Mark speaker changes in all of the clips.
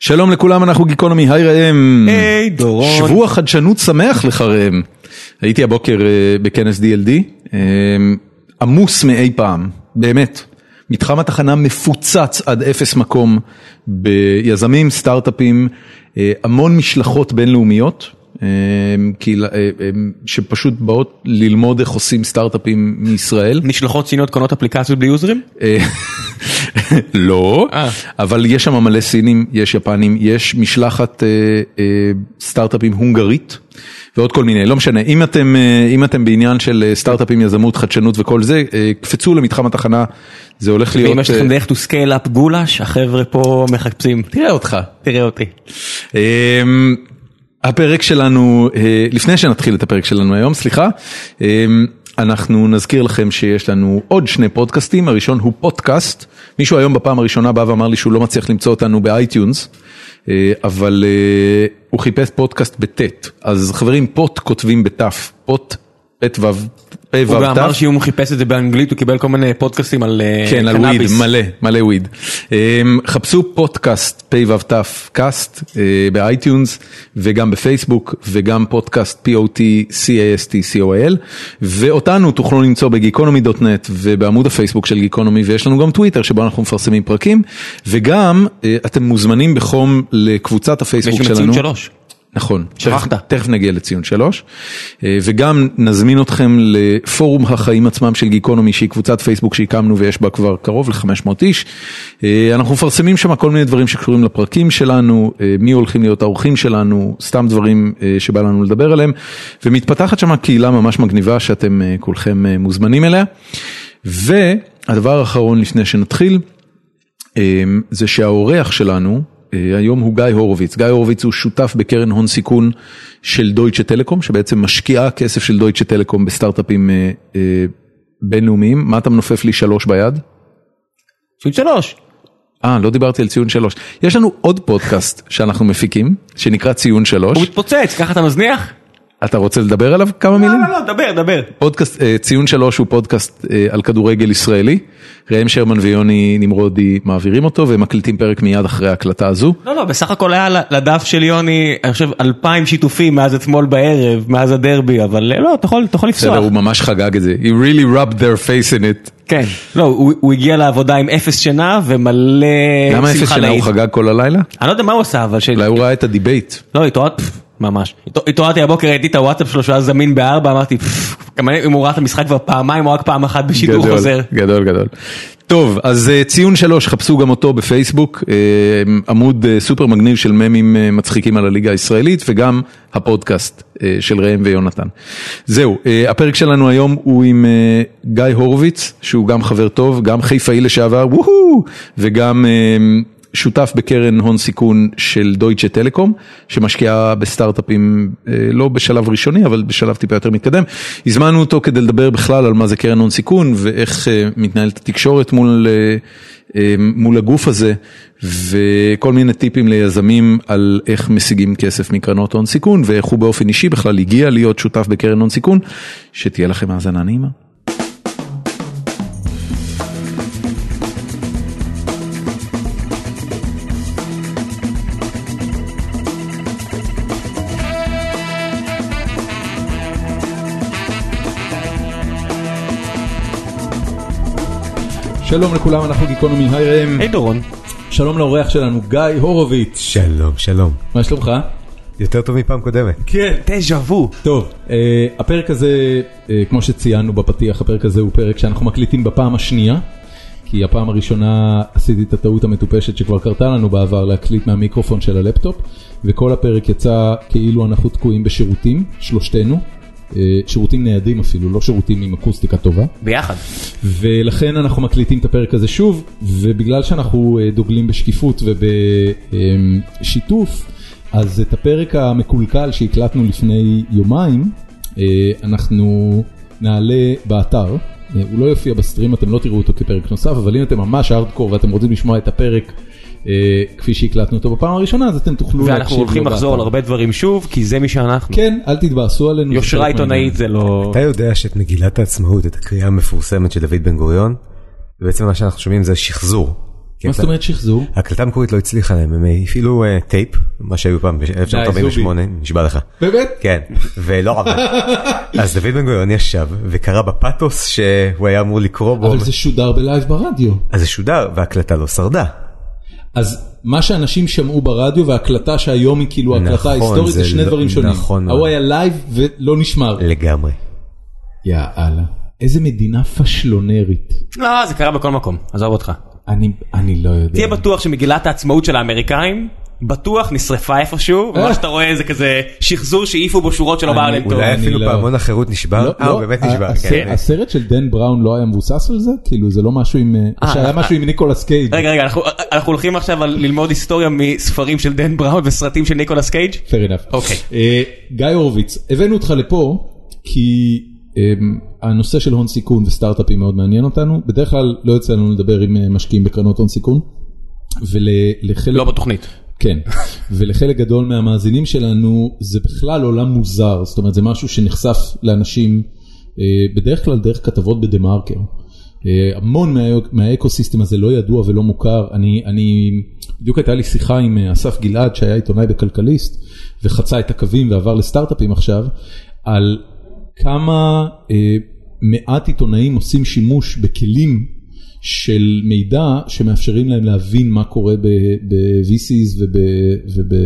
Speaker 1: שלום לכולם, אנחנו גיקונומי, היי ראם.
Speaker 2: היי, דורון.
Speaker 1: שבוע חדשנות שמח לך ראם. הייתי הבוקר אה, בכנס DLD, אה, עמוס מאי פעם, באמת. מתחם התחנה מפוצץ עד אפס מקום ביזמים, סטארט-אפים, אה, המון משלחות בינלאומיות. אה, קהילה- אה, אה, שפשוט באות ללמוד איך עושים סטארט-אפים מישראל.
Speaker 2: משלחות סיניות קונות אפליקציות בלי יוזרים?
Speaker 1: אה, לא,
Speaker 2: אה.
Speaker 1: אבל יש שם מלא סינים, יש יפנים, יש משלחת אה, אה, סטארט-אפים הונגרית ועוד כל מיני, לא משנה. אם אתם, אה, אם אתם בעניין של אה, סטארט-אפים, יזמות, חדשנות וכל זה, אה, קפצו למתחם התחנה, זה הולך להיות...
Speaker 2: ואם יש לכם
Speaker 1: אה,
Speaker 2: דרך to scale up גולש, החבר'ה פה מחפשים.
Speaker 1: תראה אותך.
Speaker 2: תראה אותי.
Speaker 1: אמ, הפרק שלנו, אה, לפני שנתחיל את הפרק שלנו היום, סליחה, אמ, אנחנו נזכיר לכם שיש לנו עוד שני פודקאסטים, הראשון הוא פודקאסט, מישהו היום בפעם הראשונה בא ואמר לי שהוא לא מצליח למצוא אותנו באייטיונס, אה, אבל אה, הוא חיפש פודקאסט בטית, אז חברים, פוט כותבים בתף, פוט, פט וו, פ' וו,
Speaker 2: הוא גם אמר
Speaker 1: תף.
Speaker 2: שאם הוא חיפש את זה באנגלית הוא קיבל כל מיני פודקאסטים על אה,
Speaker 1: כן, על וויד,
Speaker 2: קנאביס.
Speaker 1: מלא, מלא וויד. אמ, חפשו פודקאסט פ"ת קאסט אה, באייטיונס וגם בפייסבוק וגם פודקאסט POTCASTCOIL ואותנו תוכלו למצוא בגיקונומי.נט ובעמוד הפייסבוק של גיקונומי ויש לנו גם טוויטר שבו אנחנו מפרסמים פרקים וגם אה, אתם מוזמנים בחום לקבוצת
Speaker 2: ויש
Speaker 1: הפייסבוק
Speaker 2: גם
Speaker 1: שלנו.
Speaker 2: ציון שלוש.
Speaker 1: נכון,
Speaker 2: שכחת.
Speaker 1: תכף- תכף נגיע לציון שלוש, אה, וגם נזמין אתכם לפורום החיים עצמם של גיקונומי, שהיא קבוצת פייסבוק שהקמנו ויש בה כבר קרוב ל-500 איש. אה, אנחנו מפרסמים שם כל מיני דברים שקשורים לפרקים שלנו, אה, מי הולכים להיות האורחים שלנו, סתם דברים אה, שבא לנו לדבר עליהם, ומתפתחת שם קהילה ממש מגניבה שאתם אה, כולכם אה, מוזמנים אליה. והדבר האחרון לפני שנתחיל, אמ, זה שהאורח שלנו אה, היום הוא גיא הורוביץ. גיא הורוביץ הוא שותף בקרן הון סיכון של דויטשה טלקום, שבעצם משקיעה כסף של דויטשה טלקום בסטארט-אפים אה, אה, בינלאומיים. מה אתה מנופף לי שלוש ביד?
Speaker 2: ציון שלוש.
Speaker 1: אה, לא דיברתי על ציון שלוש. יש לנו עוד פודקאסט שאנחנו מפיקים, שנקרא ציון שלוש.
Speaker 2: הוא מתפוצץ, ככה אתה מזניח?
Speaker 1: אתה רוצה לדבר עליו כמה
Speaker 2: אוקיי. לא,
Speaker 1: מילים?
Speaker 2: לא, לא, דבר, דבר.
Speaker 1: פודקאסט, אה, ציון שלוש הוא פודקאסט אה, על כדורגל ישראלי. ראם שרמן ויוני נמרודי מעבירים אותו והם מקליטים פרק מיד אחרי ההקלטה הזו.
Speaker 2: לא, לא, בסך הכל היה לדף של יוני, אני חושב, אלפיים שיתופים מאז אתמול בערב, מאז הדרבי, אבל אה, לא, אתה יכול אתה יכול
Speaker 1: בסדר,
Speaker 2: לפסוח.
Speaker 1: הוא ממש חגג את זה. He really rubbed their face in it.
Speaker 2: כן. לא, הוא הוא הגיע לעבודה עם אפס שינה ומלא
Speaker 1: למה אפס
Speaker 2: שמחה
Speaker 1: שנה הוא
Speaker 2: לאיד.
Speaker 1: חגג כל הלילה?
Speaker 2: אני לא יודע מה הוא עשה, אבל ש...
Speaker 1: אולי הוא ראה את הדיבייט.
Speaker 2: לא, התעוררתי, ממש. התע- התעוררתי הבוקר, ראיתי את הוואטסאפ שלו שהיה זמין בארבע, אמרתי, "פפפ, גם אני- אם הוא ראה את המשחק כבר פעמיים או רק פעם אחת בשידור
Speaker 1: גדול,
Speaker 2: חוזר.
Speaker 1: גדול, גדול. טוב, אז אה, ציון שלוש, חפשו גם אותו בפייסבוק, אה, עמוד אה, סופר מגניב של ממים אה, מצחיקים על הליגה הישראלית, וגם הפודקאסט אה, של ראם ויונתן. זהו, אה, הפרק שלנו היום הוא עם אה, גיא הורוביץ, שהוא גם חבר טוב, גם חיפאי לשעבר, וואו, וגם... אה, שותף בקרן הון סיכון של דויטשה טלקום, שמשקיעה בסטארט-אפים, אה, לא בשלב ראשוני, אבל בשלב טיפה יותר מתקדם. הזמנו אותו כדי לדבר בכלל על מה זה קרן הון סיכון ואיך אה, מתנהלת התקשורת מול, אה, אה, מול הגוף הזה, וכל מיני טיפים ליזמים על איך משיגים כסף מקרנות הון סיכון, ואיך הוא באופן אישי בכלל הגיע להיות שותף בקרן הון סיכון. שתהיה לכם האזנה נעימה. שלום לכולם, אנחנו גיקונומי, היי ראם.
Speaker 2: היי דורון,
Speaker 1: שלום לאורח שלנו, גיא הורוביץ.
Speaker 3: שלום, שלום.
Speaker 1: מה שלומך?
Speaker 3: יותר טוב מפעם קודמת.
Speaker 1: כן.
Speaker 2: דז'ה וו.
Speaker 1: טוב, אה, הפרק הזה, אה, כמו שציינו בפתיח, הפרק הזה הוא פרק שאנחנו מקליטים בפעם השנייה, כי הפעם הראשונה עשיתי את הטעות המטופשת שכבר קרתה לנו בעבר להקליט מהמיקרופון של הלפטופ, וכל הפרק יצא כאילו אנחנו תקועים בשירותים, שלושתנו, אה, שירותים ניידים אפילו, לא שירותים עם אקוסטיקה טובה.
Speaker 2: ביחד.
Speaker 1: ולכן אנחנו מקליטים את הפרק הזה שוב, ובגלל שאנחנו אה, דוגלים בשקיפות ובשיתוף, אז את הפרק המקולקל שהקלטנו לפני יומיים, אה, אנחנו נעלה באתר. אה, הוא לא יופיע בסטרים, אתם לא תראו אותו כפרק נוסף, אבל אם אתם ממש הארדקור ואתם רוצים לשמוע את הפרק אה, כפי שהקלטנו אותו בפעם הראשונה, אז אתם תוכלו להקשיב לו
Speaker 2: ואנחנו הולכים לחזור על
Speaker 1: באתר.
Speaker 2: הרבה דברים שוב, כי זה מי שאנחנו.
Speaker 1: כן, אל תתבאסו עלינו. זה חלק
Speaker 2: יושרה
Speaker 1: מהעניין.
Speaker 2: עיתונאית זה לא...
Speaker 3: אתה יודע שאת מגילת העצמאות, את הקריאה המפורסמת של דוד בן גוריון, ובעצם מה שאנחנו שומעים זה שחזור. כי
Speaker 4: מה זאת
Speaker 3: הקלטה-
Speaker 4: אומרת שחזור?
Speaker 3: ההקלטה המקורית לא הצליחה להם, הם הפעילו אה, טייפ, מה שהיו פעם ב-1948, נשבע לך.
Speaker 4: באמת?
Speaker 3: כן, ולא עבד. אז דוד בן גוריון ישב וקרא בפאתוס שהוא היה אמור לקרוא בו.
Speaker 4: אבל זה שודר בלייב ברדיו.
Speaker 3: אז זה שודר וההקלטה לא שרדה.
Speaker 4: אז מה שאנשים שמעו ברדיו וההקלטה שהיום היא כאילו ההקלטה
Speaker 3: נכון,
Speaker 4: ההיסטורית זה
Speaker 3: זה
Speaker 4: שני
Speaker 3: לא-
Speaker 4: דברים שונים.
Speaker 3: נכון
Speaker 4: ההוא
Speaker 3: מאוד. אה.
Speaker 4: היה לייב ולא נשמר.
Speaker 3: לגמרי.
Speaker 4: יאללה. איזה מדינה פשלונרית.
Speaker 2: לא, זה קרה בכל מקום, עזוב אותך.
Speaker 4: אני, אני לא יודע.
Speaker 2: תהיה בטוח שמגילת העצמאות של האמריקאים, בטוח נשרפה איפשהו,
Speaker 4: אה.
Speaker 2: ומה שאתה רואה זה כזה שחזור שהעיפו בו שורות של אוברלנד.
Speaker 3: אולי
Speaker 4: אני
Speaker 3: אפילו
Speaker 4: לא-
Speaker 3: פעמון החירות נשבר.
Speaker 4: לא,
Speaker 3: אה,
Speaker 4: לא,
Speaker 3: הוא באמת
Speaker 4: ה-
Speaker 3: נשבר.
Speaker 4: הסרט-
Speaker 3: כן.
Speaker 4: הסרט של דן בראון לא היה מבוסס על זה? כאילו זה לא משהו עם...
Speaker 2: אה,
Speaker 4: שהיה
Speaker 2: אה.
Speaker 4: משהו עם ניקולס קייג'.
Speaker 2: רגע, רגע, אנחנו- אנחנו הולכים עכשיו על ללמוד היסטוריה מספרים של דן בראון וסרטים של ניקולס קייג'?
Speaker 4: fair enough.
Speaker 2: אוקיי.
Speaker 4: אה, גיא הורוביץ, הבאנו אותך לפה כי אה, הנושא של הון סיכון וסטארט-אפים מאוד מעניין אותנו. בדרך כלל לא יוצא לנו לדבר עם אה, משקיעים בקרנות הון סיכון. ולחלק...
Speaker 2: לא בתוכנית.
Speaker 4: כן, ולחלק גדול מהמאזינים שלנו זה בכלל עולם מוזר, זאת אומרת זה משהו שנחשף לאנשים אה, בדרך כלל דרך כתבות בדה מרקר. אה, המון מה, מהאקוסיסטם הזה לא ידוע ולא מוכר, אני, אני, בדיוק הייתה לי שיחה עם אה, אסף גלעד שהיה עיתונאי בכלכליסט וחצה את הקווים ועבר לסטארט-אפים עכשיו, על כמה אה, מעט עיתונאים עושים שימוש בכלים של מידע שמאפשרים להם להבין מה קורה ב-VCs וב... וב...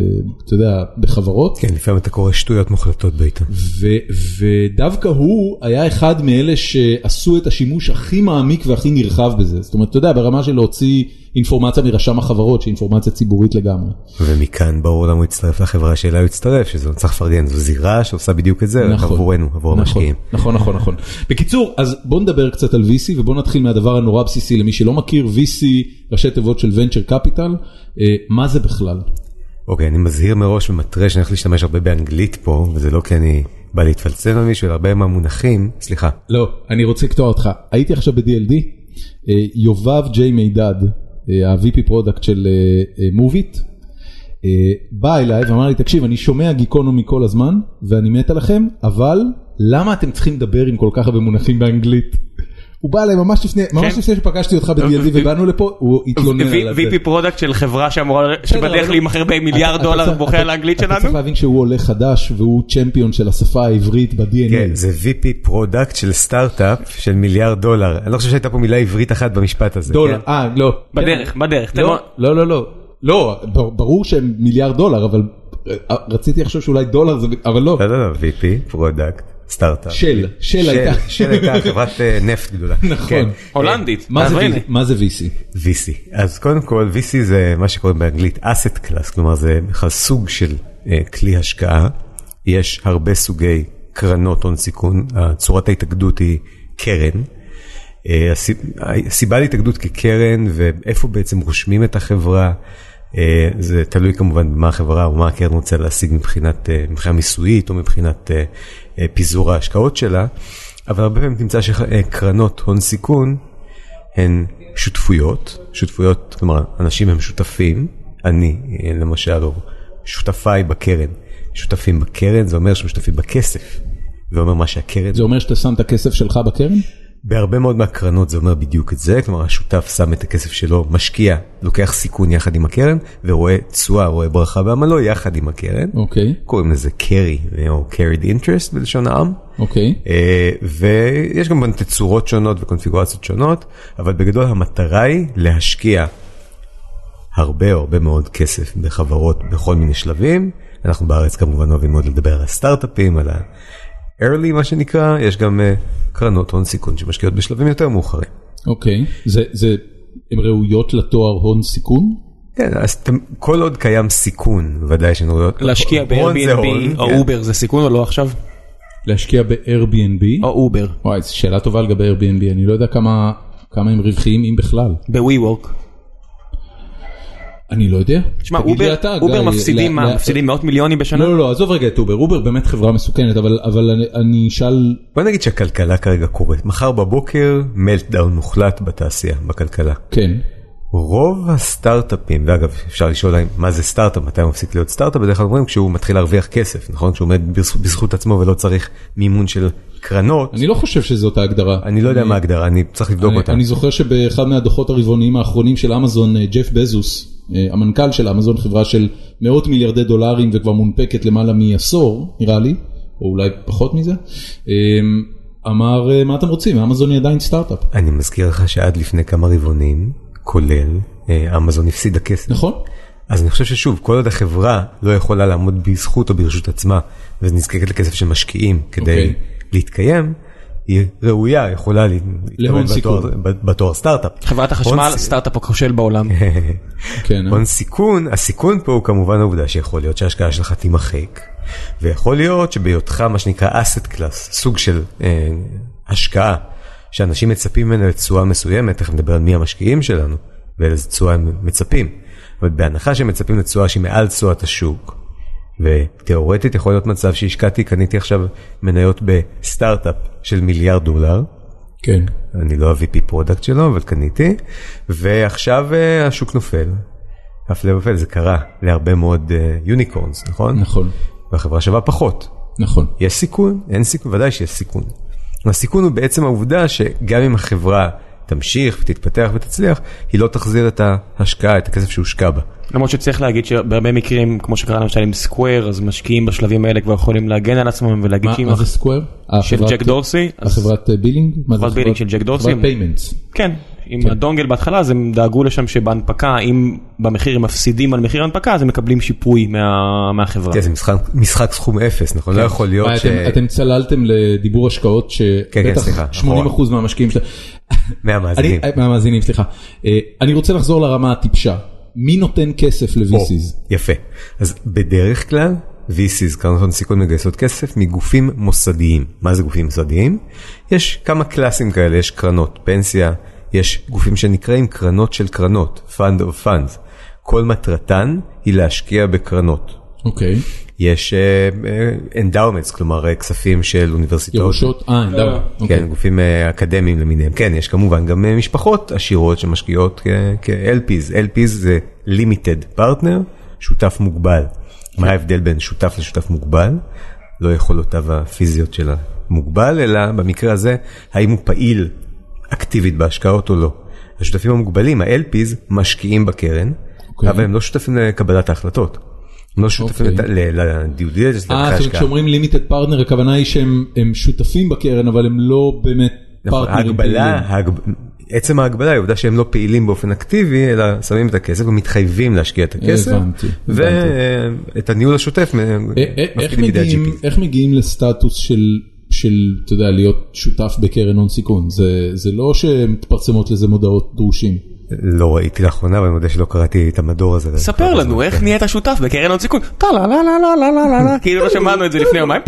Speaker 4: אתה יודע, בחברות.
Speaker 3: כן, לפעמים אתה קורא שטויות מוחלטות בעיתון.
Speaker 4: ו- ודווקא הוא היה אחד מאלה שעשו את השימוש הכי מעמיק והכי נרחב בזה. זאת אומרת, אתה יודע, ברמה של להוציא אינפורמציה מרשם החברות, שהיא אינפורמציה ציבורית לגמרי.
Speaker 3: ומכאן ברור למה הוא הצטרף לחברה שאליה הוא הצטרף, שזה לא צריך לפרגן, זו זירה שעושה בדיוק את זה, רק כן, עבורנו, עבור
Speaker 4: נכון,
Speaker 3: המשקיעים.
Speaker 4: נכון, נכון, נכון. בקיצור, אז בוא נדבר קצת על VC ובוא נתחיל מהדבר הנורא בסיסי למי שלא מכיר, VC, ראשי תיבות של Venture Capital, אה, מה זה בכלל?
Speaker 3: אוקיי, אני מזהיר מראש ומתרה שאני הולך להשתמש הרבה באנגלית פה, וזה לא כי אני בא להתפלצף על מישהו, אלא הרבה מהמונחים, סליחה,
Speaker 4: לא, אני רוצה לקטוע אותך. הייתי עכשיו ב-DLD, אה, יובב ג'יי מידד, אה, ה-VP פרודקט של אה, אה, מוביט, אה, בא אליי ואמר לי, תקשיב, אני שומע גיקונומי כל הזמן, ואני מת עליכם, אבל למה אתם צריכים לדבר עם כל כך הרבה מונחים באנגלית? הוא בא אליי ממש לפני, ממש
Speaker 2: כן. אוקיי.
Speaker 4: לפני שפגשתי אותך ב-DLD
Speaker 2: ו-
Speaker 4: ובאנו לפה, הוא התלונן עליו.
Speaker 2: VP פרודקט של חברה שאמורה, שבדרך
Speaker 4: אבל-
Speaker 2: להימכר במיליארד דולר בוכה על האנגלית
Speaker 4: אתה צריך
Speaker 2: שלנו?
Speaker 4: להבין שהוא עולה חדש והוא צ'מפיון של השפה העברית
Speaker 3: כן,
Speaker 4: ב-DNA.
Speaker 3: זה VP פרודקט של סטארט-אפ של מיליארד דולר, אני לא חושב שהייתה פה מילה עברית אחת במשפט הזה.
Speaker 4: דולר,
Speaker 3: כן?
Speaker 4: אה, לא.
Speaker 2: בדרך, בדרך. תן לו-
Speaker 4: לא, לא, לא, לא. לא, בר- ברור שהם מיליארד דולר, אבל אה, רציתי לחשוב שאולי דולר זה, אבל לא.
Speaker 3: לא, לא, לא, VP פרודקט, סטארט-אפ.
Speaker 4: של, של הייתה.
Speaker 3: של הייתה חברת אה, נפט גדולה.
Speaker 4: נכון.
Speaker 3: כן.
Speaker 2: הולנדית.
Speaker 4: מה זה
Speaker 2: אבל הנה.
Speaker 4: VC? מה זה VC?
Speaker 3: VC. אז קודם כל VC זה מה שקוראים באנגלית asset class, כלומר זה בכלל סוג של אה, כלי השקעה. יש הרבה סוגי קרנות הון סיכון, אה, צורת ההתאגדות היא קרן. אה, הסיב- הסיבה להתאגדות כקרן ואיפה בעצם רושמים את החברה, אה, זה תלוי כמובן במה החברה או מה הקרן רוצה להשיג מבחינת, אה, מבחינה מיסויית או מבחינת אה, אה, פיזור ההשקעות שלה, אבל הרבה פעמים תמצא שקרנות הון סיכון הן שותפויות, שותפויות, כלומר, אנשים הם שותפים, אני אה, למשל, או שותפיי בקרן, שותפים בקרן, זה אומר שהם שותפים בכסף, זה אומר מה שהקרן,
Speaker 4: זה אומר שאתה שם את הכסף שלך בקרן?
Speaker 3: בהרבה מאוד מהקרנות זה אומר בדיוק את זה, כלומר השותף שם את הכסף שלו, משקיע, לוקח סיכון יחד עם הקרן, ורואה תשואה, רואה ברכה בעמלו יחד עם הקרן,
Speaker 4: אוקיי,
Speaker 3: קוראים לזה carry, או carried interest בלשון העם.
Speaker 4: אוקיי.
Speaker 3: אה, ויש כמובן תצורות שונות וקונפיגורציות שונות, אבל בגדול המטרה היא להשקיע הרבה או הרבה מאוד כסף בחברות בכל מיני שלבים. אנחנו בארץ כמובן אוהבים מאוד לדבר על הסטארט-אפים, על ה-early מה שנקרא, יש גם אה, קרנות הון סיכון שמשקיעות בשלבים יותר מאוחרים.
Speaker 4: אוקיי. זה, זה, הן ראויות לתואר הון סיכון?
Speaker 3: כן, אז אתם- כל עוד קיים סיכון, ודאי שהן ראויות.
Speaker 2: להשקיע
Speaker 3: הון זה הון,
Speaker 2: ב-Airbnb או
Speaker 3: כן.
Speaker 2: אובר זה סיכון או לא עכשיו?
Speaker 4: להשקיע ב-Airbnb?
Speaker 2: או אובר.
Speaker 4: וואי, זו שאלה טובה לגבי Airbnb, אני לא יודע כמה, כמה הם רווחיים, אם בכלל.
Speaker 2: ב-WeWork.
Speaker 4: אני לא יודע.
Speaker 2: תשמע,
Speaker 4: תגיד לי
Speaker 2: אובר
Speaker 4: אתה,
Speaker 2: אובר
Speaker 4: גיא,
Speaker 2: מפסידים
Speaker 4: ל-
Speaker 2: מה?
Speaker 4: ל-
Speaker 2: מפסידים מאות מיליונים בשנה?
Speaker 4: לא, לא, לא, עזוב רגע את אובר, אובר באמת חברה מסוכנת, אבל, אבל אני, אני אשאל
Speaker 3: בוא נגיד שהכלכלה כרגע קורית, מחר בבוקר מלטדאון מוחלט בתעשייה, בכלכלה.
Speaker 4: כן.
Speaker 3: רוב הסטארט-אפים, ואגב אפשר לשאול להם מה זה סטארט-אפ, מתי הוא מפסיק להיות סטארט-אפ, בדרך כלל אומרים כשהוא מתחיל להרוויח כסף, נכון? כשהוא עומד בזכות, בזכות עצמו ולא צריך מימון של קרנות,
Speaker 4: אני לא חושב שזאת ההגדרה.
Speaker 3: אני לא יודע מה ההגדרה, אני צריך לבדוק
Speaker 4: אני-
Speaker 3: אותה.
Speaker 4: אני זוכר שבאחד מהדוחות הרבעוניים האחרונים של אמזון, אה, ג'ף בזוס, אה, המנכ"ל של אמזון, חברה של מאות מיליארדי דולרים וכבר מונפקת למעלה מעשור, נראה לי, או אולי פחות מזה, אה, אמר, אה, מה אתם רוצים, אמזון היא עדיין סטארט-אפ.
Speaker 3: אני מזכיר לך שעד לפני כמה רבעונים, כולל, אה, אמזון הפסידה כסף.
Speaker 4: נכון?
Speaker 3: אז אני חושב ששוב, כל עוד החברה לא יכולה לעמוד בזכות או ברשות עצמה, ונזקקת לכסף של משקיעים כדי
Speaker 4: אוקיי.
Speaker 3: להתקיים, היא ראויה, יכולה לה- להתקבל
Speaker 4: סיכון.
Speaker 3: בתואר- בתואר סטארט-אפ.
Speaker 2: חברת החשמל,
Speaker 3: הון ס-
Speaker 2: סטארט-אפ הכושל בעולם.
Speaker 4: כן, אה?
Speaker 3: הון סיכון, הסיכון פה הוא כמובן העובדה שיכול להיות שההשקעה שלך תימחק, ויכול להיות שבהיותך מה שנקרא asset class, סוג של אה, השקעה, שאנשים מצפים ממנו לתשואה מסוימת, תכף נדבר על מי המשקיעים שלנו, ואיזה תשואה הם מצפים. אבל בהנחה שהם מצפים לתשואה שהיא מעל תשואת השוק, ותיאורטית יכול להיות מצב שהשקעתי, קניתי עכשיו מניות בסטארט-אפ של מיליארד דולר,
Speaker 4: כן.
Speaker 3: אני לא ה-VP פרודקט שלו, אבל קניתי, ועכשיו אה, השוק נופל. הפלא ופלא, זה קרה להרבה מאוד יוניקורנס, נכון?
Speaker 4: נכון,
Speaker 3: והחברה שווה פחות.
Speaker 4: נכון.
Speaker 3: יש סיכון? אין סיכון? ודאי שיש סיכון. הסיכון הוא בעצם העובדה שגם אם החברה תמשיך ותתפתח ותצליח, היא לא תחזיר את ההשקעה, את הכסף שהושקע בה.
Speaker 2: למרות שצריך להגיד שבהרבה מקרים, כמו שקרה למשל עם סקוויר, אז משקיעים בשלבים האלה כבר יכולים להגן על עצמם ולהגיד
Speaker 4: מה
Speaker 2: שאם...
Speaker 4: מה אה, זה סקוואר?
Speaker 2: של ג'ק דורסי, אז-
Speaker 4: החברת אה, בילינג? מה זה
Speaker 2: חברת בילינג של ג'ק דורסי.
Speaker 4: חברת פיימנטס.
Speaker 2: כן, עם הדונגל בהתחלה אז הם דאגו לשם שבהנפקה, אם במחיר הם מפסידים על מחיר ההנפקה, אז הם מקבלים שיפוי מה- מהחברה.
Speaker 3: כן, זה משחק- משחק סכום אפס, נכון? לא יכול
Speaker 4: כן. מה,
Speaker 3: להיות ש...
Speaker 4: אתם- אתם צללתם לדיבור השקעות
Speaker 3: כן, כן,
Speaker 4: שבטח
Speaker 3: סליחה,
Speaker 4: 80% מהמשקיעים שלהם.
Speaker 3: מהמאזינים.
Speaker 4: אני- מהמאזינים, סליחה. אה, אני רוצה לחזור לרמה הטיפשה. מי נותן כסף ל-VCs?
Speaker 3: או, יפה. אז בדרך כלל, VCs, קרנות הון סיכון מגייסות כסף מגופים מוסדיים. מה זה גופים מוסדיים? יש כמה קלאסים כאלה, יש קרנות פנסיה, יש גופים שנקראים קרנות של קרנות, Fund of Funds. כל מטרתן היא להשקיע בקרנות.
Speaker 4: אוקיי.
Speaker 3: יש אנדאומנטס, כלומר אה, כספים של אוניברסיטאות.
Speaker 4: ירושות? אה, אין דבר. אוקיי.
Speaker 3: כן, גופים אה, אקדמיים למיניהם. כן, יש כמובן גם אה, משפחות עשירות שמשקיעות אה, כ- כ-LPs. LPs זה limited partner, שותף מוגבל.
Speaker 4: כן.
Speaker 3: מה ההבדל בין שותף לשותף מוגבל? לא יכולותיו הפיזיות של המוגבל, אלא במקרה הזה, האם הוא פעיל אקטיבית בהשקעות או לא. השותפים המוגבלים, ה-LPs, משקיעים בקרן,
Speaker 4: אוקיי.
Speaker 3: אבל הם לא שותפים לקבלת ההחלטות. הם לא שותפים
Speaker 4: אוקיי.
Speaker 3: לדיו דיליג'נס,
Speaker 4: אה, זאת אומרת כשאומרים לימיטד פרטנר הכוונה היא שהם הם שותפים בקרן אבל הם לא באמת
Speaker 3: נכון,
Speaker 4: פרטנרים
Speaker 3: ההגבלה, ההגב- עצם ההגבלה היא העובדה שהם לא פעילים באופן אקטיבי, אלא שמים את הכסף ומתחייבים להשקיע את הכסף,
Speaker 4: הבנתי,
Speaker 3: ואת הניהול השוטף
Speaker 4: אה, אה, איך
Speaker 3: מפקידים בידי
Speaker 4: מגיעים-
Speaker 3: ה-GPs.
Speaker 4: איך מגיעים לסטטוס של, של, אתה יודע, להיות שותף בקרן הון סיכון? זה- זה לא שמתפרסמות לזה מודעות דרושים.
Speaker 3: לא ראיתי לאחרונה, ואני מודה שלא קראתי את המדור הזה. כן,
Speaker 2: ספר לנו איך נהיית שותף בקרן הון סיכון, טה לה לה לה לה לה לה לה לה, כאילו לא שמענו את זה לפני יומיים,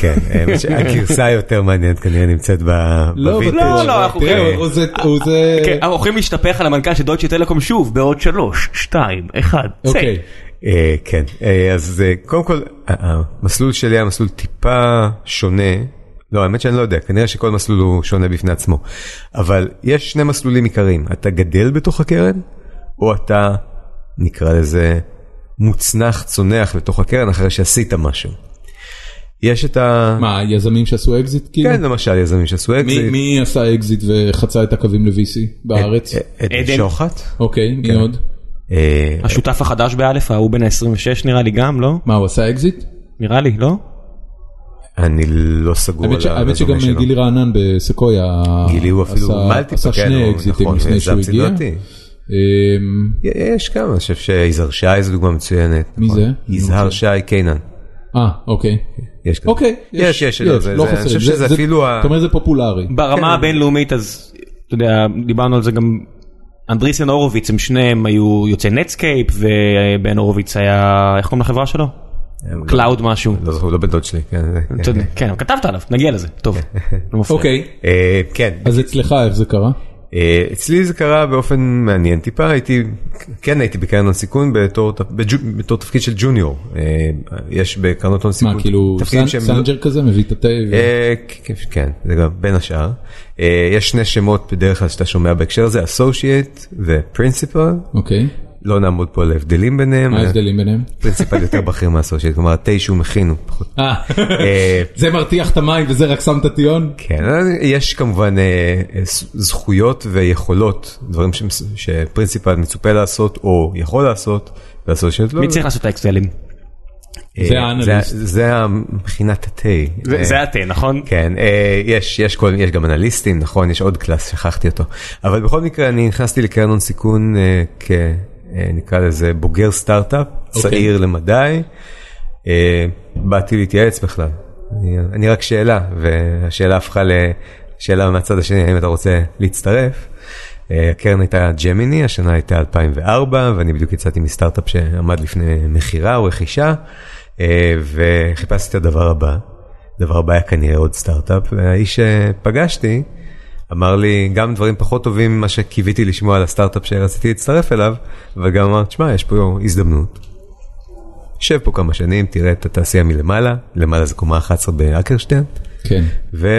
Speaker 3: כן, האמת שהגרסה היותר מעניינת כנראה נמצאת ב-
Speaker 2: לא,
Speaker 3: בווינטג'.
Speaker 2: לא, אנחנו-
Speaker 3: כן.
Speaker 4: תראה, הוא זה, הוא זה,
Speaker 3: אוקיי,
Speaker 2: כן, אנחנו הולכים להשתפך על המנכ"ל של דויטשה טלקום שוב בעוד שלוש, שתיים, אחד, צא.
Speaker 4: אוקיי,
Speaker 3: אה, כן, אה, אז אה, קודם כל, ה- המסלול שלי היה מסלול טיפה שונה. לא, האמת שאני לא יודע, כנראה שכל מסלול הוא שונה בפני עצמו. אבל יש שני מסלולים עיקריים, אתה גדל בתוך הקרן, או אתה, נקרא לזה, מוצנח, צונח לתוך הקרן אחרי שעשית משהו. יש את ה...
Speaker 4: מה, יזמים שעשו אקזיט? כאילו?
Speaker 3: כן, למשל, יזמים שעשו אקזיט.
Speaker 4: מי- מי עשה אקזיט וחצה את הקווים ל-VC בארץ?
Speaker 3: עדן
Speaker 2: עדן.
Speaker 3: שוחט.
Speaker 4: אוקיי, מי
Speaker 3: אה, כן.
Speaker 4: עוד?
Speaker 3: אה,
Speaker 2: השותף החדש באלף, ההוא בן ה-26 נראה לי גם, לא?
Speaker 4: מה, הוא עשה אקזיט?
Speaker 2: נראה לי, לא?
Speaker 3: אני לא סגור על
Speaker 4: האמת ש- האמת שגם אה,
Speaker 3: הרזומה שלו.
Speaker 4: גילי רענן בסקויה
Speaker 3: גילי הוא אפילו
Speaker 4: עשה-
Speaker 3: multiple,
Speaker 4: עשה
Speaker 3: כן,
Speaker 4: שני
Speaker 3: הוא-
Speaker 4: אקזיטים
Speaker 3: נכון,
Speaker 4: לפני שהוא
Speaker 3: יזם
Speaker 4: הגיע.
Speaker 3: סדרתי.
Speaker 4: אמ,
Speaker 3: יש כמה, אני חושב שיזהר שי זו דוגמה מצוינת.
Speaker 4: מי
Speaker 3: נכון?
Speaker 4: זה? אני
Speaker 3: יזהר
Speaker 4: רוצה-
Speaker 3: שי קיינן.
Speaker 4: אה, אוקיי.
Speaker 3: יש כזה.
Speaker 4: אוקיי,
Speaker 3: כן. יש, יש, לא, זה-
Speaker 4: לא
Speaker 3: זה- אני
Speaker 4: חסר,
Speaker 3: חושב
Speaker 4: זה-
Speaker 3: שזה
Speaker 4: זה-
Speaker 3: אפילו ה-
Speaker 4: אתה אומר זה פופולרי.
Speaker 3: כן.
Speaker 2: ברמה הבינלאומית אז, אתה יודע, דיברנו על זה גם, אנדריסן הורוביץ, הם שניהם היו יוצאי נטסקייפ, ובן הורוביץ היה, איך קוראים לחברה שלו? קלאוד משהו.
Speaker 3: לא זוכר, הוא לא בן דוד שלי. כן, זה- כן.
Speaker 2: אתה יודע, כן, אבל כתבת עליו, נגיע לזה, טוב. לא מפריע.
Speaker 4: אוקיי,
Speaker 3: אה, כן,
Speaker 4: אז אצלך איך זה קרה?
Speaker 3: אה, אצלי זה קרה באופן מעניין טיפה, הייתי, כן הייתי בקרן הון סיכון בתור, ת- בג'ו- בתור תפקיד של ג'וניור. אה, יש בקרנות הון סיכון.
Speaker 4: מה, כאילו
Speaker 3: תפקידים
Speaker 4: סנ-
Speaker 3: שהם לא-
Speaker 4: סנג'ר כזה מביא את התה? ו-
Speaker 3: אה, כן, כן, זה גם בין השאר. אה, יש שני שמות בדרך כלל שאתה שומע בהקשר הזה, Associate ו-Principal.
Speaker 4: אוקיי,
Speaker 3: לא נעמוד פה על ההבדלים ביניהם.
Speaker 4: מה ההבדלים ביניהם?
Speaker 3: פרינסיפל יותר בכיר מהסושיאט, כלומר התה שהוא מכין הוא פחות.
Speaker 4: אה,
Speaker 3: אה,
Speaker 4: זה מרתיח את המים וזה רק שם את הטיון?
Speaker 3: כן, אז יש כמובן אה, אה, ז- זכויות ויכולות, דברים שמס- שפרינסיפל מצופה לעשות או יכול לעשות, והסושיאט לא.
Speaker 2: מי צריך לעשות את האקסלים?
Speaker 3: אה,
Speaker 4: זה האנליסט.
Speaker 3: זה- זה המכינת התה.
Speaker 2: זה-
Speaker 3: אה,
Speaker 2: זה אתה, נכון?
Speaker 3: כן, אה, יש, יש, כל, יש גם אנליסטים, נכון, יש עוד קלאס, שכחתי אותו. אבל בכל מקרה, אני נכנסתי לקרן הון סיכון אה, כ... אה, נקרא לזה בוגר סטארט-אפ,
Speaker 4: אוקיי.
Speaker 3: צעיר למדי. אה, באתי להתייעץ בכלל. אני, אני רק שאלה, והשאלה הפכה לשאלה מהצד השני, האם אתה רוצה להצטרף? אה, הקרן הייתה ג'מיני, השנה הייתה 2004, ואני בדיוק יצאתי מסטארט-אפ שעמד לפני מכירה או רכישה, אה, וחיפשתי את הדבר הבא. דבר הבא היה כנראה עוד סטארט-אפ, והאיש שפגשתי אמר לי גם דברים פחות טובים ממה שקיוויתי לשמוע על הסטארט-אפ שרציתי להצטרף אליו, אבל גם אמר, תשמע, יש פה הזדמנות. שב פה כמה שנים, תראה את התעשייה מלמעלה, למעלה זה קומה 11 באקרשטיין,
Speaker 4: כן.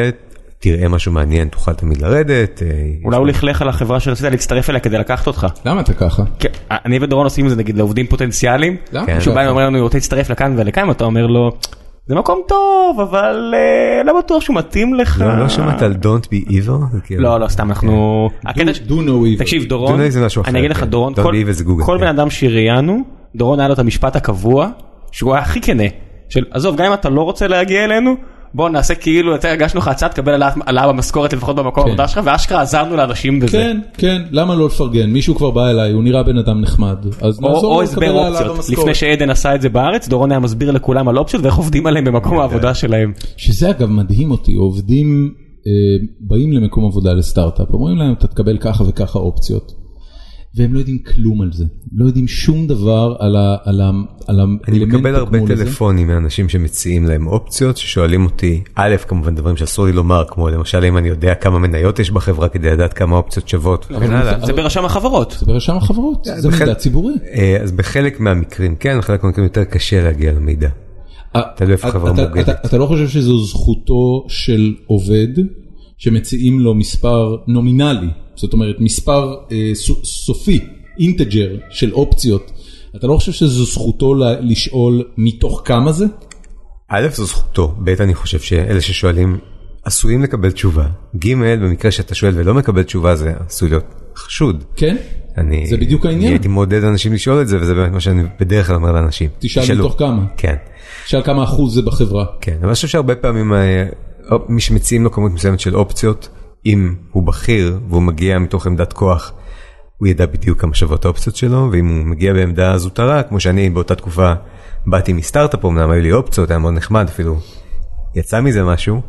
Speaker 3: ותראה משהו מעניין, תוכל תמיד לרדת. אה,
Speaker 2: אולי הוא לכלך על החברה שרצית להצטרף אליה כדי לקחת אותך.
Speaker 4: למה אתה ככה?
Speaker 2: כן, אני ודורון עושים את זה נגיד לעובדים פוטנציאליים.
Speaker 4: למה?
Speaker 3: כן.
Speaker 4: אתה
Speaker 2: שהוא בא
Speaker 4: ככה?
Speaker 2: ואומר לנו, הוא רוצה להצטרף לכאן ולכאן, ואתה אומר לו, זה מקום טוב, אבל אה, לא בטוח שהוא מתאים לך.
Speaker 3: לא, לא שמעת על Don't be evil? זה כאילו- כן.
Speaker 2: לא, לא, סתם, אנחנו... הקטע ש-
Speaker 4: Do no evil.
Speaker 2: תקשיב, דורון,
Speaker 3: Do no evil זה משהו אחר,
Speaker 2: אני אגיד לך,
Speaker 3: כן.
Speaker 2: דורון,
Speaker 3: Don't
Speaker 2: כל-
Speaker 3: be evil זה גוגל,
Speaker 2: כל
Speaker 3: כן.
Speaker 2: בן אדם שראיינו, דורון היה לו את המשפט הקבוע, שהוא היה הכי כנה, של עזוב, גם אם אתה לא רוצה להגיע אלינו, בוא נעשה כאילו, אתה הגשנו לך הצעה, תקבל העלאה- העלאה במשכורת לפחות במקום
Speaker 4: כן.
Speaker 2: העבודה שלך, ואשכרה עזרנו לאנשים בזה.
Speaker 4: כן, כן, למה לא לפרגן? מישהו כבר בא אליי, הוא נראה בן אדם נחמד, אז
Speaker 2: או-
Speaker 4: נעזור
Speaker 2: או
Speaker 4: לו לקבל
Speaker 2: הסבר
Speaker 4: העלאה
Speaker 2: אופציות, לפני
Speaker 4: במשכורת.
Speaker 2: שעדן עשה את זה בארץ, דורון היה מסביר לכולם על אופציות ואיך עובדים עליהם
Speaker 3: כן.
Speaker 2: במקום העבודה שלהם.
Speaker 4: שזה אגב מדהים אותי, עובדים אה, באים למקום עבודה לסטארט-אפ, אומרים להם אתה תקבל ככה וככה אופציות. והם לא יודעים כלום על זה, לא יודעים שום דבר על ה... על ה... על ה...
Speaker 3: אני
Speaker 4: אלמנט
Speaker 3: מקבל הרבה
Speaker 4: התגמול הזה.
Speaker 3: טלפונים מאנשים שמציעים להם אופציות ששואלים אותי א' כמובן דברים שאסור לי לומר כמו למשל אם אני יודע כמה מניות יש בחברה כדי לדעת כמה אופציות שוות וכן הלאה.
Speaker 2: לא, זה ברשם החברות.
Speaker 4: זה ברשם החברות, זה
Speaker 3: בחלק-
Speaker 4: מידע ציבורי.
Speaker 3: אה, אז בחלק מהמקרים כן בחלק מהמקרים יותר קשה להגיע למידע. תלוי איפה
Speaker 4: אתה-
Speaker 3: חברה
Speaker 4: אתה-
Speaker 3: מאוגדת.
Speaker 4: אתה- אתה לא חושב שזו זכותו של עובד שמציעים לו מספר נומינלי, זאת אומרת מספר אה, סו- סופי, אינטג'ר של אופציות, אתה לא חושב שזו זכותו ל- לשאול מתוך כמה זה?
Speaker 3: א' זו זכותו ב' אני חושב שאלה ששואלים עשויים לקבל תשובה ג' במקרה שאתה שואל ולא מקבל תשובה זה עשוי להיות חשוד.
Speaker 4: כן?
Speaker 3: אני,
Speaker 4: זה בדיוק העניין.
Speaker 3: אני הייתי מעודד אנשים לשאול את זה וזה באמת מה שאני בדרך כלל אומר לאנשים.
Speaker 4: תשאל
Speaker 3: תשאלו.
Speaker 4: מתוך כמה.
Speaker 3: כן.
Speaker 4: תשאל כמה אחוז זה בחברה.
Speaker 3: כן, אבל אני חושב שהרבה פעמים אה, אופ- מי שמציעים לו כמות מסוימת של אופציות, אם הוא בכיר והוא מגיע מתוך עמדת כוח, הוא ידע בדיוק כמה שוות האופציות שלו, ואם הוא מגיע בעמדה זוטרה, כמו שאני באותה תקופה באתי מסטארט-אפ, אמנם היו לי אופציות, היה מאוד נחמד אפילו, יצא מזה משהו,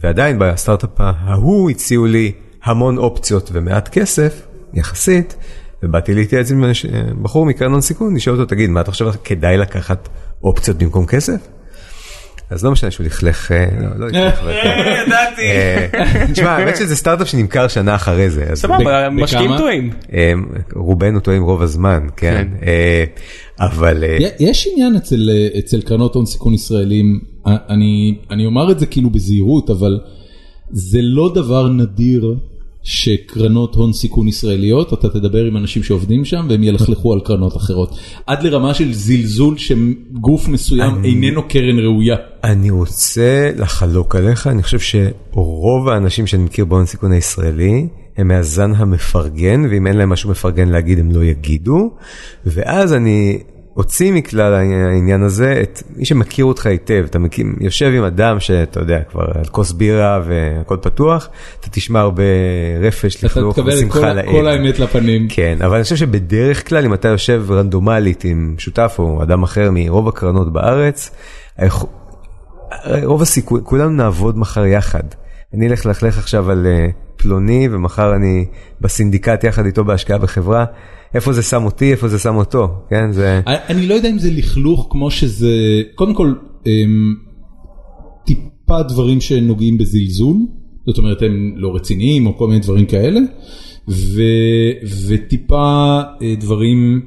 Speaker 3: ועדיין בסטארט-אפ ההוא הציעו לי המון אופציות ומעט כסף, יחסית. ובאתי להתייעץ עם אנש- אה, בחור מקרן הון סיכון, לשאול אותו, תגיד, מה אתה חושב, כדאי לקחת אופציות במקום כסף? אז לא משנה שהוא לכלך, אה, לא, לא לכלך, אבל כן.
Speaker 2: ידעתי.
Speaker 3: אה, תשמע, האמת שזה סטארט-אפ שנמכר שנה אחרי זה, אז
Speaker 2: סבבה,
Speaker 4: בכמה?
Speaker 2: משקיעים טועים.
Speaker 3: אה, רובנו טועים רוב הזמן, כן, אה, אבל אה,
Speaker 4: י- יש עניין אצל, אה, אצל קרנות הון סיכון ישראלים, א- אני, אני אומר את זה כאילו בזהירות, אבל זה לא דבר נדיר שקרנות הון סיכון ישראליות, אתה תדבר עם אנשים שעובדים שם והם ילכלכו על קרנות אחרות. עד לרמה של זלזול שגוף מסוים איננו קרן ראויה.
Speaker 3: אני רוצה לחלוק עליך, אני חושב שרוב האנשים שאני מכיר בהון סיכון הישראלי הם מהזן המפרגן, ואם אין להם משהו מפרגן להגיד הם לא יגידו, ואז אני אוציא מכלל העניין הזה את מי שמכיר אותך היטב, אתה מכיר, יושב עם אדם שאתה יודע כבר על כוס בירה והכל פתוח, אתה תשמע הרבה רפש,
Speaker 4: אתה
Speaker 3: לכלוך
Speaker 4: תקבל את
Speaker 3: ושמחה
Speaker 4: כל,
Speaker 3: לאל.
Speaker 4: כל האמת לפנים.
Speaker 3: כן, אבל אני חושב שבדרך כלל אם אתה יושב רנדומלית עם שותף או אדם אחר מרוב הקרנות בארץ, איך- רוב הסיכוי, כולנו נעבוד מחר יחד. אני אלך ללכלך עכשיו על אה, פלוני ומחר אני בסינדיקט יחד איתו בהשקעה בחברה. איפה זה שם אותי, איפה זה שם אותו, כן? זה...
Speaker 4: אני- אני לא יודע אם זה לכלוך כמו שזה, קודם כל, אמ, טיפה דברים שנוגעים בזלזול, זאת אומרת, הם לא רציניים או כל מיני דברים כאלה, ו, וטיפה אה, דברים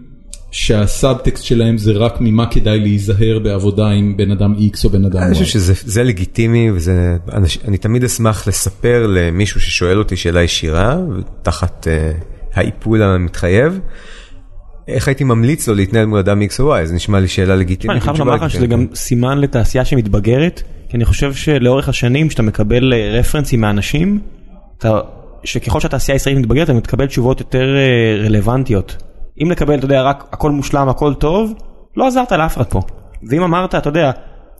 Speaker 4: שהסאבטקסט שלהם זה רק ממה כדאי להיזהר בעבודה עם בן אדם X או בן אדם
Speaker 3: אני חושב
Speaker 4: Y.
Speaker 3: שזה זה לגיטימי, וזה, אנש- אני תמיד אשמח לספר למישהו ששואל אותי שאלה ישירה, תחת אה, האיפול המתחייב, איך הייתי ממליץ לו להתנהל מול אדם X או Y, זה נשמע לי שאלה
Speaker 2: תשמע,
Speaker 3: לגיטימית.
Speaker 2: אני חייב
Speaker 3: עם תשובה
Speaker 2: לומר לך שזה גם
Speaker 3: לגיטימית.
Speaker 2: סימן לתעשייה שמתבגרת, כי אני חושב שלאורך השנים שאתה מקבל אה, רפרנסים מאנשים, אתה, שככל שהתעשייה הישראלית מתבגרת אתה מקבל תשובות יותר אה, רלוונטיות. אם לקבל, אתה יודע, רק הכל מושלם, הכל טוב, לא עזרת לאף אחד פה. ואם אמרת, אתה יודע...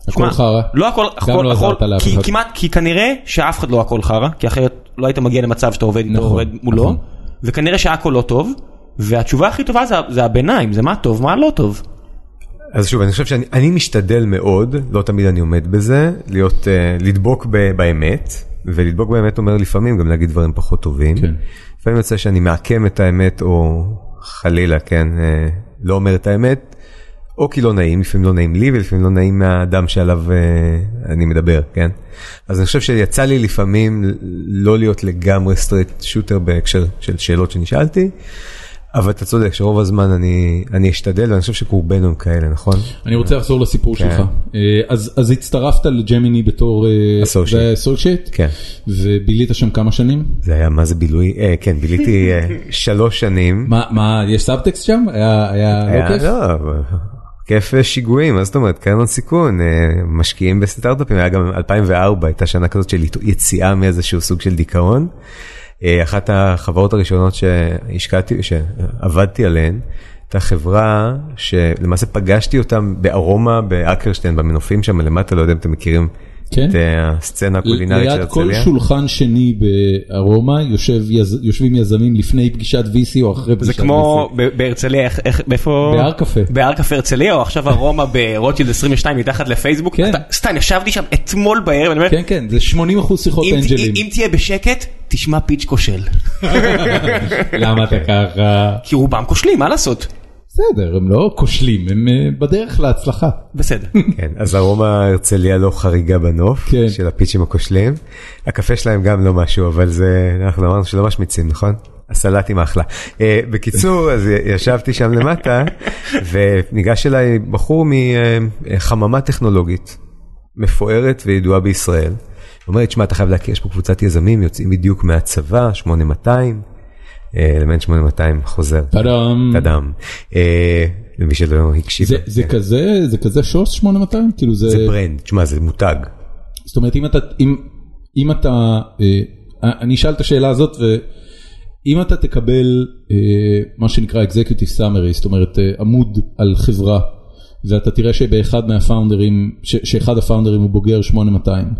Speaker 2: תשמע,
Speaker 4: חרא.
Speaker 2: לא הכל,
Speaker 4: גם
Speaker 2: הכל,
Speaker 4: לא
Speaker 2: הכל,
Speaker 4: עזרת לאף
Speaker 2: כי,
Speaker 4: אחד.
Speaker 2: כמעט, כי כנראה שאף אחד לא הכל חרא, כי אחרת לא היית מגיע למצב שאתה עובד, נכון,
Speaker 4: נכון,
Speaker 2: עובד מולו,
Speaker 4: נכון.
Speaker 2: וכנראה שהכל לא טוב, והתשובה הכי טובה זה, זה הביניים, זה מה טוב, מה לא טוב.
Speaker 3: אז שוב, אני חושב שאני אני משתדל מאוד, לא תמיד אני עומד בזה, להיות, אה, לדבוק ב, באמת, ולדבוק באמת אומר לפעמים גם להגיד דברים פחות טובים.
Speaker 4: כן.
Speaker 3: לפעמים יוצא שאני מעקם את האמת, או חלילה, כן, אה, לא אומר את האמת, או כי לא נעים, לפעמים לא נעים לי, ולפעמים לא נעים מהאדם שעליו אה, אני מדבר, כן? אז אני חושב שיצא לי לפעמים לא להיות לגמרי סטרייט שוטר בהקשר של שאלות שנשאלתי. אבל אתה צודק שרוב הזמן אני, אני אשתדל ואני חושב שרובנו הם כאלה, נכון?
Speaker 4: אני רוצה לחזור לסיפור
Speaker 3: כן.
Speaker 4: שלך. אה, אז אז הצטרפת לג'מיני בתור
Speaker 3: Associate.
Speaker 4: אסושייט,
Speaker 3: כן.
Speaker 4: ובילית שם כמה שנים?
Speaker 3: זה היה מה זה בילוי, אה, כן ביליתי אה, שלוש שנים.
Speaker 4: מה, מה, יש סאבטקסט שם? היה, היה,
Speaker 3: היה-
Speaker 4: לא כיף?
Speaker 3: לא, אבל- כיף אה, שיגועים, מה זאת אומרת, קרן סיכון, אה, משקיעים בסטארט-אפים, היה גם 2004, הייתה שנה כזאת של ית- יציאה מאיזשהו סוג של דיכאון. אה, אחת החברות הראשונות שהשקעתי, שעבדתי עליהן, הייתה חברה שלמעשה פגשתי אותם בארומה באקרשטיין, במנופים שם למטה, לא יודע אם אתם מכירים
Speaker 4: כן.
Speaker 3: את אה, הסצנה הקולינרית של
Speaker 4: ליד כל
Speaker 3: הרצליה.
Speaker 4: שולחן שני בארומה יושב, יז, יושבים יזמים לפני פגישת VC או אחרי
Speaker 2: זה
Speaker 4: פגישת
Speaker 2: כמו ב- בהרצליה, איך, איך, איפה?
Speaker 4: בהר קפה.
Speaker 2: בהר קפה הרצליה, או עכשיו ארומה ברוטשילד 22 מתחת לפייסבוק.
Speaker 4: כן.
Speaker 2: אתה, סתם, ישבתי שם אתמול בערב, אני אומר,
Speaker 4: VC. כן, כן, זה 80% שיחות
Speaker 2: אם, ת-
Speaker 4: אנג'לים.
Speaker 2: אם, אם תהיה בשקט, תשמע פיץ' כושל.
Speaker 4: למה אתה ככה?
Speaker 2: כי רובם כושלים, מה לעשות?
Speaker 4: בסדר, הם לא כושלים, הם אה, בדרך להצלחה.
Speaker 2: בסדר.
Speaker 3: כן, אז ארומה הרצליה לא חריגה בנוף,
Speaker 4: כן.
Speaker 3: של הפיצ'ים הכושלים. הקפה שלהם גם לא משהו, אבל זה, אנחנו אמרנו שלא משמיצים, נכון? הסלטים אחלה. אה, בקיצור, אז י- ישבתי שם למטה, וניגש אליי בחור מחממה טכנולוגית, מפוארת וידועה בישראל. הוא אומר לי, תשמע, אתה חייב להכיר, יש פה קבוצת יזמים, יוצאים בדיוק מהצבא, 8200, אה, אלמנט 8200 חוזר.
Speaker 4: טאדאם.
Speaker 3: תדאם. אה, למי שלא הקשיב. כן.
Speaker 4: זה, זה כזה, זה כזה שוס 8200? כאילו זה,
Speaker 3: זה ברנד, תשמע, זה מותג.
Speaker 4: זאת אומרת אם אתה, אם, אם אתה, אה, אני אשאל את השאלה הזאת ואם אתה תקבל אה, מה שנקרא Executive Summary, זאת אומרת אה, עמוד על חברה, ואתה תראה שבאחד מהפאונדרים, ש, שאחד הפאונדרים הוא בוגר 8200, אה,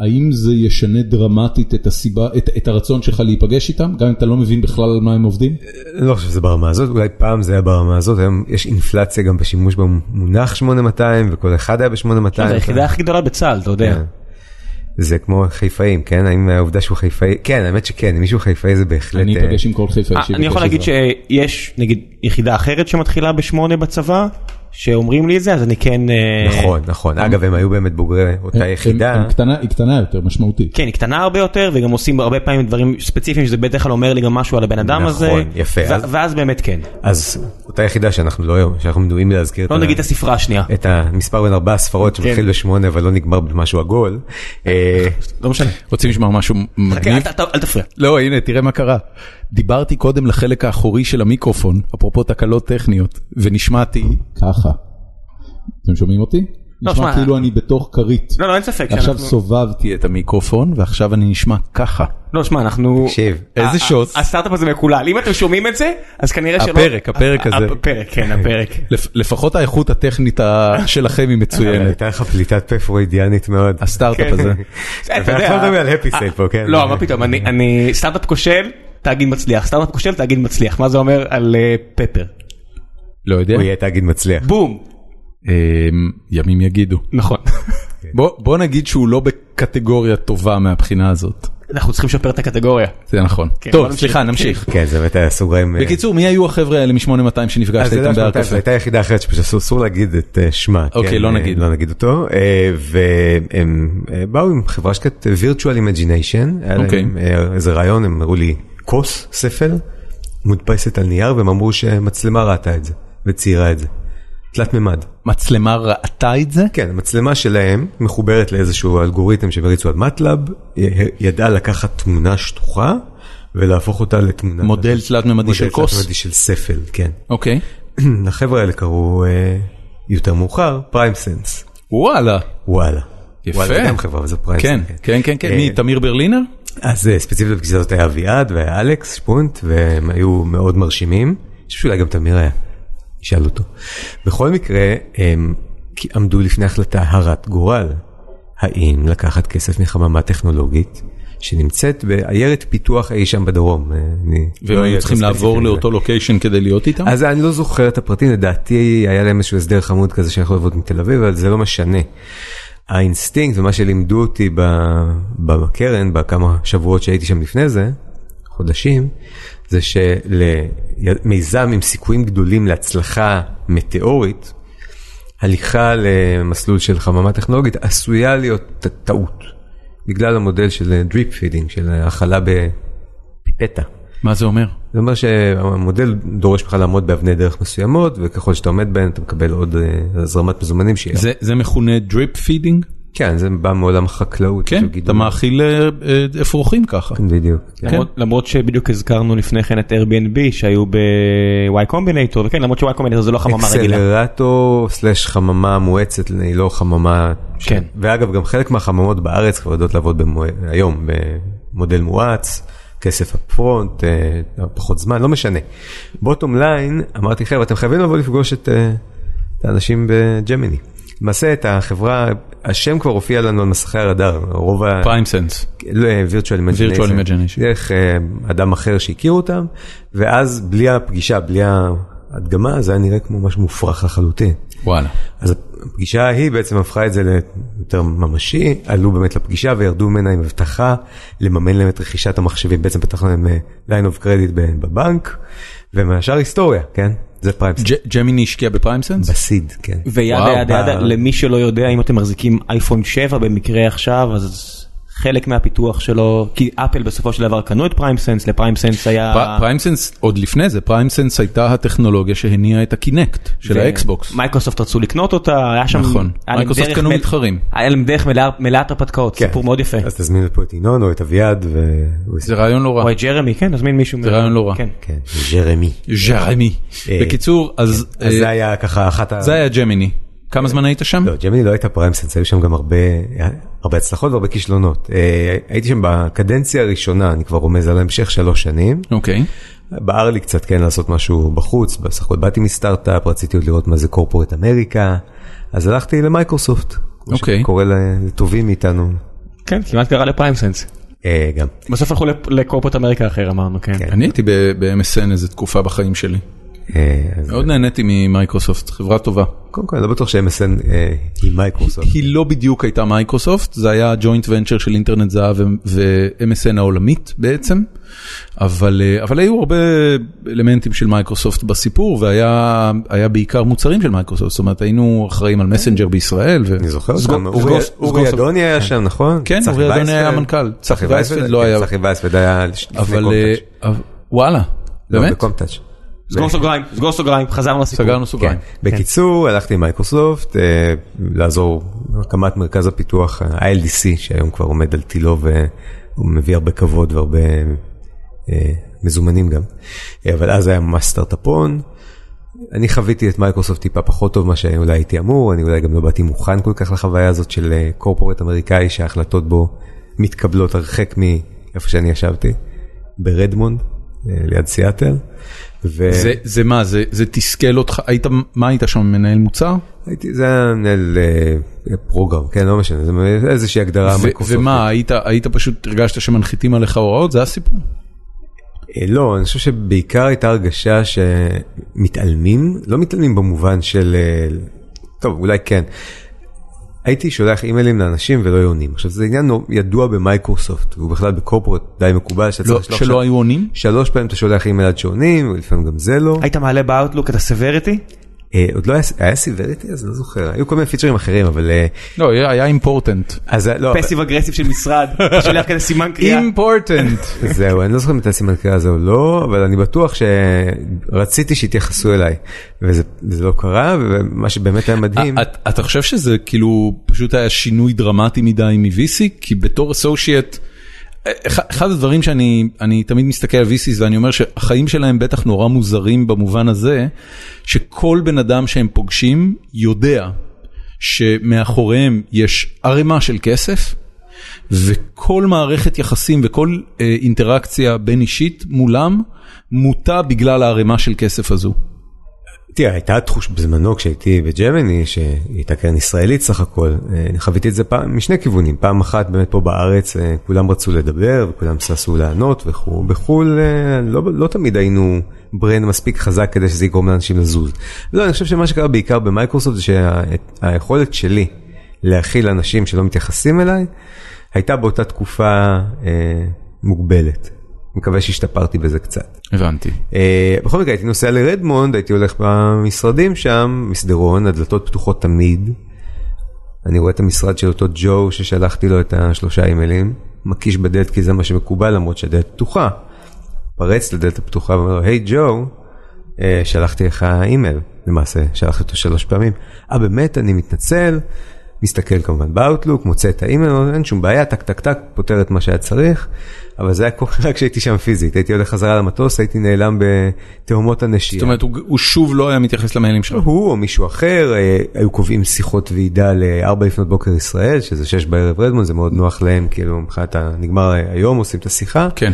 Speaker 4: האם זה ישנה דרמטית את הסיבה, את, את הרצון שלך להיפגש איתם, גם אם אתה לא מבין בכלל על מה הם עובדים?
Speaker 3: אני לא חושב שזה ברמה הזאת, אולי פעם זה היה ברמה הזאת, היום יש אינפלציה גם בשימוש במונח 8200 וכל אחד היה ב-8200.
Speaker 2: זה היחידה הכי גדולה בצה"ל, אתה
Speaker 3: כן,
Speaker 2: יודע.
Speaker 3: זה כמו חיפאים, כן? האם העובדה שהוא חיפאי, כן, האמת שכן, אם מישהו חיפאי זה בהחלט...
Speaker 4: אני
Speaker 3: אה,
Speaker 4: אפגש עם כל חיפה
Speaker 2: אה,
Speaker 4: אישי.
Speaker 2: אני יכול
Speaker 4: ובכל
Speaker 2: להגיד
Speaker 4: חברה.
Speaker 2: שיש נגיד יחידה אחרת שמתחילה בשמונה בצבא, שאומרים לי את זה, אז אני כן... אה,
Speaker 3: נכון, נכון. אגב, הם היו באמת בוגרי
Speaker 4: הם-
Speaker 3: אותה
Speaker 4: הם-
Speaker 3: יחידה.
Speaker 4: הם קטנה- היא קטנה יותר, משמעותית.
Speaker 2: כן, היא קטנה הרבה יותר, וגם עושים הרבה פעמים דברים ספציפיים, שזה בדרך כלל אומר לי גם משהו על הבן אדם
Speaker 3: נכון,
Speaker 2: הזה.
Speaker 3: יפה,
Speaker 2: ו-
Speaker 3: אז-
Speaker 2: ואז באמת כן.
Speaker 3: אז אותה יחידה שאנחנו לא היום, שאנחנו מנועים להזכיר את
Speaker 2: לא
Speaker 3: ה-
Speaker 2: נגיד את הספרה השנייה.
Speaker 3: אה. את המספר בין ארבע הספרות שמתחיל בשמונה אבל לא נגמר במשהו עגול. אה,
Speaker 2: לא משנה.
Speaker 5: רוצים לשמוע משהו
Speaker 2: חכה,
Speaker 5: מגניב?
Speaker 2: אל ת- אל תפריע.
Speaker 5: לא, הנה, תראה מה קרה. דיברתי קודם לחלק האחורי של המיקרופון, אפרופו תקלות טכניות, ונשמעתי...
Speaker 4: ככה. אתם שומעים אותי?
Speaker 2: לא,
Speaker 4: נשמע
Speaker 2: שמע.
Speaker 4: כאילו אני בתוך כרית.
Speaker 2: לא, לא, אין ספק.
Speaker 4: עכשיו
Speaker 2: שאנחנו-
Speaker 4: סובבתי.
Speaker 5: "תהיה את המיקרופון, ועכשיו אני נשמע ככה.
Speaker 2: לא, שמע, אנחנו...
Speaker 3: תקשיב,
Speaker 2: אה,
Speaker 5: איזה שוט.
Speaker 2: הסטארט-אפ הזה מקולל. אם אתם שומעים את זה, אז כנראה שלא...
Speaker 5: הפרק, הפרק
Speaker 2: ה- ה-
Speaker 5: הזה.
Speaker 2: הפרק, כן, הפרק.
Speaker 5: לפ- לפחות האיכות הטכנית ה- שלכם היא מצוינת,
Speaker 3: הייתה לך פליטת פה פרוידיאנית מאוד.
Speaker 5: הסטארט-אפ הזה.
Speaker 2: אתה
Speaker 3: אתה
Speaker 2: יודע-
Speaker 3: יכול לדבר על happy sale פה, כן?
Speaker 2: לא, מה פתאום, אני- אני סטארט-אפ כושל, תאגיד מצליח. סטארט-אפ כושל, תאגיד מצליח. מה זה אומר על אה, פפר?
Speaker 5: לא יודע,
Speaker 3: הוא יהיה תאגיד מצליח.
Speaker 2: בום!
Speaker 5: אמ, ימים יגידו.
Speaker 2: נכון.
Speaker 5: בוא בוא נגיד שהוא לא בקטגוריה טובה מהבחינה הזאת.
Speaker 2: אנחנו צריכים לשפר את הקטגוריה.
Speaker 4: זה נכון.
Speaker 2: כן, בוא
Speaker 4: טוב,
Speaker 2: נמשיך.
Speaker 4: סליחה, נמשיך.
Speaker 3: כן, זה באמת היה סוגריים. אה,
Speaker 4: בקיצור, מי היו החבר'ה האלה מ-8200
Speaker 3: אז
Speaker 4: שנפגשת
Speaker 3: זה לא
Speaker 4: איתם בהר
Speaker 3: השמעתה, זו
Speaker 4: קפה?
Speaker 3: הייתה יחידה אחרת שפשוט אסור- אסור להגיד את אה, שמה.
Speaker 4: אוקיי,
Speaker 3: כן,
Speaker 4: לא
Speaker 3: אה,
Speaker 4: נגיד.
Speaker 3: לא נגיד אותו. אה, והם אה, באו עם חברה שקט virtual imagination. היה
Speaker 4: אוקיי.
Speaker 3: להם, אה, איזה רעיון, הם הראו לי כוס, ספל, מודפסת על נייר, והם אמרו שמצלמה ראתה את זה, וציירה את זה. תלת מימד.
Speaker 4: מצלמה ראתה את זה?
Speaker 3: כן, המצלמה שלהם מחוברת לאיזשהו אלגוריתם שהם הריצו על מטלאב, ידעה לקחת תמונה שטוחה ולהפוך אותה לתמונה.
Speaker 4: מודל תלת-ממדי של
Speaker 3: מודל
Speaker 4: כוס?
Speaker 3: תלת-ממדי של ספל, כן.
Speaker 4: אוקיי.
Speaker 3: לחבר'ה האלה קראו אה, יותר מאוחר פריים סנס.
Speaker 4: וואלה.
Speaker 3: וואלה.
Speaker 4: יפה.
Speaker 3: וואלה, גם חברה, אבל זה פריים
Speaker 4: כן,
Speaker 3: סנס.
Speaker 4: כן, כן, כן.
Speaker 3: אה,
Speaker 4: מי, תמיר ברלינר?
Speaker 3: אז אה, ספציפית בפגישה הזאת היה אביעד והיה אלכס שפונט והם היו מאוד מרשימים. אני חושב שאולי גם תמיר היה, נשאל אותו. בכל מקרה, הם כי- עמדו לפני החלטה הרת גורל. האם לקחת כסף מחממה טכנולוגית שנמצאת בעיירת פיתוח אי שם בדרום. אה, אני-
Speaker 4: והם
Speaker 3: לא
Speaker 4: היו
Speaker 3: יודע,
Speaker 4: צריכים
Speaker 3: לא
Speaker 4: לעבור
Speaker 3: ספציפית.
Speaker 4: לאותו לוקיישן כדי להיות איתם?
Speaker 3: אז אני לא זוכר את הפרטים, לדעתי היה להם איזשהו הסדר חמוד כזה שיכול לעבוד מתל אביב, אבל זה לא משנה. האינסטינקט ומה שלימדו אותי ב- בקרן, בכמה שבועות שהייתי שם לפני זה, חודשים, זה שלמיזם עם סיכויים גדולים להצלחה מטאורית, הליכה למסלול של חממה טכנולוגית עשויה להיות ט- טעות, בגלל המודל של דריפ פידינג, של האכלה בפיפטה.
Speaker 4: מה זה אומר?
Speaker 3: זה אומר שהמודל דורש ממך לעמוד באבני דרך מסוימות וככל שאתה עומד בהן אתה מקבל עוד אה, הזרמת מזומנים שיהיה.
Speaker 4: זה- זה מכונה דריפ פידינג?
Speaker 3: כן, זה בא מעולם החקלאות.
Speaker 4: כן,
Speaker 3: של גידול.
Speaker 4: אתה מאכיל אה, אה, אפרוחים ככה.
Speaker 3: כן, בדיוק. כן.
Speaker 2: למרות- למרות שבדיוק הזכרנו לפני כן את Airbnb שהיו ב-Y Combinator, וכן למרות ש-Y Combinator זה לא חממה רגילה.
Speaker 3: אקסלרטור סלאש חממה מואצת, היא לא חממה... ש-
Speaker 2: כן.
Speaker 3: ואגב, גם חלק מהחממות בארץ כבר יודעות לעבוד במו- היום במודל מואץ, כסף הפרונט, פחות זמן, לא משנה. בוטום ליין, אמרתי חבר'ה, אתם חייבים לבוא לפגוש את אה, את האנשים בג'מיני. למעשה את החברה, השם כבר הופיע לנו על מסכי הרדאר, רוב ה...
Speaker 4: פריים סנס.
Speaker 3: לא, virtual imagination.
Speaker 4: Virtual imagination.
Speaker 3: דרך אה, אדם אחר שהכיר אותם, ואז בלי הפגישה, בלי ההדגמה, זה היה נראה כמו משהו מופרך לחלוטין.
Speaker 4: וואלה.
Speaker 3: אז הפגישה ההיא בעצם הפכה את זה ליותר ממשי, עלו באמת לפגישה וירדו ממנה עם הבטחה לממן להם את רכישת המחשבים, בעצם פתחנו להם אה, line of credit ב- בבנק, ומהשאר היסטוריה, כן? זה פריימס.
Speaker 4: ג'- ג'מיני השקיע בפריים סנס?
Speaker 3: בסיד, כן.
Speaker 2: ויד
Speaker 4: וואו,
Speaker 2: יד יד
Speaker 3: ב-
Speaker 2: למי שלא יודע אם אתם מחזיקים אייפון 7 במקרה עכשיו אז חלק מהפיתוח שלו כי אפל בסופו של דבר קנו את פריים סנס לפריים סנס היה
Speaker 4: פריים סנס, עוד לפני זה, פריים סנס הייתה הטכנולוגיה שהניעה את הקינקט של
Speaker 2: ו-
Speaker 4: האקסבוקס.
Speaker 2: מייקרוסופט רצו לקנות אותה היה שם
Speaker 4: נכון.
Speaker 2: היה להם
Speaker 4: מייקרוסופט
Speaker 2: דרך
Speaker 4: קנו
Speaker 2: מל-
Speaker 4: מתחרים.
Speaker 2: היה להם דרך מלאה- מלאת הרפתקאות
Speaker 3: כן.
Speaker 2: סיפור מאוד יפה.
Speaker 3: אז תזמין לפה את ינון או את אביעד, והוא
Speaker 4: זה רעיון לא רע.
Speaker 2: או את ג'רמי כן נזמין מישהו.
Speaker 4: זה
Speaker 2: מה-
Speaker 4: רעיון לא רע.
Speaker 2: כן.
Speaker 3: כן, ז'רמי.
Speaker 4: ז'רמי.
Speaker 3: אה, כן.
Speaker 4: בקיצור, אז
Speaker 3: אז
Speaker 4: אה,
Speaker 3: זה היה ככה אחת ה...
Speaker 4: זה היה ג'מיני. כמה זמן היית שם?
Speaker 3: לא, ג'מיני לא הייתה פריים סנס, היו שם גם הרבה, הרבה הצלחות והרבה כישלונות. אה, הייתי שם בקדנציה הראשונה, אני כבר רומז על ההמשך שלוש שנים.
Speaker 4: אוקיי.
Speaker 3: בער לי קצת כן לעשות משהו בחוץ, בסך הכל באתי מסטארט-אפ, רציתי עוד לראות מה זה קורפורט אמריקה, אז הלכתי למייקרוסופט, כמו
Speaker 4: אוקיי.
Speaker 3: שקורה ל- לטובים מאיתנו,
Speaker 2: כן כמעט קרה לפריים סנס.
Speaker 3: אה, גם.
Speaker 2: בסוף הלכו לפ- לקורפות אמריקה אחר אמרנו כן.
Speaker 4: אני הייתי ב- ב-MSN איזה תקופה בחיים שלי.
Speaker 3: אה, אז
Speaker 4: מאוד נהניתי ממייקרוסופט, חברה טובה.
Speaker 3: קודם כל, אני לא בטוח ש-MSN אה, היא מייקרוסופט.
Speaker 4: היא לא בדיוק הייתה מייקרוסופט, זה היה ג'וינט ונצ'ר של אינטרנט זהב ו-MSN העולמית בעצם, אבל, אה, אבל היו הרבה אלמנטים של מייקרוסופט בסיפור, והיה היה בעיקר מוצרים של מייקרוסופט, זאת אומרת היינו אחראים על מסנג'ר בישראל. ו...
Speaker 3: אני זוכר
Speaker 4: סגור-
Speaker 3: אותם,
Speaker 4: סגור-
Speaker 3: אורי-
Speaker 4: סגור-
Speaker 3: אורי
Speaker 4: סגור-
Speaker 3: אדוני היה שם, נכון?
Speaker 4: כן,
Speaker 3: צחי
Speaker 4: אורי אדוני
Speaker 3: וייספלד.
Speaker 4: היה המנכ"ל, צחי וייספלד לא
Speaker 3: כן,
Speaker 4: היה-
Speaker 3: צחי וייספלד היה לפני
Speaker 4: אבל אה,
Speaker 3: קומטאץ'.
Speaker 4: אבל- וואלה,
Speaker 3: לא,
Speaker 4: באמת?
Speaker 3: בקומטאץ'.
Speaker 2: סגור סוגריים סגור סוגריים חזרנו לסיפור.
Speaker 4: סגרנו סוגריים.
Speaker 3: כן. בקיצור, הלכתי עם מייקרוסופט אה, לעזור הקמת מרכז הפיתוח ה-ILDC שהיום כבר עומד על תילו והוא מביא הרבה כבוד והרבה אה, מזומנים גם. אה, אבל אז היה ממש סטארט-אפון. אני חוויתי את מייקרוסופט טיפה פחות טוב ממה שאולי הייתי אמור, אני אולי גם לא באתי מוכן כל כך לחוויה הזאת של אה, קורפורט אמריקאי שההחלטות בו מתקבלות הרחק מאיפה שאני ישבתי, ברדמונד, אה, ליד סיאטל. ו...
Speaker 4: זה, זה מה, זה, זה תסכל אותך, היית, מה היית שם, מנהל מוצר?
Speaker 3: הייתי, זה היה מנהל אה, פרוגרם, כן, לא משנה, זה איזושהי הגדרה
Speaker 4: ו-
Speaker 3: מייקרוסופט.
Speaker 4: ומה, היית, היית פשוט הרגשת שמנחיתים עליך הוראות? זה הסיפור?
Speaker 3: אה, לא, אני חושב שבעיקר הייתה הרגשה שמתעלמים, לא מתעלמים במובן של, אה, טוב, אולי כן. הייתי שולח אימיילים לאנשים ולא היו עונים. עכשיו זה עניין נו- ידוע במייקרוסופט, הוא בכלל בקורפורט די מקובל שאתה
Speaker 4: לא,
Speaker 3: צריך לשלוח...
Speaker 4: שלא היו עונים?
Speaker 3: שלוש פעמים אתה שולח אימייל עד שעונים, ולפעמים גם זה לא.
Speaker 2: היית מעלה באאוטלוק את הסוורטי?
Speaker 4: אוקיי.
Speaker 3: אה, עוד לא היה, היה סיבליטי אז לא זוכר, היו כל מיני פיצ'רים אחרים, אבל... אה,
Speaker 4: לא, היה אימפורטנט.
Speaker 3: אז אה, לא,
Speaker 2: פסיב אגרסיב של משרד, שולח כזה סימן קריאה.
Speaker 4: אימפורטנט.
Speaker 3: זהו, אני לא זוכר אם הייתה סימן קריאה זה או לא, אבל אני בטוח שרציתי שיתייחסו אליי, וזה וזה לא קרה, ומה שבאמת היה מדהים...
Speaker 4: אה, אתה- אתה חושב שזה כאילו פשוט היה שינוי דרמטי מדי מ-VC? כי בתור אסושייט, אחד הדברים שאני אני תמיד מסתכל על VCs ואני אומר שהחיים שלהם בטח נורא מוזרים במובן הזה, שכל בן אדם שהם פוגשים יודע שמאחוריהם יש ערימה של כסף. וכל מערכת יחסים וכל אה, אינטראקציה בין אישית מולם מוטה בגלל הערימה של כסף הזו.
Speaker 3: תראה, הייתה תחוש בזמנו כשהייתי בג'רמני, שהייתה קרן ישראלית סך הכל, אה, אני חוויתי את זה פעם, משני כיוונים, פעם אחת באמת פה בארץ אה, כולם רצו לדבר, וכולם ששו לענות וכו', בחו"ל אה, לא, לא תמיד היינו ברנד מספיק חזק כדי שזה יגרום לאנשים לזוז. לא, אני חושב שמה שקרה בעיקר במייקרוסופט זה שהיכולת שלי להכיל אנשים שלא מתייחסים אליי, הייתה באותה תקופה אה, מוגבלת. מקווה שהשתפרתי בזה קצת.
Speaker 4: הבנתי.
Speaker 3: אה, בכל מקרה הייתי נוסע לרדמונד, הייתי הולך במשרדים שם, מסדרון, הדלתות פתוחות תמיד. אני רואה את המשרד של אותו ג'ו ששלחתי לו את השלושה אימיילים, מקיש בדלת כי זה מה שמקובל למרות שהדלת פתוחה. פרץ לדלת הפתוחה ואומר לו, היי ג'ו, אה, שלחתי לך אימייל, למעשה, שלחתי אותו שלוש פעמים. אה באמת, אני מתנצל. מסתכל כמובן באוטלוק, מוצא את האימייל, אומר, אין שום בעיה, טק טק טק, פותר את מה שהיה צריך, אבל זה היה קורה רק כשהייתי שם פיזית, הייתי הולך חזרה למטוס, הייתי נעלם בתהומות הנשייה.
Speaker 4: זאת אומרת, הוא, הוא שוב לא היה מתייחס למיילים שלך.
Speaker 3: הוא או מישהו אחר אה, היו קובעים שיחות ועידה ל-4 לפנות בוקר ישראל שזה 6 בערב רדמון זה מאוד נוח להם כאילו מבחינת ה- נגמר אה, היום עושים את השיחה
Speaker 4: כן.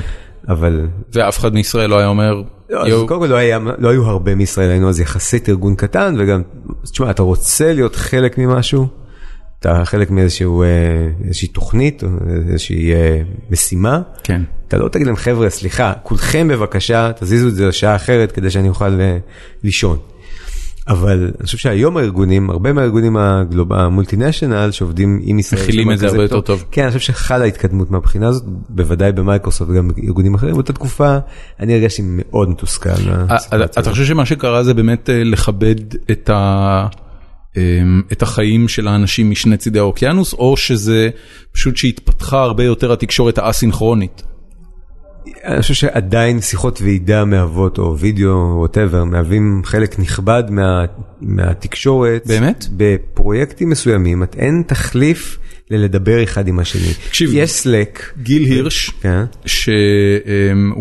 Speaker 3: אבל
Speaker 4: ואף אחד מישראל לא היה אומר,
Speaker 3: לא, אז
Speaker 4: יואו,
Speaker 3: קודם כל לא, היה, לא היו הרבה מישראל היינו אז יחסית ארגון קטן וגם תשמע אתה רוצה להיות חלק ממשהו. אתה חלק מאיזשהו אה, איזושהי תוכנית או איזושהי אה, משימה.
Speaker 4: כן.
Speaker 3: אתה לא תגיד להם חבר'ה סליחה כולכם בבקשה תזיזו את זה לשעה אחרת כדי שאני אוכל אה, לישון. אבל אני חושב שהיום הארגונים הרבה מהארגונים הגלוב- המולטינשיונל שעובדים עם ישראל.
Speaker 4: מכילים
Speaker 3: יש להם
Speaker 4: את זה
Speaker 3: כזה
Speaker 4: הרבה יותר טוב.
Speaker 3: כן אני חושב שחלה התקדמות מהבחינה הזאת בוודאי במייקרוסופט גם ארגונים אחרים באותה תקופה אני הרגשתי מאוד מתוסכל.
Speaker 4: אה,
Speaker 3: מהסיטואציה
Speaker 4: אתה חושב שמה שקרה זה באמת אה, לכבד את, ה, אמ, את החיים של האנשים משני צידי האוקיינוס, או שזה פשוט שהתפתחה הרבה יותר התקשורת האסינכרונית?
Speaker 3: אני חושב שעדיין שיחות ועידה מהוות או וידאו ווטאבר מהווים חלק נכבד מה, מהתקשורת.
Speaker 4: באמת?
Speaker 3: בפרויקטים מסוימים את אין תחליף ללדבר אחד עם השני.
Speaker 4: תקשיב,
Speaker 3: יש סלק.
Speaker 4: גיל הירש,
Speaker 3: כן.
Speaker 4: שהוא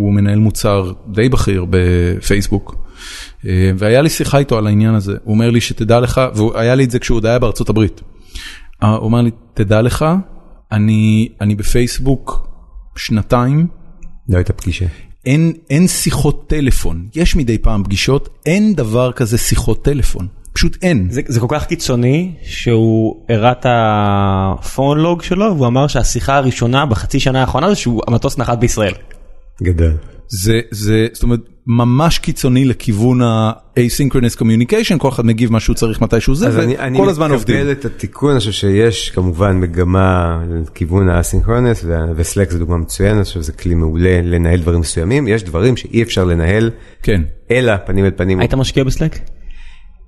Speaker 4: אמ, מנהל מוצר די בכיר בפייסבוק, אה, והיה לי שיחה איתו על העניין הזה, הוא אומר לי שתדע לך, והוא היה לי את זה כשהוא עוד היה בארצות הברית. אה, הוא אמר לי, תדע לך, אני, אני בפייסבוק שנתיים,
Speaker 3: לא הייתה פגישה.
Speaker 4: אין, אין שיחות טלפון, יש מדי פעם פגישות, אין דבר כזה שיחות טלפון, פשוט אין.
Speaker 2: זה, זה כל כך קיצוני שהוא הראה את הפונלוג שלו והוא אמר שהשיחה הראשונה בחצי שנה האחרונה זה שהוא המטוס נחת בישראל.
Speaker 3: גדל.
Speaker 4: זה, זה, זאת אומרת, ממש קיצוני לכיוון ה-asynchronous communication, כל אחד מגיב מה שהוא צריך מתי שהוא זה,
Speaker 3: אז אני, אני
Speaker 4: וכל הזמן עובדים.
Speaker 3: מקבל את התיקון, אני חושב שיש כמובן מגמה לכיוון האסינכרונס, וה- וסלק זו דוגמה מצוינת, אני חושב שזה כלי מעולה לנהל דברים מסוימים, יש דברים שאי אפשר לנהל
Speaker 4: כן.
Speaker 3: אלא פנים אל פנים.
Speaker 2: היית משקיע בסלק?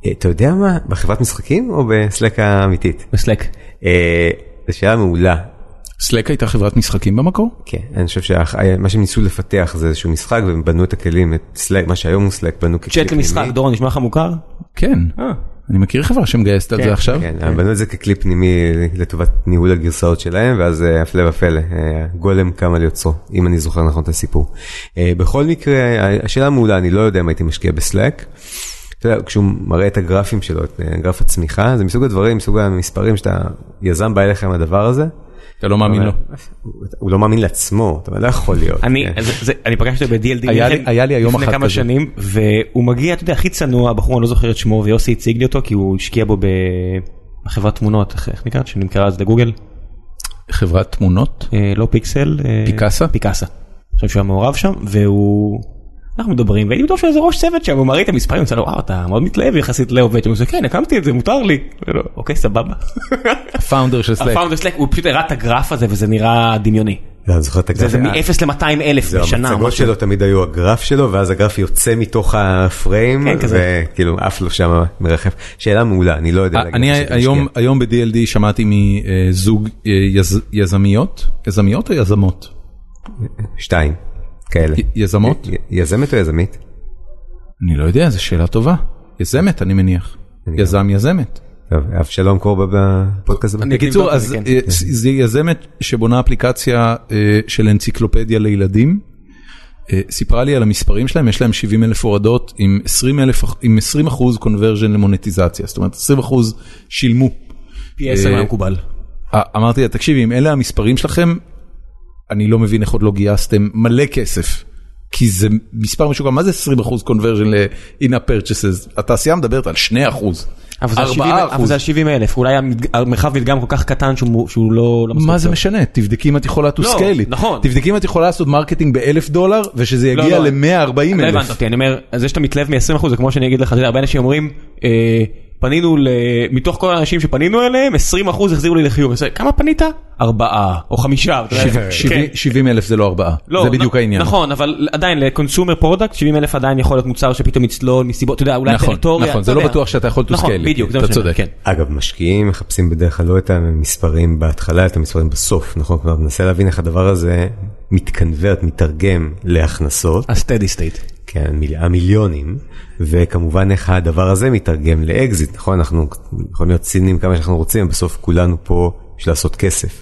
Speaker 3: אה, אתה יודע מה, בחברת משחקים או בסלק האמיתית?
Speaker 2: בסלק.
Speaker 3: אה, זו שאלה מעולה.
Speaker 4: סלק הייתה חברת משחקים במקור?
Speaker 3: כן, אני חושב שמה שהם ניסו לפתח זה איזשהו משחק והם בנו את הכלים, את סלק, מה שהיום הוא סלק, בנו ככלי
Speaker 2: צ'אט למשחק, דורון נשמע לך מוכר?
Speaker 4: כן. אני מכיר חברה שמגייסת על זה עכשיו.
Speaker 3: אה. כן,
Speaker 2: אוקיי.
Speaker 3: הם בנו את זה ככלי פנימי לטובת ניהול הגרסאות שלהם, ואז אה, הפלא ופלא, אה, גולם קם על יוצרו, אם אני זוכר נכון את הסיפור. אה, בכל מקרה, ה- השאלה מעולה, אני לא יודע אם הייתי משקיע בסלאק. אתה יודע, כשהוא מראה את הגרפים שלו, את אה, גרף הצמיחה, זה מסוג הדברים, מסוג המספרים שאתה, יזם בא אליך עם הדבר הזה.
Speaker 4: אתה לא מאמין לו.
Speaker 3: הוא לא מאמין לעצמו, אתה אומר, לא יכול להיות.
Speaker 2: אני,
Speaker 3: כן.
Speaker 2: זה, זה, אני פגשתי אותו ב-DLD
Speaker 4: היה לי-
Speaker 2: לפני-
Speaker 4: היה לי היום
Speaker 2: לפני
Speaker 4: אחת
Speaker 2: כמה
Speaker 4: כזאת.
Speaker 2: שנים והוא מגיע אתה יודע הכי צנוע הבחור אני לא זוכר את שמו ויוסי הציג לי אותו כי הוא השקיע בו בחברת תמונות איך- איך נקראת שנמכרה אז לגוגל
Speaker 4: חברת תמונות?
Speaker 2: אה, לא פיקסל אה,
Speaker 4: פיקאסה?
Speaker 2: פיקאסה. אני חושב שהוא היה מעורב שם והוא אנחנו מדברים, והייתי בטוח שאיזה ראש צוות שם, הוא מראה את המספרים, הוא עושה לו, וואו, אתה מאוד מתלהב יחסית לעובד, שם." הוא עושה, כן, הקמתי את זה, מותר לי. אני אומר, אוקיי, סבבה.
Speaker 4: פאונדר של סלאק.
Speaker 2: הפאונדר סלק, הוא פשוט הראה את הגרף הזה, וזה נראה דמיוני.
Speaker 3: לא, אני זוכר את
Speaker 2: זה
Speaker 3: הגרף.
Speaker 2: זה מ-0 ל-200 אלף
Speaker 3: זה
Speaker 2: בשנה.
Speaker 3: המצגות
Speaker 2: משהו.
Speaker 3: שלו תמיד היו הגרף שלו, ואז הגרף יוצא מתוך הפריים,
Speaker 2: כן, כזה.
Speaker 3: וכאילו עף לו שם מרחף. שאלה מעולה, אני לא יודע להגיד.
Speaker 4: אה, אני
Speaker 3: לך שזה
Speaker 4: היום,
Speaker 3: משקיע.
Speaker 4: היום ב-DLD שמעתי מזוג אה, יז, יזמיות, יזמיות או יזמות?
Speaker 3: שתיים, כאלה.
Speaker 4: י- יזמות?
Speaker 3: י- יזמת או יזמית?
Speaker 4: אה, אני לא יודע, זו שאלה טובה. יזמת, אני מניח.
Speaker 3: אני
Speaker 4: יזם יזמת.
Speaker 3: טוב, אבשלום קור בפודקאסט הזה.
Speaker 4: בקיצור,
Speaker 2: נבדוק את זה,
Speaker 4: אז אה, ס- זה יזמת שבונה אפליקציה אה, של אנציקלופדיה לילדים. אה, סיפרה לי על המספרים שלהם, יש להם 70 אלף הורדות עם 20 אלף, עם 20 אחוז קונברז'ן למונטיזציה, זאת אומרת 20 אחוז שילמו.
Speaker 2: פי 10
Speaker 4: אה,
Speaker 2: היה מקובל.
Speaker 4: אה, אמרתי לה, תקשיבי, אם אלה המספרים שלכם, אני לא מבין איך עוד לא גייסתם מלא כסף. כי זה מספר משוגע, מה זה 20% conversion ל-in-app purchases? התעשייה מדברת על 2%,
Speaker 2: אבל זה ה- 70
Speaker 4: 4%.
Speaker 2: אבל זה ה-70 אלף, אולי המד- המרחב מדגם כל כך קטן שהוא שהוא לא... לא מספיק
Speaker 4: מה זה
Speaker 2: טוב.
Speaker 4: משנה? תבדקי אם את יכולה to
Speaker 2: לא,
Speaker 4: scale it.
Speaker 2: נכון.
Speaker 4: תבדקי אם את יכולה לעשות מרקטינג באלף דולר, ושזה
Speaker 2: לא,
Speaker 4: יגיע
Speaker 2: לא.
Speaker 4: ל-140
Speaker 2: לא
Speaker 4: אלף.
Speaker 2: הבנת אותי, אני אומר, אז זה שאתה מתלהב מ-20% זה כמו שאני אגיד לך, אתה יודע, הרבה אנשים אומרים, אה, פנינו, ל... מתוך כל האנשים שפנינו אליהם, 20% החזירו לי לחיוב, אז כמה פנית? ארבעה, או חמישה, אתה יודע. כן.
Speaker 4: 70 אלף זה לא ארבעה,
Speaker 2: לא,
Speaker 4: זה בדיוק
Speaker 2: נ-
Speaker 4: העניין.
Speaker 2: נכון, אבל עדיין לקונסומר פרודקט, 70 אלף עדיין יכול להיות מוצר שפתאום יצלול מסיבות, אתה יודע, אולי
Speaker 4: נכון,
Speaker 2: טריטוריה.
Speaker 4: נכון,
Speaker 2: אתה
Speaker 4: זה לא
Speaker 2: יודע.
Speaker 4: בטוח שאתה יכול to scale
Speaker 2: נכון,
Speaker 4: it,
Speaker 2: בדיוק, זה מה
Speaker 4: אתה
Speaker 2: שאני אומר,
Speaker 4: צודק.
Speaker 2: כן.
Speaker 3: אגב, משקיעים מחפשים בדרך כלל לא את המספרים בהתחלה, את המספרים בסוף, נכון? כלומר, מנסה להבין איך הדבר הזה מתקנברט, מתרגם להכנסות,
Speaker 2: ה-steady state.
Speaker 3: כן, מיל- המיליונים, וכמובן איך הדבר הזה מתרגם לאקזיט, נכון? אנחנו יכולים להיות ציניים כמה שאנחנו רוצים, בסוף כולנו פה בשביל לעשות כסף.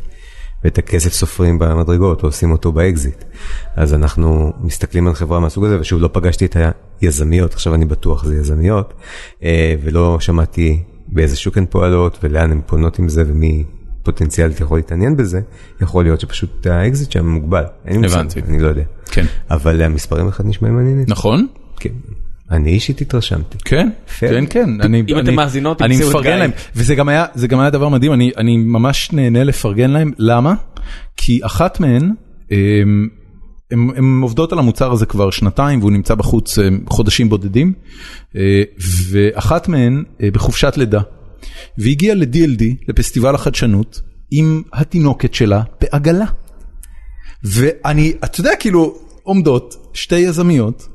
Speaker 3: ואת הכסף סופרים במדרגות, או עושים אותו באקזיט. אז אנחנו מסתכלים על חברה מהסוג הזה, ושוב, לא פגשתי את היזמיות, עכשיו אני בטוח זה יזמיות, אה, ולא שמעתי באיזה שוק הן פועלות, ולאן הן פונות עם זה, ומי פוטנציאלית יכול להתעניין בזה, יכול להיות שפשוט האקזיט שם מוגבל. אין לי מושג,
Speaker 4: הבנתי.
Speaker 3: אני לא יודע.
Speaker 4: כן.
Speaker 3: אבל המספרים אחד נשמעים מעניינים.
Speaker 4: נכון?
Speaker 3: כן. אני אישית התרשמתי.
Speaker 4: כן,
Speaker 3: יפה.
Speaker 4: כן, כן, אני,
Speaker 2: אם אתם
Speaker 4: אני-
Speaker 2: מאזינות,
Speaker 4: אני
Speaker 2: תמצאו את גיא.
Speaker 4: מפרגן להם, וזה גם היה, זה גם היה דבר מדהים, אני, אני ממש נהנה לפרגן להם, למה? כי אחת מהן, הם, הם, הם עובדות על המוצר הזה כבר שנתיים והוא נמצא בחוץ אה, חודשים בודדים, אה, ואחת מהן אה, בחופשת לידה, והיא הגיעה ל-DLD, לפסטיבל החדשנות, עם התינוקת שלה בעגלה. ואני, אתה יודע, כאילו, עומדות שתי יזמיות,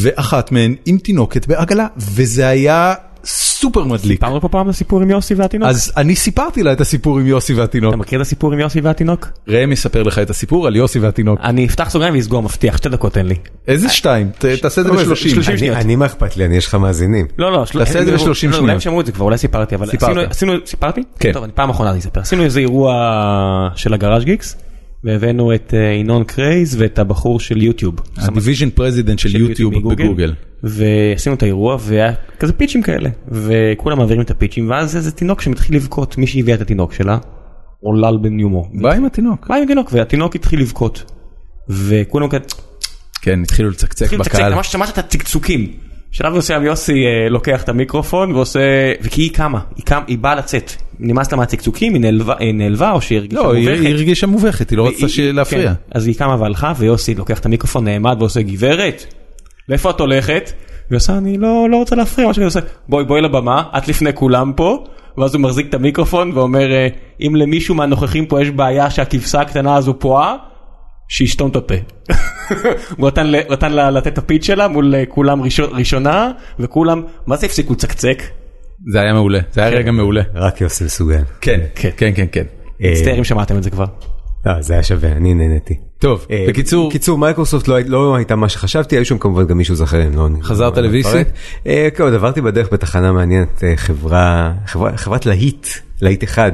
Speaker 4: ואחת מהן עם תינוקת בעגלה, וזה היה סופר מדליק.
Speaker 2: פעם פה פעם הסיפור עם יוסי והתינוק?
Speaker 4: אז אני סיפרתי לה את הסיפור עם יוסי והתינוק.
Speaker 2: אתה מכיר את הסיפור עם יוסי והתינוק?
Speaker 4: ראם יספר לך את הסיפור על יוסי והתינוק.
Speaker 2: אני אפתח סוגריים ואסגור מבטיח, שתי דקות תן לי.
Speaker 4: איזה שתיים? ת- תעשה את זה בשלושים.
Speaker 2: שלושים.
Speaker 3: אני,
Speaker 2: שניות.
Speaker 3: אני מה אכפת לי, אני יש לך מאזינים.
Speaker 2: לא, לא, של-
Speaker 4: תעשה את זה
Speaker 2: הם-
Speaker 4: בשלושים
Speaker 2: לא, אולי
Speaker 4: שניות.
Speaker 2: הם שמעו את זה כבר, אולי סיפרתי, אבל
Speaker 4: סיפרת.
Speaker 2: עשינו, עשינו- סיפרתי?
Speaker 4: כן.
Speaker 2: טוב, אני פעם אחרונה אני אספר. עשינו איזה אירוע של הגראז' גיקס, והבאנו את אה, ינון קרייז ואת הבחור של יוטיוב.
Speaker 4: הדיוויז'ן פרזידנט של יוטיוב בגוגל.
Speaker 2: ועשינו את האירוע, והיה כזה פיצ'ים כאלה, וכולם מעבירים את הפיצ'ים, ואז איזה תינוק שמתחיל לבכות, מי שהביאה את התינוק שלה, עולל בניומו.
Speaker 4: בא עם התינוק.
Speaker 2: בא עם התינוק, והתינוק התחיל לבכות. וכולם כאלה,
Speaker 4: כן, התחילו לצקצק
Speaker 2: התחיל לצקצק,
Speaker 4: בקהל.
Speaker 2: ממש שמעת את הצקצוקים. בשלב מסוים יוסי אה, לוקח את המיקרופון ועושה, וכי היא קמה, היא, קם, היא באה לצאת, נמאס לה מהצקצוקים, היא נעלבה, היא נעלבה או שהיא הרגישה
Speaker 4: לא, היא
Speaker 2: מובכת.
Speaker 4: היא הרגישה מובכת, היא לא רצתה ש-
Speaker 2: היא-
Speaker 4: להפריע.
Speaker 2: כן. אז היא קמה והלכה ויוסי לוקח את המיקרופון נעמד ועושה גברת לאיפה את הולכת? והיא עושה אני לא, לא רוצה להפריע מה שאני עושה בואי בואי לבמה את לפני כולם פה ואז הוא מחזיק את המיקרופון ואומר "אה, אם למישהו מהנוכחים פה יש בעיה שהכבשה הקטנה הזו פועה שישתום את הפה. הוא נתן, ל- נתן לה לתת את הפיץ שלה מול אה, כולם ראשון, ראשונה וכולם מה זה הפסיקו לצקצק?
Speaker 4: זה היה מעולה, זה היה רגע מעולה.
Speaker 3: רק יוסי מסוגל.
Speaker 4: כן,
Speaker 2: כן.
Speaker 4: כן, כן, כן.
Speaker 3: אה,
Speaker 2: מצטער אם שמעתם את זה כבר.
Speaker 3: לא, זה היה שווה, אני נהניתי.
Speaker 4: טוב,
Speaker 3: אה,
Speaker 4: בקיצור,
Speaker 3: קיצור, מייקרוסופט לא, הי- לא הייתה מה שחשבתי, היו שם כמובן גם מישהו זכר, לא... אני-
Speaker 4: חזרת
Speaker 3: לא
Speaker 4: ל-VC?
Speaker 3: אפרט. אה, כן, עוד עברתי בדרך בתחנה מעניינת, אה, חברה, חברה- חברת להיט, להיט אחד,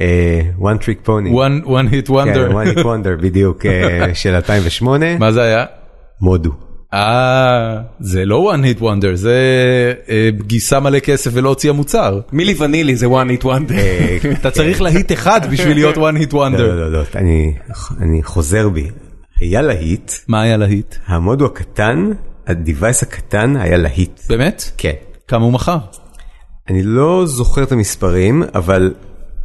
Speaker 3: אה, one trick pony.
Speaker 4: one one hit
Speaker 3: כן,
Speaker 4: wonder.
Speaker 3: one trick wonder, בדיוק, אה, של 2008,
Speaker 4: מה זה היה?
Speaker 3: מודו.
Speaker 4: אה, זה לא one hit wonder, זה אה, גיסה מלא כסף ולא הוציאה מוצר.
Speaker 2: מילי ונילי זה one hit wonder.
Speaker 3: אה,
Speaker 4: אתה צריך להיט אחד בשביל להיות one hit
Speaker 3: לא, לא,
Speaker 4: wonder.
Speaker 3: לא, לא, אני- אני חוזר בי. היה להיט,
Speaker 4: מה היה להיט?
Speaker 3: המודו הקטן, הדיווייס הקטן היה להיט.
Speaker 4: באמת?
Speaker 3: כן.
Speaker 4: כמה הוא מכר?
Speaker 3: אני לא זוכר את המספרים, אבל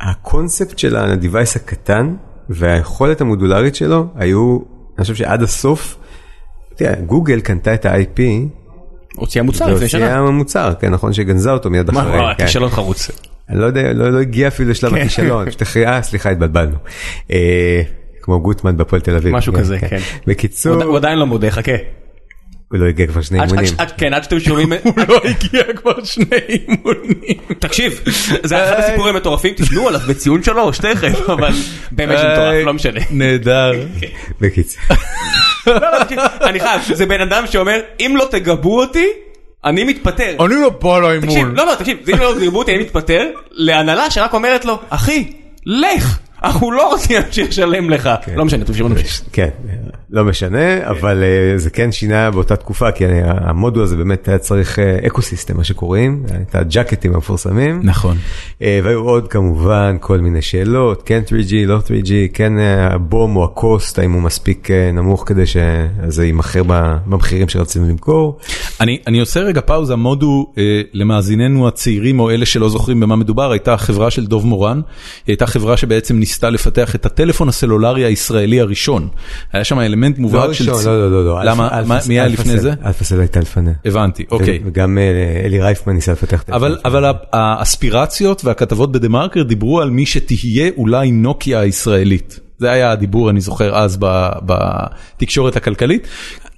Speaker 3: הקונספט של הדיווייס הקטן והיכולת המודולרית שלו היו, אני חושב שעד הסוף, תראה, גוגל קנתה את ה-IP,
Speaker 2: הוציאה מוצר לפני שנה.
Speaker 3: והוציאה מוצר, כן, נכון שגנזה אותו מיד
Speaker 2: מה, אה,
Speaker 3: אחרי.
Speaker 2: וואו,
Speaker 3: כן.
Speaker 2: כישלון חרוץ.
Speaker 3: אני לא יודע, לא, לא הגיע אפילו לשלב
Speaker 2: כן.
Speaker 3: הכישלון, שתכריע, אה, סליחה, התבלבלנו. אה, כמו גוטמן בפועל תל אביב.
Speaker 2: משהו כזה, כן.
Speaker 3: בקיצור,
Speaker 2: הוא עד- הוא עדיין לא מודה, חכה.
Speaker 3: הוא לא הגיע כבר שני
Speaker 2: עד-
Speaker 3: אימונים.
Speaker 2: עד- עד- כן, עד שאתם שומעים... הוא לא הגיע כבר שני אימונים. תקשיב, זה אחד הסיפורים המטורפים, תשמעו עליו בציון שלוש, תכף, אבל באמת זה מטורף, לא משנה.
Speaker 4: אה, נהדר.
Speaker 3: כן. בקיצור,
Speaker 2: אה, לא, לא, תקשיב, אני חייב, זה בן אדם שאומר, אם לא תגבו אותי, אני מתפטר.
Speaker 4: עונים לו פה על
Speaker 2: תקשיב,
Speaker 4: האימון.
Speaker 2: לא, לא, תקשיב, אם לא תגבו אותי, אני מתפטר להנהלה שרק אומרת לו, אחי, לך, אנחנו לא רוצים להמשיך לשלם לך. לא משנה, תמשיכו, נמשיך.
Speaker 3: כן, לא משנה, אבל אה, זה כן שינה באותה תקופה, כי ה- המודול הזה באמת היה צריך אה, אקוסיסטם, מה שקוראים, את הג'קטים המפורסמים.
Speaker 4: נכון.
Speaker 3: אה, והיו עוד כמובן כל מיני שאלות, כן 3G, לא 3G, כן אה, הבום או הקוסט, האם הוא מספיק אה, נמוך כדי שזה יימכר ב- במחירים שרצינו למכור.
Speaker 4: אני, אני עושה רגע פאוזה, מודו אה, למאזיננו הצעירים או אלה שלא זוכרים במה מדובר, הייתה חברה של דוב מורן, היא הייתה חברה שבעצם ניסתה לפתח את הטלפון הסלולרי הישראלי הראשון. היה שם אלמנט
Speaker 3: לא
Speaker 4: מובהק של...
Speaker 3: ראשון,
Speaker 4: צי-
Speaker 3: לא, לא, לא, לא.
Speaker 4: למה,
Speaker 3: אלפא-
Speaker 4: מה,
Speaker 3: אלפא-
Speaker 4: מי היה
Speaker 3: אלפא
Speaker 4: לפני
Speaker 3: סל.
Speaker 4: זה?
Speaker 3: אלפא סל הייתה לפניה.
Speaker 4: הבנתי, אוקיי.
Speaker 3: וגם אה, אלי רייפמן ניסה לפתח את
Speaker 4: אבל,
Speaker 3: הטלפון.
Speaker 4: אבל ה- האספירציות והכתבות בדה מרקר דיברו על מי שתהיה אולי נוקיה הישראלית. זה היה הדיבור, אני זוכר, אז ב- בתקשורת הכלכלית.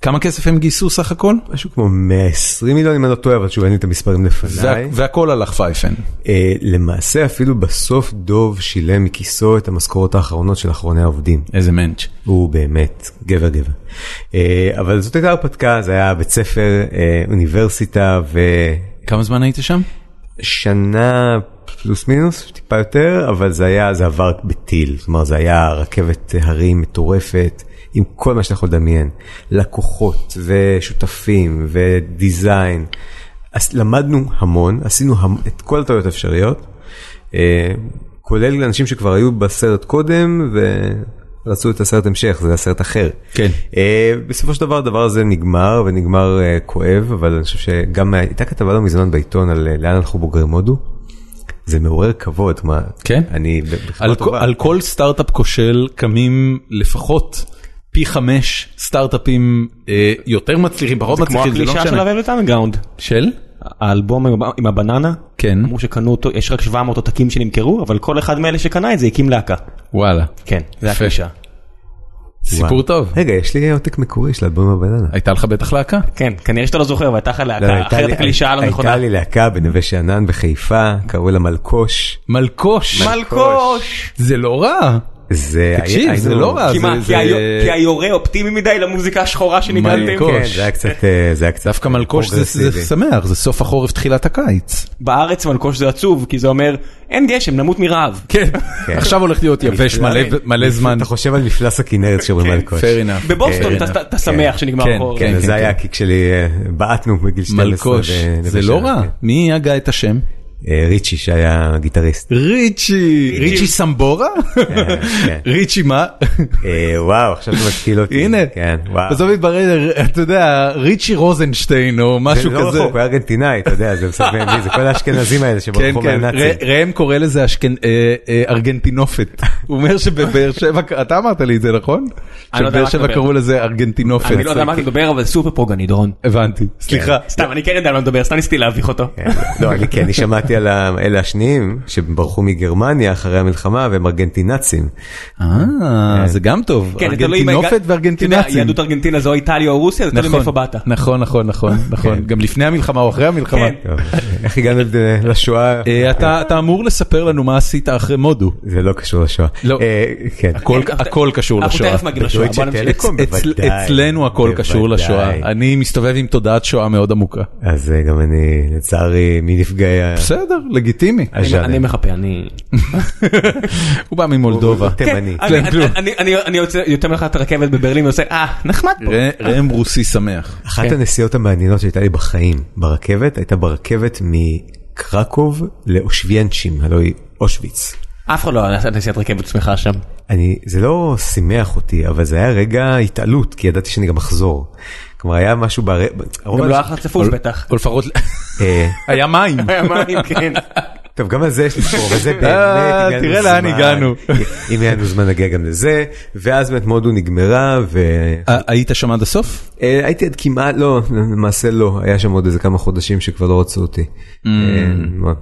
Speaker 4: כמה כסף הם גייסו סך הכל?
Speaker 3: משהו כמו 120 מיליון אם אני לא טועה, אבל שוב אין לי את המספרים
Speaker 4: וה,
Speaker 3: לפניי.
Speaker 4: והכל הלך פייפן.
Speaker 3: אה, למעשה אפילו בסוף דוב שילם מכיסו את המשכורות האחרונות של אחרוני העובדים.
Speaker 4: איזה מענץ'.
Speaker 3: הוא באמת גבר גבר. אה, אבל זאת הייתה הרפתקה, זה היה בית ספר, אה, אוניברסיטה
Speaker 4: כמה זמן היית שם?
Speaker 3: ושנה פלוס מינוס, טיפה יותר, אבל זה היה, זה עבר בטיל, כלומר זה היה רכבת הרים מטורפת. עם כל מה שאתה יכול לדמיין, לקוחות ושותפים ודיזיין. אז למדנו המון, עשינו המ... את כל הטעויות האפשריות, אה, כולל אנשים שכבר היו בסרט קודם ורצו את הסרט המשך, זה הסרט אחר.
Speaker 4: כן.
Speaker 3: אה, בסופו של דבר הדבר הזה נגמר ונגמר אה, כואב אבל אני חושב שגם אה, הייתה כתבה לא מזמן בעיתון על אה, לאן הלכו בוגרי מודו. זה מעורר כבוד מה
Speaker 4: כן?
Speaker 3: אני ב- בחברה
Speaker 4: על, כל-
Speaker 3: טובה.
Speaker 4: על כל סטארט-אפ כושל קמים לפחות פי חמש סטארט-אפים אה, יותר מצליחים, פחות
Speaker 2: כמו
Speaker 4: מצליחים, זה לא
Speaker 2: הקלישה של
Speaker 4: משנה.
Speaker 2: הוולט אנגראונד.
Speaker 4: של?
Speaker 2: האלבום עם הב- עם הבננה,
Speaker 4: כן.
Speaker 2: אמרו שקנו אותו, יש רק 700 עותקים שנמכרו, אבל כל אחד מאלה שקנה את זה הקים להקה.
Speaker 4: וואלה.
Speaker 2: כן, זה
Speaker 4: יפה.
Speaker 2: הקלישה.
Speaker 4: סיפור
Speaker 3: וואו.
Speaker 4: טוב.
Speaker 3: רגע יש לי עותק מקורי של אלבום הבננה.
Speaker 4: הייתה לך בטח להקה?
Speaker 2: כן, כנראה שאתה לא זוכר, והייתה לך
Speaker 3: לא,
Speaker 2: להקה,
Speaker 3: הייתה
Speaker 2: אחרת
Speaker 3: לי-
Speaker 2: הקלישה הלא נכונה.
Speaker 3: הייתה לי להקה בנווה שאנן בחיפה קראו לה מלקוש.
Speaker 4: מלקוש.
Speaker 2: מלקוש!
Speaker 4: זה לא רע.
Speaker 3: זה
Speaker 4: תקשיב,
Speaker 3: היינו-
Speaker 4: זה לא רע.
Speaker 2: כי מה,
Speaker 4: זה-
Speaker 2: כי
Speaker 4: זה-
Speaker 2: היו- כי היורה אופטימי מדי למוזיקה השחורה שניגנתם?
Speaker 4: מלקוש.
Speaker 3: כן, זה היה קצת אה, זה היה קצת
Speaker 4: דווקא מלקוש זה- זה
Speaker 3: פרוגרסיבי.
Speaker 4: שמח, זה סוף החורף תחילת הקיץ.
Speaker 2: בארץ מלקוש זה עצוב, כי זה אומר, אין גשם, נמות מרעב.
Speaker 4: כן. עכשיו הולך להיות יבש מלא- מלא זמן. כן,
Speaker 3: אתה חושב על מפלס הכנרת שאומרים מלקוש.
Speaker 4: Fair enough.
Speaker 2: בבוסטון
Speaker 4: Fair
Speaker 2: אתה-
Speaker 4: enough.
Speaker 2: אתה- אתה שמח שנגמר לא
Speaker 4: כן,
Speaker 2: החורף.
Speaker 4: כן,
Speaker 3: כן,
Speaker 4: כן.
Speaker 3: זה היה הקיק שלי, אה, בעטנו בגיל 12.
Speaker 4: מלקוש,
Speaker 3: בנווה
Speaker 4: זה
Speaker 3: שאנן,
Speaker 4: לא רע.
Speaker 3: כן.
Speaker 4: מי הגה את השם?
Speaker 3: אה, ריצ'י שהיה גיטריסט.
Speaker 4: ריצ'י, ריצ'י סמבורה?
Speaker 3: כן.
Speaker 4: ריצ'י מה?
Speaker 3: אה, וואו עכשיו אתה מתקיל אותי.
Speaker 4: הנה,
Speaker 3: כן וואו.
Speaker 4: בסוף התברר, אתה יודע, ריצ'י רוזנשטיין או משהו
Speaker 3: זה לא
Speaker 4: כזה.
Speaker 3: רחוק, הוא היה ארגנטינאי, אתה יודע, זה בסוף אה, מי, זה כל האשכנזים האלה
Speaker 4: כן,
Speaker 3: שברחו
Speaker 4: כן,
Speaker 3: מהנאצים.
Speaker 4: ר- ראם קורא לזה אשכנ... אה, אה, ארגנטינופת. הוא אומר שבבאר שבע, אתה אמרת לי את זה נכון?
Speaker 2: אני לא יודע מה
Speaker 4: שבבאר
Speaker 2: אתה
Speaker 4: שבע
Speaker 2: מדבר.
Speaker 4: קראו לזה ארגנטינופת.
Speaker 2: אני לא יודע מה אתה מדבר, אבל סופר פרוגני, דורון.
Speaker 4: הבנתי, סליחה.
Speaker 2: סתם, אני כן יודע על מה לדבר, סתם ניסיתי להביך אותו.
Speaker 3: כן, לא, אני כן, אני שמעתי על האלה השניים שברחו מגרמניה אחרי המלחמה והם ארגנטינאצים.
Speaker 4: אה, זה גם טוב.
Speaker 2: כן, זה תלוי אם
Speaker 4: ארגנטינופת
Speaker 2: הגעת- אתה יודע,
Speaker 4: וארגנטינאצים.
Speaker 2: יהדות ארגנטינה זו איטליה או רוסיה, זה תלוי מאיפה באת.
Speaker 4: נכון, נכון, נכון, נכון. גם לפני המלחמה או אחרי המלחמה.
Speaker 2: כן.
Speaker 3: טוב, איך הגענו לד- לשואה?
Speaker 4: אה, אתה אתה אמור לספר לנו מה עשית אחרי מודו.
Speaker 3: זה לא קשור לשואה.
Speaker 4: לא.
Speaker 3: אה, כן.
Speaker 4: הכל- הכל קשור
Speaker 2: אה, אנחנו
Speaker 4: לשואה.
Speaker 2: תכף מגיעים לשואה,
Speaker 3: בדויטשה
Speaker 2: בוא נמשיך.
Speaker 3: טלקום,
Speaker 4: אצ- אצ-
Speaker 3: בוודאי.
Speaker 4: אצלנו הכל קשור
Speaker 3: בוודאי.
Speaker 4: לשואה. אני מסתובב עם תודעת שואה מאוד עמוקה.
Speaker 3: אז אה, גם אני, לצערי, מנפגעי ה-
Speaker 4: בסדר, לגיטימי.
Speaker 3: הז'אנר.
Speaker 2: אני מחפה, אני...
Speaker 4: הוא בא ממולדובה.
Speaker 3: הוא תימני.
Speaker 2: לא- אני-
Speaker 4: כן, כלום.
Speaker 2: אני- אני- אני יוצא יוצא מלכת הרכבת בברלין ועושה, אה, נחמד פה.
Speaker 4: ר- ראם רוסי שמח.
Speaker 3: אחת
Speaker 2: כן.
Speaker 3: הנסיעות המעניינות שהייתה לי בחיים ברכבת הייתה ברכבת מקרקוב לאושוויאנצ'ים, הלוא היא אושוויץ.
Speaker 2: אף אחד לא עשה נסיעת רכבת שמחה שם.
Speaker 3: אני, זה לא שימח אותי, אבל זה היה רגע התעלות, כי ידעתי שאני גם אחזור. כלומר היה משהו בר... הרוב
Speaker 2: גם לא
Speaker 3: האנשים-
Speaker 2: אחלה צפוף בטח.
Speaker 4: או לפחות
Speaker 3: אה,
Speaker 4: היה מים.
Speaker 2: היה מים, כן.
Speaker 3: טוב, גם על זה יש לי ספור, וזה באמת,
Speaker 4: אה,
Speaker 3: אם היה לנו
Speaker 4: תראה לאן
Speaker 3: זמן.
Speaker 4: הגענו.
Speaker 3: אם היה לנו זמן נגיע גם לזה, ואז באמת מודו נגמרה,
Speaker 4: היית שם עד הסוף?
Speaker 3: והייתי אה, עד כמעט, לא, למעשה לא, היה שם עוד איזה כמה חודשים שכבר לא רצו אותי. אה,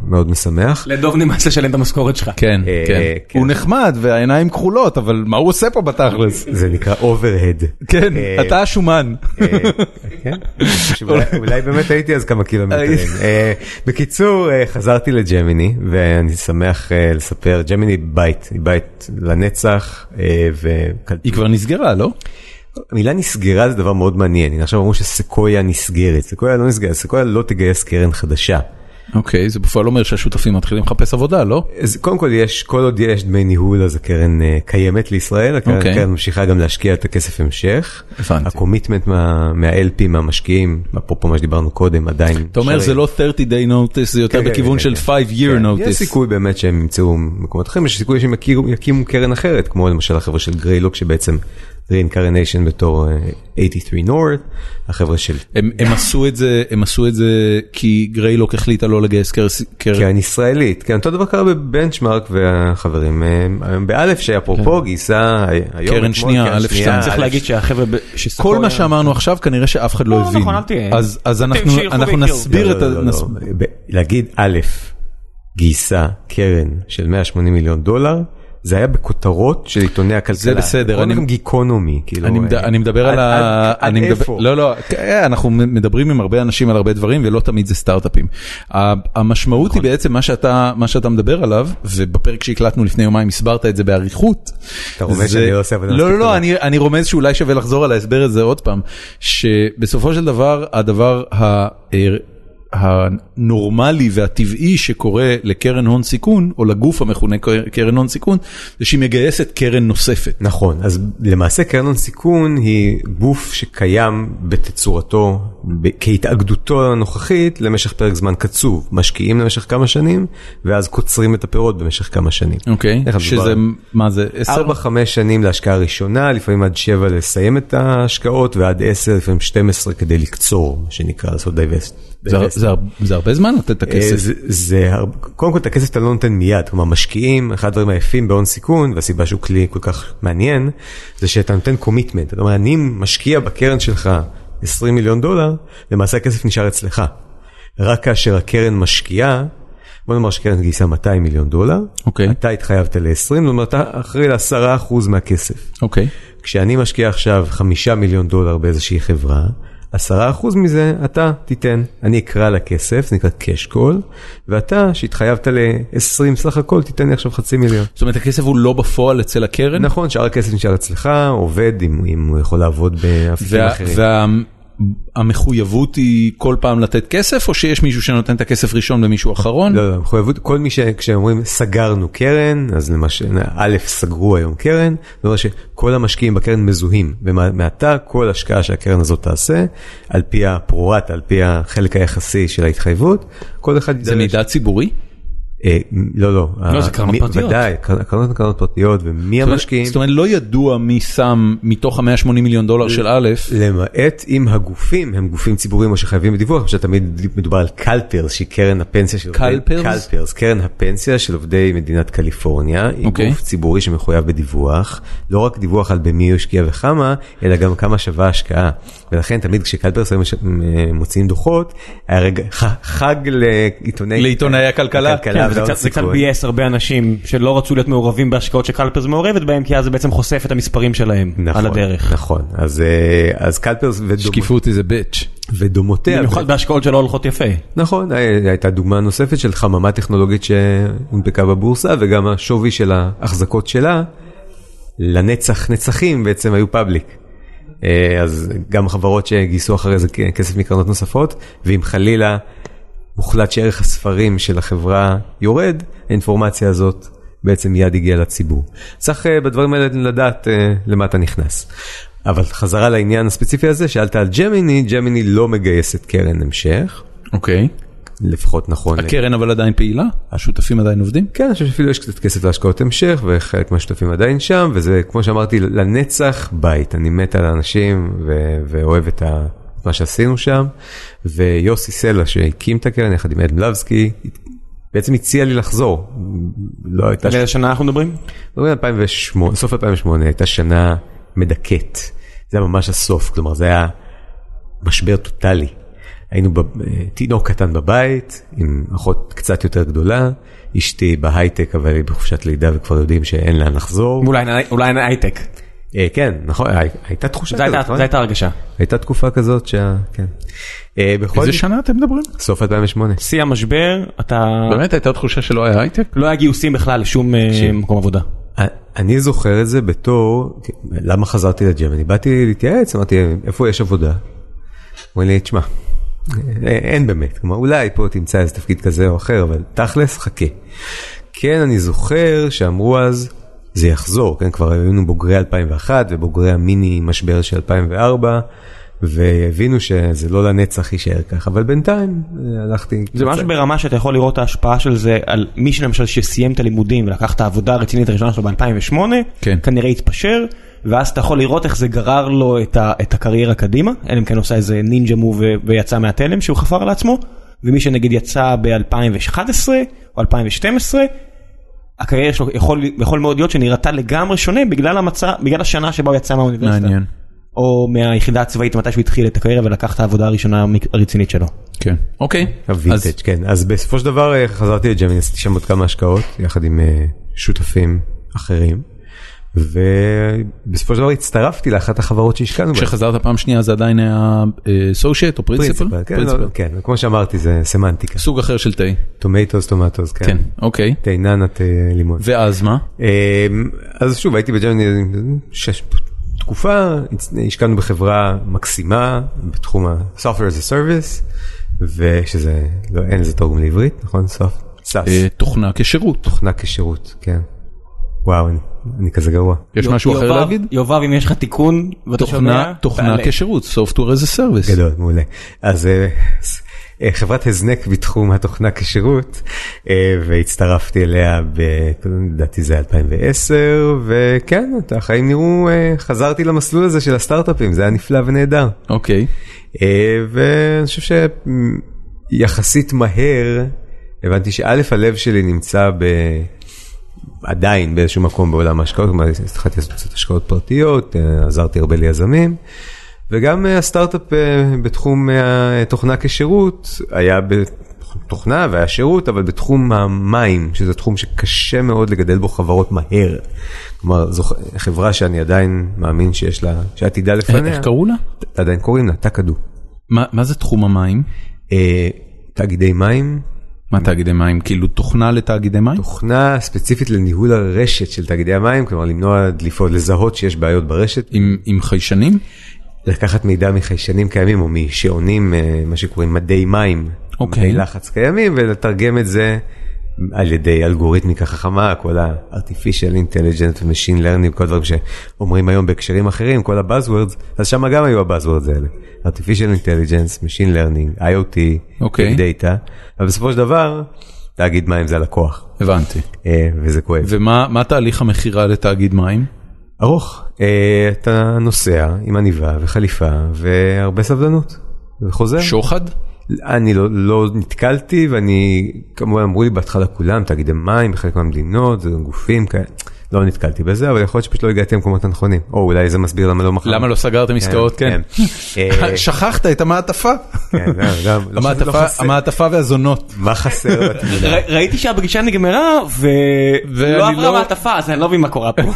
Speaker 3: מאוד משמח.
Speaker 2: לדוב נמאס לשלם את המשכורת שלך.
Speaker 4: כן,
Speaker 3: אה,
Speaker 4: כן.
Speaker 3: כן.
Speaker 4: הוא נחמד והעיניים כחולות, אבל מה הוא עושה פה בתכלס?
Speaker 3: זה נקרא אוברהד.
Speaker 4: כן,
Speaker 3: אה,
Speaker 4: אתה השומן.
Speaker 3: כן? שאולי- אולי באמת הייתי אז כמה קילומטרים. אה, בקיצור, אה, חזרתי לג'מיני, ואני שמח אה, לספר, ג'מיני בית, היא בית לנצח, אה, וקל-
Speaker 4: היא כבר נסגרה, לא?
Speaker 3: המילה נסגרה זה דבר מאוד מעניין, הנה עכשיו אמרו שסקויה נסגרת, סקויה לא נסגרת, סקויה לא תגייס קרן חדשה.
Speaker 4: אוקיי, זה בפועל אומר שהשותפים מתחילים לחפש עבודה, לא?
Speaker 3: אז קודם כל יש, כל עוד יש דמי ניהול אז הקרן אה, קיימת לישראל, הקרן,
Speaker 4: אוקיי.
Speaker 3: okay. הקרן ממשיכה גם להשקיע את הכסף המשך.
Speaker 4: הבנתי.
Speaker 3: הקומיטמנט מה, מה-LP, מהמשקיעים, אפרופו מה שדיברנו קודם, עדיין.
Speaker 4: אתה אומר
Speaker 3: שרי.
Speaker 4: זה לא 30 day notice, זה יותר
Speaker 3: כן, כן,
Speaker 4: בכיוון
Speaker 3: כן,
Speaker 4: של
Speaker 3: כן.
Speaker 4: 5 year
Speaker 3: כן.
Speaker 4: notice.
Speaker 3: יש סיכוי באמת שהם ימצאו מקומות אחרים, יש סיכוי שהם יכירו- יקימו קרן אחרת, כמו למשל החבר'ה של גריילוק שבעצם reincarnation בתור אה, 83 North, החבר'ה של
Speaker 4: הם, הם עשו את זה, הם עשו את זה כי גריילוק החליטה לא לגייס קרס- קרן.
Speaker 3: קרן ישראלית, כן, אותו דבר קרה בבנצ'מארק והחברים אה, הם- הם באלף שאפרופו גייסה היום,
Speaker 4: כן. קרן
Speaker 3: אתמול,
Speaker 4: שנייה, אלף שתיים.
Speaker 2: צריך
Speaker 4: א',
Speaker 2: להגיד שהחבר'ה ב- שסקויה-
Speaker 4: כל מה שאמרנו עכשיו כנראה שאף אחד לא
Speaker 2: לא,
Speaker 4: הבין.
Speaker 2: נכון, אל תהיה.
Speaker 4: אז, אז אנחנו,
Speaker 2: שילכו
Speaker 4: אנחנו
Speaker 2: ויכירו.
Speaker 3: לא,
Speaker 4: נסביר
Speaker 3: לא,
Speaker 4: את ה...
Speaker 3: לא, לא,
Speaker 4: נס-
Speaker 3: לא. ב- להגיד א', גייסה קרן של 180 מיליון דולר. זה היה בכותרות של עיתוני הכלכלה.
Speaker 4: זה בסדר,
Speaker 3: קוראים
Speaker 4: אני-
Speaker 3: גם גיקונומי, כאילו.
Speaker 4: אני, מד...
Speaker 3: אה,
Speaker 4: אני מדבר על
Speaker 3: עד-
Speaker 4: ה...
Speaker 3: עד-
Speaker 4: אני
Speaker 3: עד
Speaker 4: מדבר-
Speaker 3: איפה?
Speaker 4: לא, לא, אה, אנחנו מ- מדברים עם הרבה אנשים על הרבה דברים ולא תמיד זה סטארט-אפים. ה- המשמעות
Speaker 3: נכון.
Speaker 4: היא בעצם מה שאתה, מה שאתה מדבר עליו, ובפרק שהקלטנו לפני יומיים הסברת את זה באריכות.
Speaker 3: אתה רומז
Speaker 4: זה-
Speaker 3: שאני לא עושה עבודה
Speaker 4: לא,
Speaker 3: מספיק
Speaker 4: לא, לא,
Speaker 3: טובה.
Speaker 4: אני, אני רומז שאולי שווה לחזור על ההסבר הזה עוד פעם, שבסופו של דבר הדבר ה... אה, הנורמלי והטבעי שקורה לקרן הון סיכון, או לגוף המכונה קר- קרן הון סיכון, זה שהיא מגייסת קרן נוספת.
Speaker 3: נכון, אז למעשה קרן הון סיכון היא גוף שקיים בתצורתו, ב- כהתאגדותו הנוכחית, למשך פרק זמן קצוב. משקיעים למשך כמה שנים, ואז קוצרים את הפירות במשך כמה שנים.
Speaker 4: אוקיי,
Speaker 3: איך מדובר?
Speaker 4: שזה, מה זה, עשר?
Speaker 3: 4-5 שנים להשקעה הראשונה, לפעמים עד 7 לסיים את ההשקעות, ועד 10, לפעמים 12 כדי לקצור, מה שנקרא, לעשות דייבסט.
Speaker 4: זה- זה הר- זה הרבה זמן לתת את
Speaker 3: אה,
Speaker 4: הכסף.
Speaker 3: זה, זה, הר- קודם כל את הכסף אתה לא נותן מיד, כלומר משקיעים, אחד הדברים היפים בהון סיכון, והסיבה שהוא כלי כל כך מעניין, זה שאתה נותן קומיטמנט, אתה אומר אני משקיע בקרן שלך 20 מיליון דולר, למעשה הכסף נשאר אצלך. רק כאשר הקרן משקיעה, בוא נאמר שקרן גייסה 200 מיליון דולר,
Speaker 4: אוקיי.
Speaker 3: אתה התחייבת ל-20, זאת אומרת אתה אחראי ל-10% מהכסף.
Speaker 4: אוקיי,
Speaker 3: כשאני משקיע עכשיו 5 מיליון דולר באיזושהי חברה, 10% מזה אתה תיתן. אני אקרא לכסף, זה נקרא cash call, ואתה שהתחייבת ל-20 סך הכל, תיתן לי עכשיו חצי מיליון.
Speaker 4: זאת אומרת הכסף הוא לא בפועל אצל הקרן,
Speaker 3: נכון, שאר הכסף נשאר אצלך, עובד, אם, אם הוא יכול לעבוד באפיקים אחרים.
Speaker 4: והמחויבות היא כל פעם לתת כסף, או שיש מישהו שנותן את הכסף ראשון ומישהו אחרון?
Speaker 3: לא, לא, מחויבות, כל מי שכשאומרים סגרנו קרן, אז למשל, א', סגרו היום קרן, זאת אומרת שכל המשקיעים בקרן מזוהים, ומעתה כל השקעה שהקרן הזאת תעשה, על פי הפרורט, על פי החלק היחסי של ההתחייבות, כל אחד
Speaker 4: זה מידע ציבורי?
Speaker 3: אה, לא, לא.
Speaker 2: לא, זה קרנות
Speaker 3: מי-
Speaker 2: פרטיות.
Speaker 3: ודאי, קר- הקרנות הן קרנות פרטיות, ומי המשקיעים,
Speaker 4: זאת אומרת לא ידוע מי שם מתוך ה-180 מיליון דולר של א',
Speaker 3: למעט אם הגופים הם גופים ציבוריים או שחייבים בדיווח, שתמיד מדובר על קלפרס, שהיא קרן הפנסיה של... עובדי-
Speaker 4: קלפרס?
Speaker 3: קלפרס, קרן הפנסיה של עובדי מדינת קליפורניה, היא
Speaker 4: אוקיי.
Speaker 3: גוף ציבורי שמחויב בדיווח, לא רק דיווח על במי הוא השקיע וכמה, אלא גם כמה שווה ההשקעה. ולכן תמיד כשקלפרס היו מש- מ- מוציאים דוחות, היה רגע ח- חג לעיתונאי...
Speaker 4: לעיתונאי הכלכלה.
Speaker 2: כן, אבל זה
Speaker 3: והון
Speaker 2: קצת- זה קצת
Speaker 3: סיכון.
Speaker 2: בייס הרבה אנשים שלא רצו להיות מעורבים בהשקעות שקלפרס מעורבת בהם, כי אז זה בעצם חושף את המספרים שלהם
Speaker 3: נכון,
Speaker 2: על הדרך.
Speaker 3: נכון, אז, אה, אז קלפרס ודומ...
Speaker 4: שקיפות איזה ביץ'.
Speaker 3: ודומותיה,
Speaker 2: במיוחד בהשקעות שלא הולכות יפה.
Speaker 3: נכון, הי- הייתה דוגמה נוספת של חממה טכנולוגית שהונפקה בבורסה וגם השווי של ההחזקות שלה לנצח נצחים בעצם היו פאבליק. אה, אז גם חברות שגייסו אחרי זה כ- כסף מקרנות נוספות, ואם חלילה הוחלט שערך הספרים של החברה יורד, האינפורמציה הזאת בעצם מיד הגיעה לציבור. צריך אה, בדברים האלה לדעת אה, למה אתה נכנס. אבל חזרה לעניין הספציפי הזה, שאלת על ג'מיני, ג'מיני לא מגייסת קרן המשך,
Speaker 4: אוקיי.
Speaker 3: לפחות נכון.
Speaker 4: הקרן אבל עדיין פעילה? השותפים עדיין עובדים?
Speaker 3: כן, אני חושב שאפילו יש קצת כסף להשקעות המשך, וחלק מהשותפים עדיין שם, וזה, כמו שאמרתי, לנצח בית. אני מת על האנשים, ו- ואוהב את ה- את מה שעשינו שם. ויוסי סלע, שהקים את הקרן יחד עם אדם לבסקי, בעצם הציע לי לחזור. לא הייתה...
Speaker 2: באיזה שנה אנחנו מדברים?
Speaker 3: מדברים על 2008, סוף 2008 הייתה שנה מדכאת. זה היה ממש הסוף, כלומר זה היה משבר טוטאלי. היינו בב- תינוק קטן בבית, עם אחות קצת יותר גדולה, אשתי בהייטק אבל היא בחופשת לידה וכבר יודעים שאין לאן לחזור.
Speaker 2: אולי אולי אין הייטק.
Speaker 3: אה, כן, נכון, הי- הייתה תחושה
Speaker 2: זו
Speaker 3: כזאת,
Speaker 2: הייתה-
Speaker 3: נכון?
Speaker 2: זו הייתה הרגשה.
Speaker 3: הייתה תקופה כזאת שה... כן. אה, בכל
Speaker 4: איזה
Speaker 3: זאת,
Speaker 4: שנה אתם מדברים?
Speaker 3: סוף 2008.
Speaker 2: שיא המשבר, אתה...
Speaker 4: באמת הייתה תחושה שלא היה הייטק?
Speaker 2: לא היה גיוסים בכלל לשום אה, מקום עבודה.
Speaker 3: אני זוכר את זה בתור, למה חזרתי לג'רמני? באתי להתייעץ, אמרתי, איפה יש עבודה? אמרו לי, תשמע, אה, אין באמת, כלומר אולי פה תמצא איזה תפקיד כזה או אחר, אבל תכלס, חכה. כן, אני זוכר שאמרו אז, זה יחזור, כן, כבר היינו בוגרי 2001 ובוגרי המיני משבר של 2004, והבינו שזה לא לנצח יישאר כך, אבל בינתיים אה, הלכתי...
Speaker 2: זה משהו ברמה שאתה יכול לראות את ההשפעה של זה על מי שלמשל שסיים את הלימודים ולקח את העבודה הרצינית הראשונה שלו ב-2008,
Speaker 4: כן.
Speaker 2: כנראה התפשר, ואז אתה יכול לראות איך זה גרר לו את, ה- את הקריירה קדימה, אלא אם כן עושה איזה נינג'ה מוב ו- ויצא מהתלם שהוא חפר על עצמו, ומי שנגיד יצא ב-2011 או 2012, הקריירה שלו יכול, יכול מאוד להיות שנראתה לגמרי שונה בגלל המצע, בגלל השנה שבה הוא יצא מהאוניברסיטה.
Speaker 4: מעניין.
Speaker 2: או מהיחידה הצבאית מתי שהוא התחיל את הקריירה ולקח את העבודה הראשונה המק- הרצינית שלו.
Speaker 4: כן. אוקיי. אז
Speaker 3: הווינטג', כן. אז בסופו של דבר אה, חזרתי לג'מיני, עשיתי שם עוד כמה השקעות, יחד עם אה, שותפים אחרים, ובסופו של דבר הצטרפתי לאחת החברות שהשקענו בהן.
Speaker 4: כשחזרת פעם שנייה זה עדיין היה סושייט או פרינסיפל?
Speaker 3: Principal, כן, לא, כן, כמו שאמרתי, זה סמנטיקה.
Speaker 4: סוג אחר של תה.
Speaker 3: טומטוס, טומטוס, כן.
Speaker 4: כן. אוקיי.
Speaker 3: תאיננת אה, לימון.
Speaker 4: ואז מה?
Speaker 3: אמ, אז שוב הייתי בג'רמני שש תקופה השקענו בחברה מקסימה בתחום ה-Software as a Service ושזה לא אין לזה תרגום לעברית נכון? Soft- SAS.
Speaker 4: אה, תוכנה כשירות.
Speaker 3: תוכנה כשירות כן. וואו אני, אני כזה גרוע.
Speaker 4: יש משהו אחר להגיד?
Speaker 2: יובב, אם יש לך תיקון ואתה שומע,
Speaker 4: תוכנה- תוכנה
Speaker 2: תעלה.
Speaker 4: כשירות, Software as a Service.
Speaker 3: גדול מעולה. אז אה, ס- אה, חברת הזנק בתחום התוכנה כשירות אה, והצטרפתי אליה ב- לדעתי זה 2010 וכן את החיים נראו אה, חזרתי למסלול הזה של הסטארט-אפים זה היה נפלא ונהדר.
Speaker 4: אוקיי.
Speaker 3: אה, ואני חושב שיחסית מהר הבנתי שא' הלב שלי נמצא ב... עדיין באיזשהו מקום בעולם ההשקעות, כלומר התחלתי לעשות קצת השקעות פרטיות, אה, עזרתי הרבה ליזמים, וגם אה, הסטארט-אפ אה, בתחום אה, התוכנה כשירות היה בתוכנה והיה שירות, אבל בתחום המים, שזה תחום שקשה מאוד לגדל בו חברות מהר. כלומר, זו ח- חברה שאני עדיין מאמין שיש לה, שעתידה לפניה.
Speaker 4: איך קראו לה?
Speaker 3: עדיין קוראים לה תקדו.
Speaker 4: מה- מה זה תחום המים?
Speaker 3: אה, תאגידי מים,
Speaker 4: מה תאגידי מים? כאילו תוכנה לתאגידי מים?
Speaker 3: תוכנה ספציפית לניהול הרשת של תאגידי המים, כלומר למנוע דליפות, לזהות שיש בעיות ברשת,
Speaker 4: עם- עם חיישנים?
Speaker 3: לקחת מידע מחיישנים קיימים או משעונים, אה, מה שקוראים מדי מים,
Speaker 4: אוקיי.
Speaker 3: מדי לחץ קיימים, ולתרגם את זה על ידי אלגוריתמיקה חכמה, כל ה-artificial intelligence ו-machine learning, כל הדברים שאומרים היום בהקשרים אחרים, כל ה-buzzwords, אז שם גם היו ה-buzzwords האלה, artificial intelligence, machine learning, IoT,
Speaker 4: אוקיי.
Speaker 3: big data, אבל בסופו של דבר, תאגיד מים זה הלקוח,
Speaker 4: הבנתי.
Speaker 3: אה, וזה כואב.
Speaker 4: ומה מה תהליך המכירה לתאגיד מים?
Speaker 3: ארוך. אה, אתה נוסע עם עניבה וחליפה והרבה סבלנות. וחוזר.
Speaker 4: שוחד?
Speaker 3: אני לא, לא נתקלתי ואני כמובן אמרו לי בהתחלה כולם תאגידי מים בחלק מהמדינות זה גופים כאלה. לא נתקלתי בזה אבל יכול להיות שפשוט לא הגעתי למקומות הנכונים או אולי זה מסביר למה לא מחר.
Speaker 4: למה לא סגרתם עסקאות? כן.
Speaker 3: אה,
Speaker 4: שכחת את המעטפה.
Speaker 3: כן, לא, לא, לא חסר- לא
Speaker 4: המעטפה-
Speaker 3: חסר.
Speaker 4: המעטפה והזונות.
Speaker 3: מה חסר בתמונה?
Speaker 2: ר- ראיתי שהפגישה נגמרה
Speaker 4: ואני
Speaker 2: ולא עברה
Speaker 4: לא-
Speaker 2: מעטפה אז אני לא מבין מה קורה פה.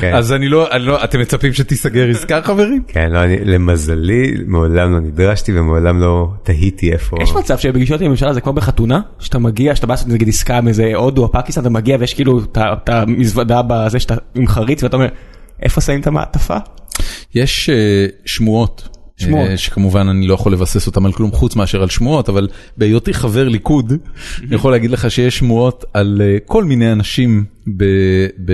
Speaker 3: כן.
Speaker 4: אז אני לא, אני לא- אתם מצפים שתיסגר עסקה חברים?
Speaker 3: כן, לא, אני- למזלי מעולם לא נדרשתי ומעולם לא תהיתי איפה.
Speaker 2: יש מצב שפגישות עם הממשלה זה כמו בחתונה שאתה מגיע שאתה בא לעשות נגיד עסקה מאיזה הודו או פקיסטן אתה מגיע ויש כאילו את ה- את המזוודה בזה שאתה עם חריץ ואתה אומר איפה שמים את המעטפה?
Speaker 4: יש אה, שמועות.
Speaker 2: שמועות.
Speaker 4: אה, שכמובן אני לא יכול לבסס אותם על כלום חוץ מאשר על שמועות, אבל בהיותי חבר ליכוד, אני יכול להגיד לך שיש שמועות על אה, כל מיני אנשים ב- ב-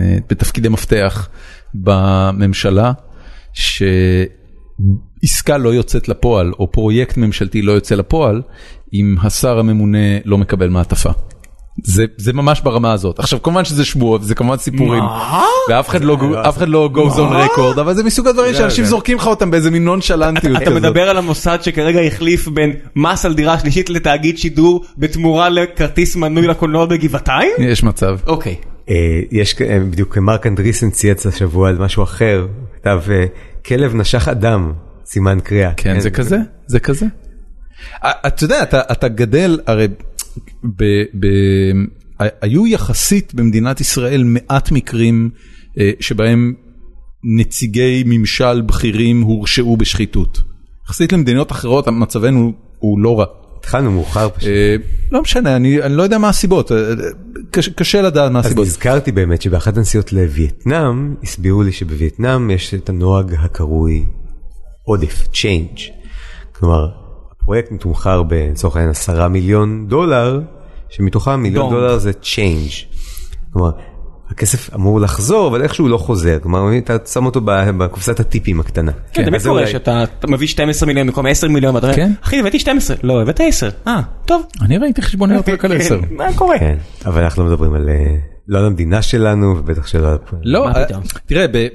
Speaker 4: אה, בתפקידי מפתח בממשלה, שעסקה לא יוצאת לפועל, או פרויקט ממשלתי לא יוצא לפועל, אם השר הממונה לא מקבל מעטפה. זה, זה ממש ברמה הזאת. עכשיו כמובן שזה שמועות, זה כמובן סיפורים, ואף אחד לא,
Speaker 3: אה,
Speaker 4: אף אחד לא goes on record, אבל זה מסוג הדברים שאנשים זורקים לך אותם באיזה מין נונשלנטיות
Speaker 2: אתה
Speaker 4: כזאת.
Speaker 2: מדבר על המוסד שכרגע החליף בין מס על דירה שלישית לתאגיד שידור בתמורה לכרטיס מנוי לקולנוע בגבעתיים?
Speaker 4: יש מצב.
Speaker 2: אוקיי.
Speaker 3: אה, יש, כ- אה, בדיוק מרק אנדריסן צייץ השבוע על משהו אחר, הוא כתב אה, כלב נשך אדם, סימן קריאה.
Speaker 4: כן, זה כזה, זה כזה. א- אתה יודע, אתה, אתה גדל, הרי ב, ב, ה- היו יחסית במדינת ישראל מעט מקרים אה, שבהם נציגי ממשל בכירים הורשעו בשחיתות. יחסית למדינות אחרות מצבנו הוא לא רע.
Speaker 3: התחלנו מאוחר פשוט.
Speaker 4: אה, לא משנה, אני, אני לא יודע מה הסיבות, אה, אה, קשה, קשה לדעת מה
Speaker 3: אז
Speaker 4: הסיבות.
Speaker 3: נזכרתי באמת שבאחת הנסיעות לווייטנאם, הסבירו לי שבווייטנאם יש את הנוהג הקרוי עודף, צ'יינג'. כלומר, הפרויקט מתומחר בצורך העניין 10 מיליון דולר, שמתוכם מיליון
Speaker 2: דונג.
Speaker 3: דולר זה צ'יינג'. כלומר, הכסף אמור לחזור, אבל איכשהו לא חוזר. כלומר, אתה שם אותו ב- בקופסת הטיפים הקטנה.
Speaker 2: כן, תמיד
Speaker 3: אז זה
Speaker 2: קורה
Speaker 3: אולי-
Speaker 2: שאתה אתה מביא 12 מיליון במקום 10 מיליון, ואתה אומר,
Speaker 4: כן.
Speaker 2: אחי הבאתי 12, לא הבאת 10, אה, טוב.
Speaker 4: אני ראיתי חשבוניות רק על עשר.
Speaker 2: כן, מה קורה?
Speaker 3: כן, אבל אנחנו לא מדברים על... אה, לא על המדינה שלנו, ובטח שלא על...
Speaker 4: לא,
Speaker 2: מה
Speaker 4: אה,
Speaker 2: פתאום?
Speaker 4: תראה, ב- ב-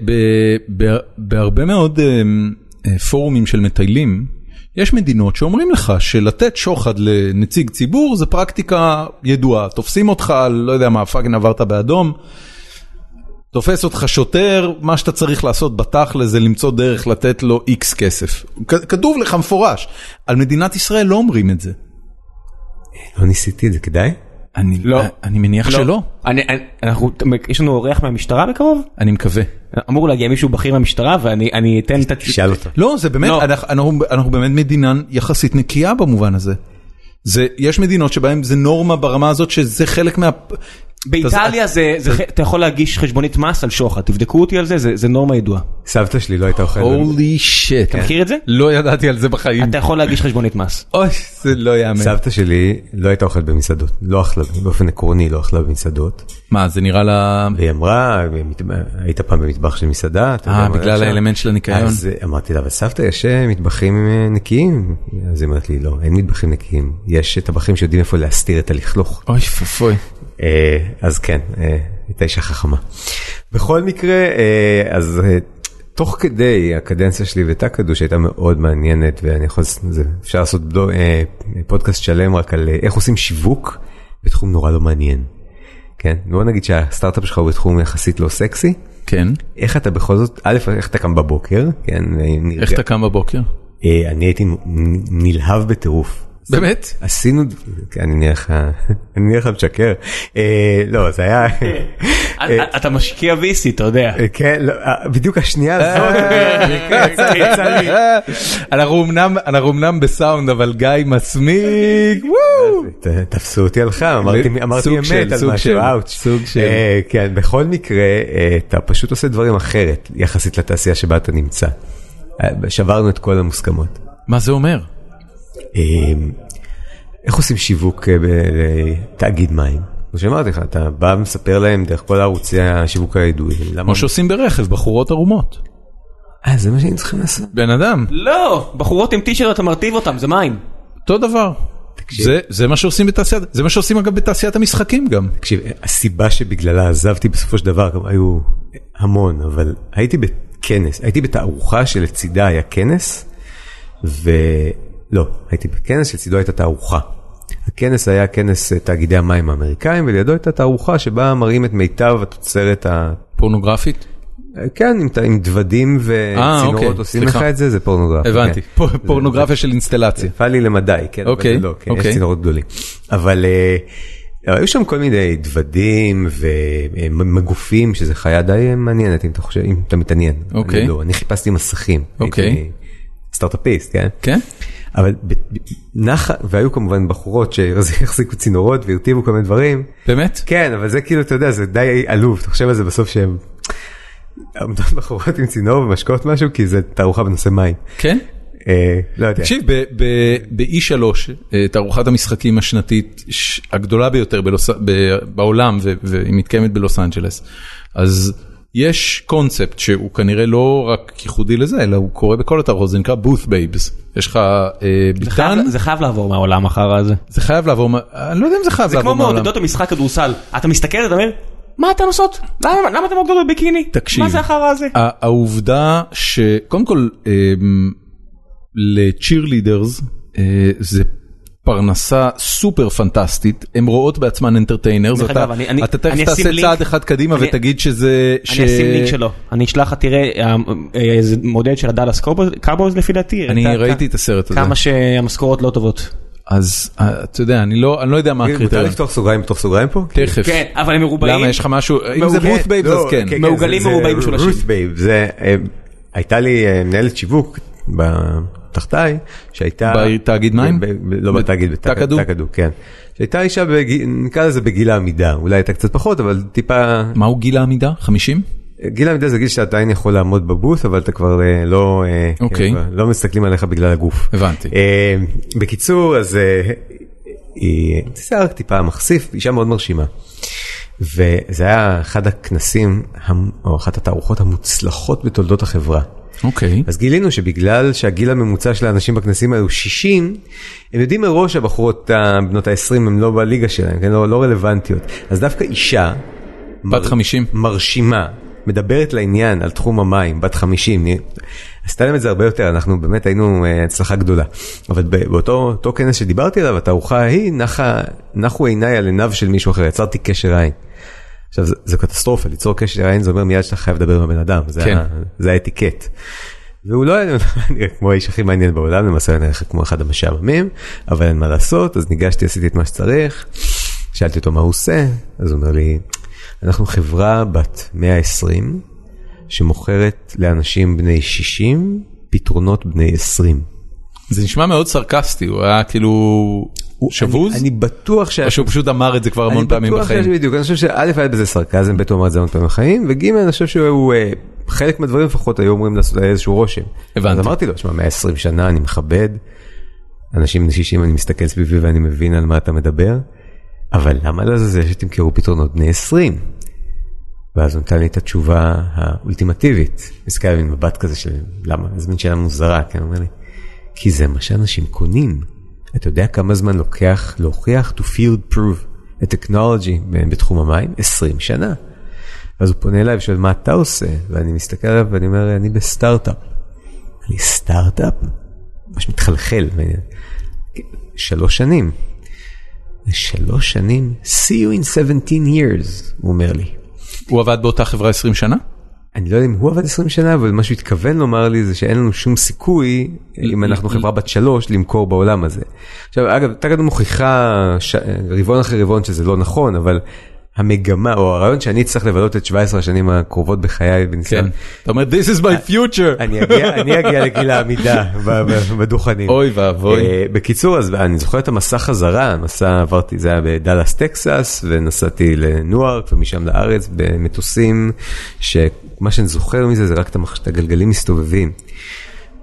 Speaker 4: ב- בהרבה מאוד אמ, אה, פורומים של מטיילים, יש מדינות שאומרים לך שלתת שוחד לנציג ציבור זה פרקטיקה ידועה. תופסים אותך, על, לא יודע מה, פאגן עברת באדום, תופס אותך שוטר, מה שאתה צריך לעשות בתכל'ס זה למצוא דרך לתת לו איקס כסף. כ- כתוב לך מפורש. על מדינת ישראל לא אומרים את זה.
Speaker 3: לא ניסיתי את זה, כדאי?
Speaker 4: אני, אה,
Speaker 2: לא.
Speaker 4: אני מניח שלא.
Speaker 2: אני- אני- אנחנו, יש לנו אורח מהמשטרה בקרוב?
Speaker 4: אני מקווה.
Speaker 2: אמור להגיע מישהו בכיר מהמשטרה ואני אני אתן את התשובה.
Speaker 3: תשאל אותו.
Speaker 4: לא, זה באמת,
Speaker 2: לא.
Speaker 4: אנחנו, אנחנו, אנחנו באמת מדינה יחסית נקייה במובן הזה. זה, יש מדינות שבהן זה נורמה ברמה הזאת שזה חלק מה...
Speaker 2: באיטליה זה, זה, אתה יכול להגיש חשבונית מס על שוחד, תבדקו אותי על זה, זה, זה נורמה ידועה.
Speaker 3: סבתא שלי לא הייתה
Speaker 4: Oh
Speaker 3: אוכלת...
Speaker 4: הולי שיט.
Speaker 2: אתה מכיר את זה?
Speaker 4: לא ידעתי על זה בחיים.
Speaker 2: אתה יכול להגיש חשבונית מס.
Speaker 4: אוי, זה לא יאמן.
Speaker 3: סבתא שלי לא הייתה אוכלת במסעדות, לא אכלה, באופן עקרוני לא אכלה במסעדות.
Speaker 4: מה, זה נראה לה...
Speaker 3: והיא אמרה, היית פעם במטבח של מסעדה, אתה
Speaker 4: אה,
Speaker 3: יודע מה
Speaker 4: בגלל
Speaker 3: יש שם?"
Speaker 4: האלמנט של הניקיון.
Speaker 3: אז אה, אמרתי לה, אבל סבתא, יש אה, מטבחים אה, נקיים? אז היא אמרת לי, לא, אין מטבחים נקיים, יש טבחים שיודעים איפה להסתיר את הלכלוך.
Speaker 4: אוי, פפוי.
Speaker 3: אה, אז כן, אה, הייתה אישה חכמה. בכל מקרה, אה, אז אה, תוך כדי הקדנציה שלי וטקדו שהייתה מאוד מעניינת ואני יכול, לעשות- זה- אפשר לעשות בלו- אה, פודקאסט שלם רק על אה, איך עושים שיווק בתחום נורא לא מעניין. כן, בוא נגיד שהסטארט-אפ שלך הוא בתחום יחסית לא סקסי,
Speaker 4: כן.
Speaker 3: איך אתה בכל זאת, א', איך אתה קם בבוקר, כן, אה, נרגע-
Speaker 4: איך אתה קם בבוקר?
Speaker 3: אה, אני הייתי נ- נלהב בטירוף.
Speaker 4: באמת?
Speaker 3: עשינו, אני נראה לך, אני נראה לך משקר, אה, לא זה היה,
Speaker 2: אתה- אתה משקיע VC, אתה יודע.
Speaker 3: אה, כן, לא, אה, בדיוק השנייה הזאת,
Speaker 4: אה, אנחנו אמנם- אנחנו אמנם בסאונד, אבל גיא מסמיק, וואו!
Speaker 3: ת- תפסו אותי על חם, אמרתי אמרתי
Speaker 4: סוג
Speaker 3: אמת
Speaker 4: של,
Speaker 3: על
Speaker 4: סוג
Speaker 3: משהו,
Speaker 4: של,
Speaker 3: אאוץ',
Speaker 4: סוג של.
Speaker 3: אה, כן, בכל מקרה אה, אתה פשוט עושה דברים אחרת יחסית לתעשייה שבה אתה נמצא, אה, שברנו את כל המוסכמות.
Speaker 4: מה זה אומר?
Speaker 3: אה, איך עושים שיווק אה, ב- לתאגיד מים? כמו שאמרתי לך, אתה בא ומספר להם דרך כל ערוצי השיווק הידועים. למה-
Speaker 4: כמו שעושים ברכב, בחורות ערומות.
Speaker 3: אה, זה מה שהם צריכים לעשות.
Speaker 4: בן אדם.
Speaker 2: לא, בחורות עם טישרט אתה מרטיב אותם, זה מים.
Speaker 4: אותו דבר. זה, זה מה שעושים בתעשיית, זה מה שעושים אגב בתעשיית המשחקים גם.
Speaker 3: תקשיב, הסיבה שבגללה עזבתי בסופו של דבר, גם היו המון, אבל הייתי בכנס, הייתי בתערוכה שלצידה היה כנס, ולא, הייתי בכנס שלצידו הייתה תערוכה. הכנס היה כנס אה, תאגידי המים האמריקאים, ולידו הייתה תערוכה שבה מראים את מיטב התוצרת ה...
Speaker 4: פורנוגרפית?
Speaker 3: כן, עם, ת- עם דוודים
Speaker 4: אה,
Speaker 3: וצינורות
Speaker 4: אוקיי,
Speaker 3: עושים
Speaker 4: סליחה.
Speaker 3: לך את זה, זה פורנוגרפיה.
Speaker 4: הבנתי.
Speaker 3: כן.
Speaker 4: אוקיי. פור- פורנוגרפיה של אינסטלציה.
Speaker 3: יפה לי למדי, כן,
Speaker 4: אוקיי,
Speaker 3: אבל זה לא, כן,
Speaker 4: אוקיי.
Speaker 3: יש צינורות גדולים. אבל אה, אבל היו שם כל מיני דוודים ומגופים, שזה חיה די מעניינת, אם אתה חושב, אם אתה מתעניין.
Speaker 4: אוקיי.
Speaker 3: אני, לא, אני חיפשתי מסכים.
Speaker 4: אוקיי.
Speaker 3: הייתי סטארט-אפיסט, כן?
Speaker 4: כן?
Speaker 3: אבל ב- ב- נחה, והיו כמובן בחורות שהחזיקו צינורות והרטיבו כל מיני דברים.
Speaker 4: באמת?
Speaker 3: כן, אבל זה כאילו, אתה יודע, זה די עלוב, אתה חושב על זה בסוף שהם... עומדות בחורות עם צינור ומשקות משהו, כי זה תערוכה בנושא מים.
Speaker 4: כן?
Speaker 3: אה, לא יודע.
Speaker 4: תקשיב, ב- ב- ב-E3, אה, תערוכת המשחקים השנתית ש- הגדולה ביותר בלוס- ב- בעולם, ו- והיא מתקיימת בלוס אנג'לס, אז יש קונספט שהוא כנראה לא רק ייחודי לזה, אלא הוא קורה בכל התערוכות, זה נקרא booth babes. יש לך אה,
Speaker 2: זה חייב-
Speaker 4: ביטן,
Speaker 2: זה חייב לעבור מהעולם אחר הזה.
Speaker 4: זה חייב לעבור, מה- אני לא יודע אם זה חייב
Speaker 2: זה כמו
Speaker 4: לעבור מהעולם.
Speaker 2: מעודדות המשחק כדורסל, אתה מסתכל אתה אומר, מה אתן עושות? למה למה אתן מעודדות בביקיני?
Speaker 4: תקשיב. אה,
Speaker 2: מה זה החרא הזה?
Speaker 4: הע- העובדה שקודם כל אמ, לצ'ירלידרס אה, זה פרנסה סופר פנטסטית הם רואות בעצמן אנטרטיינרס
Speaker 2: דרך
Speaker 4: אתה
Speaker 2: אגב, אני- אני-
Speaker 4: אתה
Speaker 2: אני
Speaker 4: תכף
Speaker 2: אשים
Speaker 4: תעשה
Speaker 2: לינק.
Speaker 4: צעד אחד קדימה
Speaker 2: אני-
Speaker 4: ותגיד שזה ש-
Speaker 2: אני אשים לינק שלו, אני אשלח לך תראה, אה, אה, איזה מודל של הדאלאס קארבוז לפי דעתי.
Speaker 4: אני
Speaker 2: הראתה-
Speaker 4: ראיתי את הסרט הזה
Speaker 2: כמה שהמשכורות לא טובות.
Speaker 4: אז אה, אתה יודע אני לא אני לא יודע מה
Speaker 3: כן, מותר
Speaker 4: הקריטריון
Speaker 3: לפתוח סוגריים בתוך סוגריים פה?
Speaker 4: תכף
Speaker 2: כן, אבל הם מרובעים.
Speaker 4: למה יש לך משהו אם
Speaker 2: מעולה.
Speaker 4: זה ברות בייבס אז
Speaker 3: לא,
Speaker 4: כן
Speaker 3: כן,
Speaker 2: מעוגלים
Speaker 3: זה- זה
Speaker 2: מרובעים משולשים.
Speaker 3: רות בייב, זה... אה, הייתה לי אה, מנהלת שיווק ב- תחתיי, שהייתה...
Speaker 4: בתאגיד מים?
Speaker 3: ב- ב- לא בתאגיד,
Speaker 4: תקדו?
Speaker 3: בתקדו, כן. שהייתה אישה, בגיל- נקרא לזה בגיל העמידה, אולי הייתה קצת פחות, אבל טיפה...
Speaker 4: מהו גיל העמידה 50
Speaker 3: גיל העמידה זה גיל שאתה עדיין יכול לעמוד בבוס, אבל אתה כבר אה, לא... אה,
Speaker 4: אוקיי.
Speaker 3: כבר לא מסתכלים עליך בגלל הגוף.
Speaker 4: הבנתי.
Speaker 3: אה, בקיצור, אז אה, היא שיער טיפה מחשיף, אישה מאוד מרשימה. וזה היה אחד הכנסים, המ- או אחת התערוכות המוצלחות בתולדות החברה.
Speaker 4: אוקיי
Speaker 3: אז גילינו שבגלל שהגיל הממוצע של האנשים בכנסים האלו 60, הם יודעים מראש שהבחורות אה, בנות ה-20 הן לא בליגה שלהם, כן? לא, לא רלוונטיות. אז דווקא אישה...
Speaker 4: בת 50
Speaker 3: מרשימה, מדברת לעניין על תחום המים, בת 50, נהיה- עשתה להם את זה הרבה יותר, אנחנו באמת היינו אה, הצלחה גדולה. אבל ב- באותו אותו כנס שדיברתי עליו, התערוכה ההיא, נחה, נחו עיניי על עיניו של מישהו אחר, יצרתי קשר עין. עכשיו זה, זה קטסטרופה, ליצור קשר עין זה אומר מיד שאתה חייב לדבר עם הבן אדם, זה,
Speaker 4: כן.
Speaker 3: ה, זה האתיקט. והוא לא היה נראה כמו האיש הכי מעניין בעולם, למעשה היה נראה כמו אחד המשעממים, אבל אין מה לעשות, אז ניגשתי, עשיתי את מה שצריך, שאלתי אותו מה הוא עושה, אז הוא אומר לי, אנחנו חברה בת 120, שמוכרת לאנשים בני 60 פתרונות בני 20.
Speaker 4: זה נשמע מאוד סרקסטי הוא היה כאילו שבוז.
Speaker 3: אני, אני בטוח שה...
Speaker 4: או שהוא פשוט אמר את זה כבר המון פעמים
Speaker 3: אני בטוח
Speaker 4: בחיים.
Speaker 3: שיש בדיוק, אני חושב שא' היה בזה סרקזם, ב' הוא אמר את זה המון פעמים בחיים, וג' אני חושב שהוא, אה, חלק מהדברים לפחות היו אמורים לעשות היה איזשהו רושם.
Speaker 4: הבנתי.
Speaker 3: אז אמרתי לו, שמע, 120 שנה אני מכבד, אנשים בני 60 אני מסתכל סביבי ואני מבין על מה אתה מדבר, אבל למה לזה שתמכרו פתרונות בני 20? ואז הוא נתן לי את התשובה האולטימטיבית. מסתכל עליו עם מבט כזה של למה, זו מין שאלה מוזרה, כן, הוא אומר לי, כי זה מה שאנשים קונים. אתה יודע כמה זמן לוקח להוכיח to field proof a technology ב- בתחום המים? 20 שנה. אז הוא פונה אליי ושואל מה אתה עושה, ואני מסתכל עליו ואני אומר, אני בסטארט-אפ. אני סטארט-אפ? ממש מתחלחל. ואני- שלוש שנים. שלוש שנים? see you in 17 years, הוא אומר לי.
Speaker 4: הוא עבד באותה חברה 20 שנה?
Speaker 3: אני לא יודע אם הוא עבד 20 שנה, אבל מה שהוא התכוון לומר לי זה שאין לנו שום סיכוי, אם אנחנו חברה בת שלוש, למכור בעולם הזה. עכשיו, אגב, תגד מוכיחה ש... רבעון אחרי רבעון שזה לא נכון, אבל המגמה, או הרעיון שאני אצטרך לבלות את 17 השנים הקרובות בחיי
Speaker 4: כן.
Speaker 3: בניסיון,
Speaker 4: אתה אומר this is my future.
Speaker 3: אני אגיע, אני אגיע לגיל העמידה ב- ב- בדוכנים.
Speaker 4: אוי ואבוי.
Speaker 3: אה, בקיצור, אז אני זוכר את המסע חזרה, המסע עברתי, זה היה בדאלאס טקסס, ונסעתי לניוארק ומשם לארץ במטוסים, שמה שאני זוכר מזה זה רק את המח- את הגלגלים מסתובבים.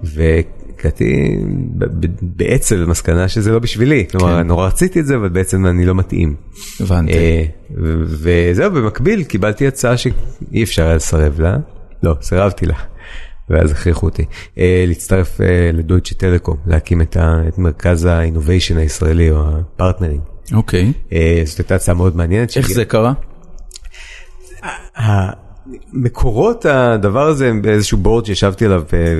Speaker 3: והגעתי ב- ב- בעצב למסקנה שזה לא בשבילי, כלומר, נורא רציתי את זה, אבל בעצם אני לא מתאים.
Speaker 4: הבנתי.
Speaker 3: אה, ו- וזהו, במקביל קיבלתי הצעה שאי אפשר היה לסרב לה, לא, סירבתי לה, ואז הכריחו אותי, אה, להצטרף אה, לדויטשה טלקום, להקים את ה- את מרכז האינוביישן הישראלי או הפרטנרים.
Speaker 4: אוקיי.
Speaker 3: אה, זאת הייתה הצעה מאוד מעניינת.
Speaker 4: איך
Speaker 3: שהגיעה-
Speaker 4: זה קרה?
Speaker 3: מקורות הדבר הזה הם באיזשהו בורד שישבתי עליו, אה,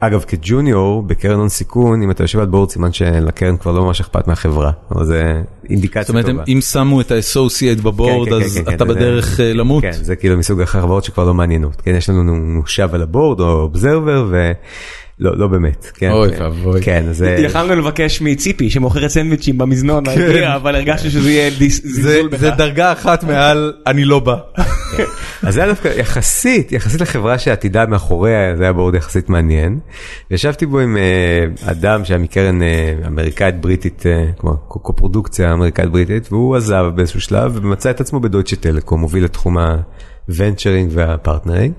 Speaker 3: אגב כג'וניור בקרן הון סיכון, אם אתה יושב על בורד סימן שלקרן כבר לא ממש אכפת מהחברה, אבל זה אינדיקציה
Speaker 4: זאת אומרת
Speaker 3: טובה.
Speaker 4: הם- אם שמו את האסוסייט בבורד
Speaker 3: כן, כן,
Speaker 4: אז
Speaker 3: כן, כן,
Speaker 4: אתה
Speaker 3: זה-
Speaker 4: בדרך אה, למות.
Speaker 3: כן, זה כאילו מסוג החברות שכבר לא מעניינות. כן, יש לנו נושב על הבורד או אובזרבר ולא, לא באמת. כן,
Speaker 4: אוי
Speaker 3: כן.
Speaker 4: ואבוי.
Speaker 3: כן, אז זה...
Speaker 2: יכלנו לבקש מציפי שמוכרת סנדוויצ'ים במזנון,
Speaker 4: כן.
Speaker 2: להגיע, אבל הרגשתי שזה יהיה דיס- זלזול בך.
Speaker 4: דרגה אחת מעל אני לא בא.
Speaker 3: אז זה היה דווקא יחסית, יחסית לחברה שעתידה מאחוריה, זה היה בורד יחסית מעניין. וישבתי בו עם אה, אדם שהיה מקרן אה, אמריקאית בריטית, אה, כלומר קו- קופרודוקציה אמריקאית בריטית, והוא עזב באיזשהו שלב ומצא את עצמו בדויטשה טלקום, מוביל לתחום הוונצ'רינג והפרטנרינג.